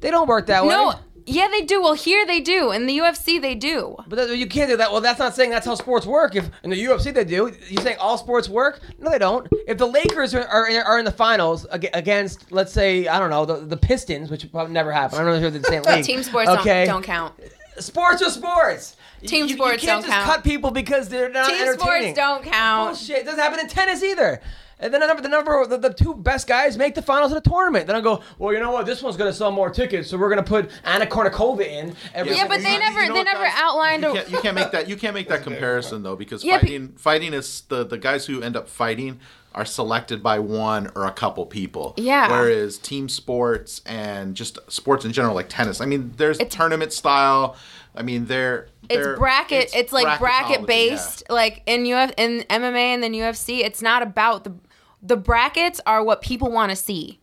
They don't work that way.
No, yeah, they do. Well, here they do. In the UFC, they do.
But that, you can't do that. Well, that's not saying that's how sports work. If in the UFC they do, you saying all sports work? No, they don't. If the Lakers are, are, are in the finals ag- against, let's say, I don't know, the, the Pistons, which would probably never happen. I don't know if they're in the same league.
Team sports
okay?
don't, don't count.
Sports are sports.
Team
you,
sports
you can't
don't
just
count.
cut people because they're not
Team sports
entertaining.
don't count.
Bullshit. It doesn't happen in tennis either. And then the number, the number, the, the two best guys make the finals of the tournament. Then I go, well, you know what? This one's going to sell more tickets, so we're going to put Anna Kournikova in. Every
yeah, but they never, they never outlined.
You
a-
can't, you can't make that. You can't make that comparison though, because
Yeah, but-
fighting, fighting is the the guys who end up fighting are selected by one or a couple people.
Yeah.
Whereas team sports and just sports in general, like tennis. I mean, there's tournament style. I mean, they're, they're
it's bracket. It's, like bracket
bracketology,
based. Like in Uf in MMA and then UFC, it's not about the the brackets are what people want to see,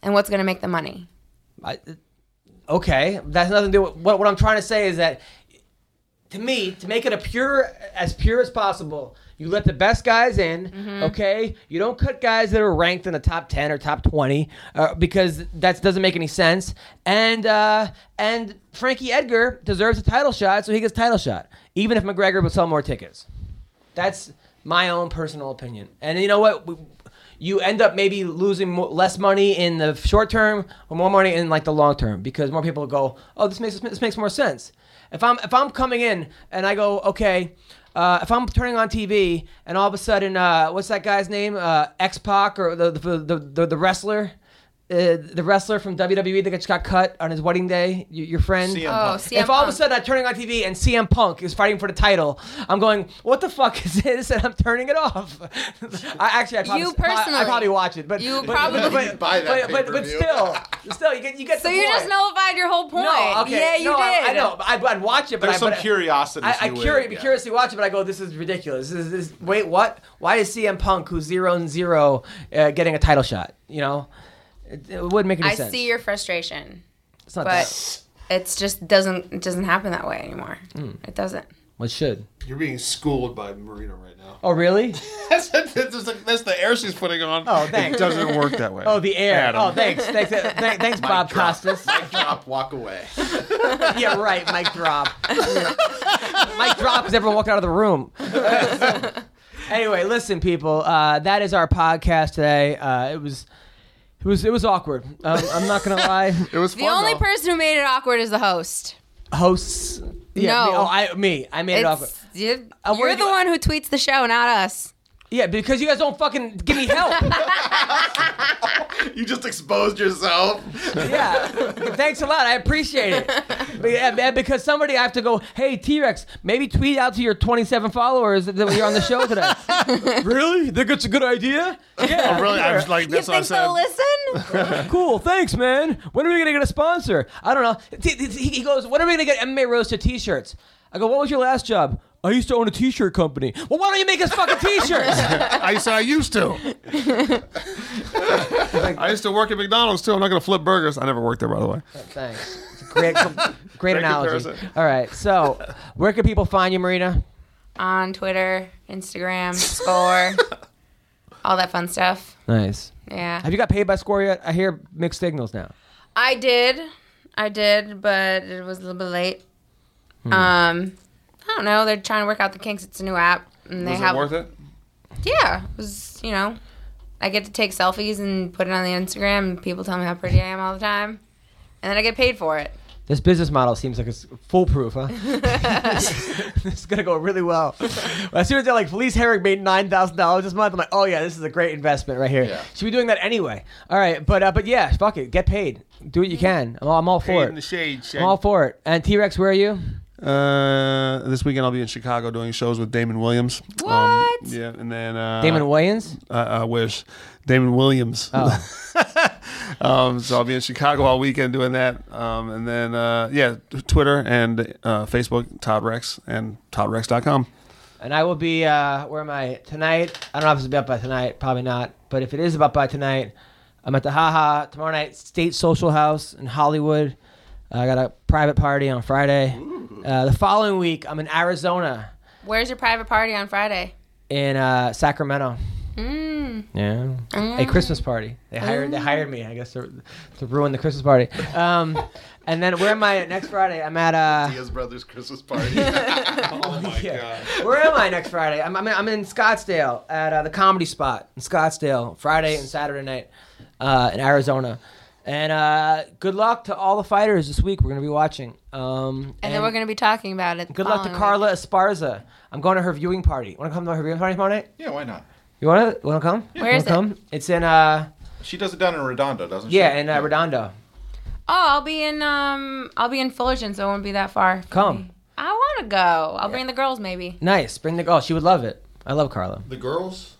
and what's going to make the money.
I, okay, that's nothing to do with what, what I'm trying to say is that to me, to make it a pure as pure as possible, you let the best guys in. Okay, you don't cut guys that are ranked in the top ten or top twenty uh, because that doesn't make any sense. And uh, and Frankie Edgar deserves a title shot, so he gets title shot, even if McGregor would sell more tickets. That's my own personal opinion. And you know what? We- You end up maybe losing mo- less money in the short term, or more money in like the long term, because more people go, "Oh, this makes this makes more sense." If I'm if I'm coming in and I go, "Okay," uh, if I'm turning on TV and all of a sudden, uh, what's that guy's name? Uh, X Pac or the the, the the the wrestler, uh, the wrestler from WWE that just got cut on his wedding day, y- your friend
CM
Oh,
Punk.
CM
if all of a
Punk.
sudden I'm turning on TV and CM Punk is fighting for the title, I'm going, what the fuck is this? And I'm turning it off. I actually, I probably,
You
I,
personally.
probably watch it, but
You
but-
probably-
but, but,
You'd buy
but,
that
but, but
pay-per-view.
still, still, you get you get.
So
the
you
point.
just nullified your whole point.
No, okay,
Yeah, you
no, I-
did.
I, know, but I'd, I'd watch it. But
There's
I,
some
but I-
curiosity.
I, I
to
curi-
it. yeah.
curiously watch it, but I go, this is ridiculous. This is this, wait, what? Why is CM Punk, who's zero and zero, uh, getting a title shot? You know, it, it wouldn't make any
I
sense.
see your frustration,
it's not that.
but it's just doesn't it doesn't happen that way anymore. It doesn't.
Well, it should.
You're being schooled by Marina right now.
Oh, really?
that's, the, that's the air she's putting on.
Oh, thanks.
It doesn't work that way.
Oh, the air.
Adam.
Oh, thanks, thanks, thanks, thanks Bob Costas.
Mic drop, walk away.
yeah, right. Mike drop. Mike drop is everyone walking out of the room. anyway, listen, people. Uh, that is our podcast today. Uh, it was, it was, it was awkward. Um, I'm not gonna lie.
It was
The only person who made it awkward is the host.
Hosts. Yeah,
No.
Me, oh, I, me. I made it awkward.
It's, you,
Uh,
you're
we're
the
go-
one who tweets the show, not us.
Yeah, because you guys don't fucking give me help.
You just exposed yourself.
yeah. Thanks a lot. I appreciate it. But yeah, man, because somebody I have to go, hey, T Rex, maybe tweet out to your 27 followers that you're on the show today. really? Think it's a good idea? Yeah.
Really, I was like,
You
that's what I
think
said.
they'll listen?
Cool. Thanks, man. When are we going to get a sponsor? I don't know. T- t- He he goes, when are we going to get MMA Roaster t shirts? I go, what was your last job? I used to own a t shirt company. Well, why don't you make us fucking t shirts?
I said I used to. I used to work at McDonald's too. I'm not gonna flip burgers. I never worked there, by the way.
Thanks. It's a great, great analogy.
comparison.
All right. So, where can people find you, Marina?
On Twitter, Instagram, Score, all that fun stuff.
Nice.
Yeah.
Have you got paid by Score yet? I hear mixed signals now.
I did. I did, but it was a little bit late. Um, I don't know. They're trying to work out the kinks. It's a new app, and they
Was
have
it worth it?
yeah. It was you know, I get to take selfies and put it on the Instagram, and people tell me how pretty I am all the time, and then I get paid for it.
This business model seems like it's foolproof, huh? this is gonna go really well. As soon as they're like, Felice Herrick made nine thousand dollars this month, I'm like, oh yeah, this is a great investment right here.
Yeah.
Should be doing that anyway. All right, but uh, but yeah, fuck it, get paid, do what you can. I'm all, I'm all for it.
shade,
I'm all for it. And T Rex, where are you?
Uh, this weekend I'll be in Chicago doing shows with Damon Williams. What?
What?
yeah, and then uh,
Damon Wayans.
I, I wish Damon Williams.
Oh,
um, so I'll be in Chicago all weekend doing that. Um, and then uh, yeah, Twitter and uh, Facebook, Todd Rex and ToddRex.com.
and I will be. Uh, where am I tonight? I don't know if it's about by tonight. Probably not. But if it is about by tonight, I'm at the Haha tomorrow night. State Social House in Hollywood. Uh, I got a private party on Friday. Uh, the following week, I'm in Arizona,
Where's your private party on Friday?
in uh, Sacramento. Yeah, a Christmas party. They hired they hired me, I guess, to, to ruin the Christmas party. Um, and then where am I next Friday? I'm at uh,
Diaz Brothers Christmas party.
yeah. where am I next Friday? I'm I'm in, I'm in Scottsdale at uh, the Comedy Spot in Scottsdale Friday and Saturday night uh, in Arizona. And uh, good luck to all the fighters this week. We're gonna be watching. Um,
And, then we're gonna be talking about it. the
good luck to
following
Carla Esparza. I'm going to her viewing party. Want to come to her viewing party tomorrow night?
yeah, why not?
You wanna wanna come?
Where is
Wanna come? It's in uh
She does it down in Redondo, doesn't she?
yeah in uh, Redondo.
week. Oh, I'll be in um, I'll be in Fullerton, so it won't be that far. for
Come.
me. I want to go. I'll bring the girls, maybe.
Nice. Bring the oh, she would love it. I love Carla.
The girls.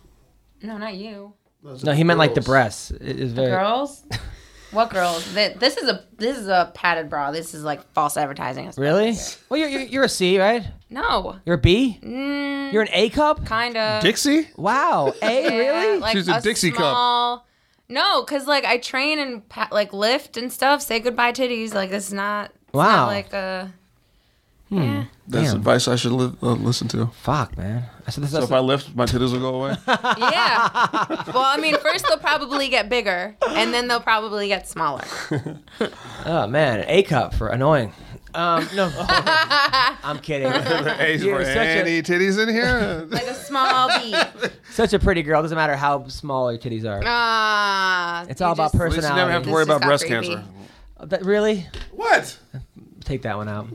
No, not you.
no, he meant like the breasts. It is very
girls what girls Th- this is a this is a padded bra this is like false advertising
really. Well, you're, you're you're a C, right?
no
You're a B.
mm,
You're an A cup.
kind of
Dixie.
Wow, A really?
like
She's a Dixie cup.
cup no because like i train and pa- like lift and stuff say goodbye titties like it's not it's
Wow.
not like a
That's
Damn.
advice I should li- uh, listen to.
Fuck, man. I said this.
So if I lift, my titties will go away.
Yeah. well, I mean, first they'll probably get bigger, and then they'll probably get smaller.
oh man, an A cup for annoying. Um, no, I'm kidding.
Hey,
You're
for
such a-
any titties in here?
Like a small bee.
Such a pretty girl. Doesn't matter how small your titties are.
Ah.
It's
you
all about
just-
At least you
personality.
never have to
This
worry
just
about
got
breast
creepy.
cancer.
That- really?
What?
Take that one out.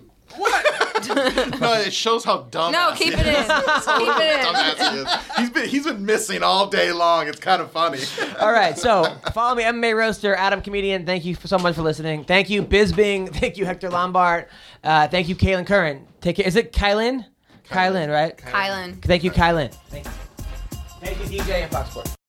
No, it shows how dumb.
No, keep it in. keep it in.
Dumbass he is. He's been he's been missing all day long. It's kind of funny.
All right, so follow me, MMA Roaster, Adam Comedian. Thank you so much for listening. Thank you, Bisbing. Thank you, Hector Lombard. Uh, thank you, Kaylin Curran. Take it. Is it Kylan? Kylan, right?
Kylan.
Thank you, Kylan. Thank you, DJ and Fox Sports.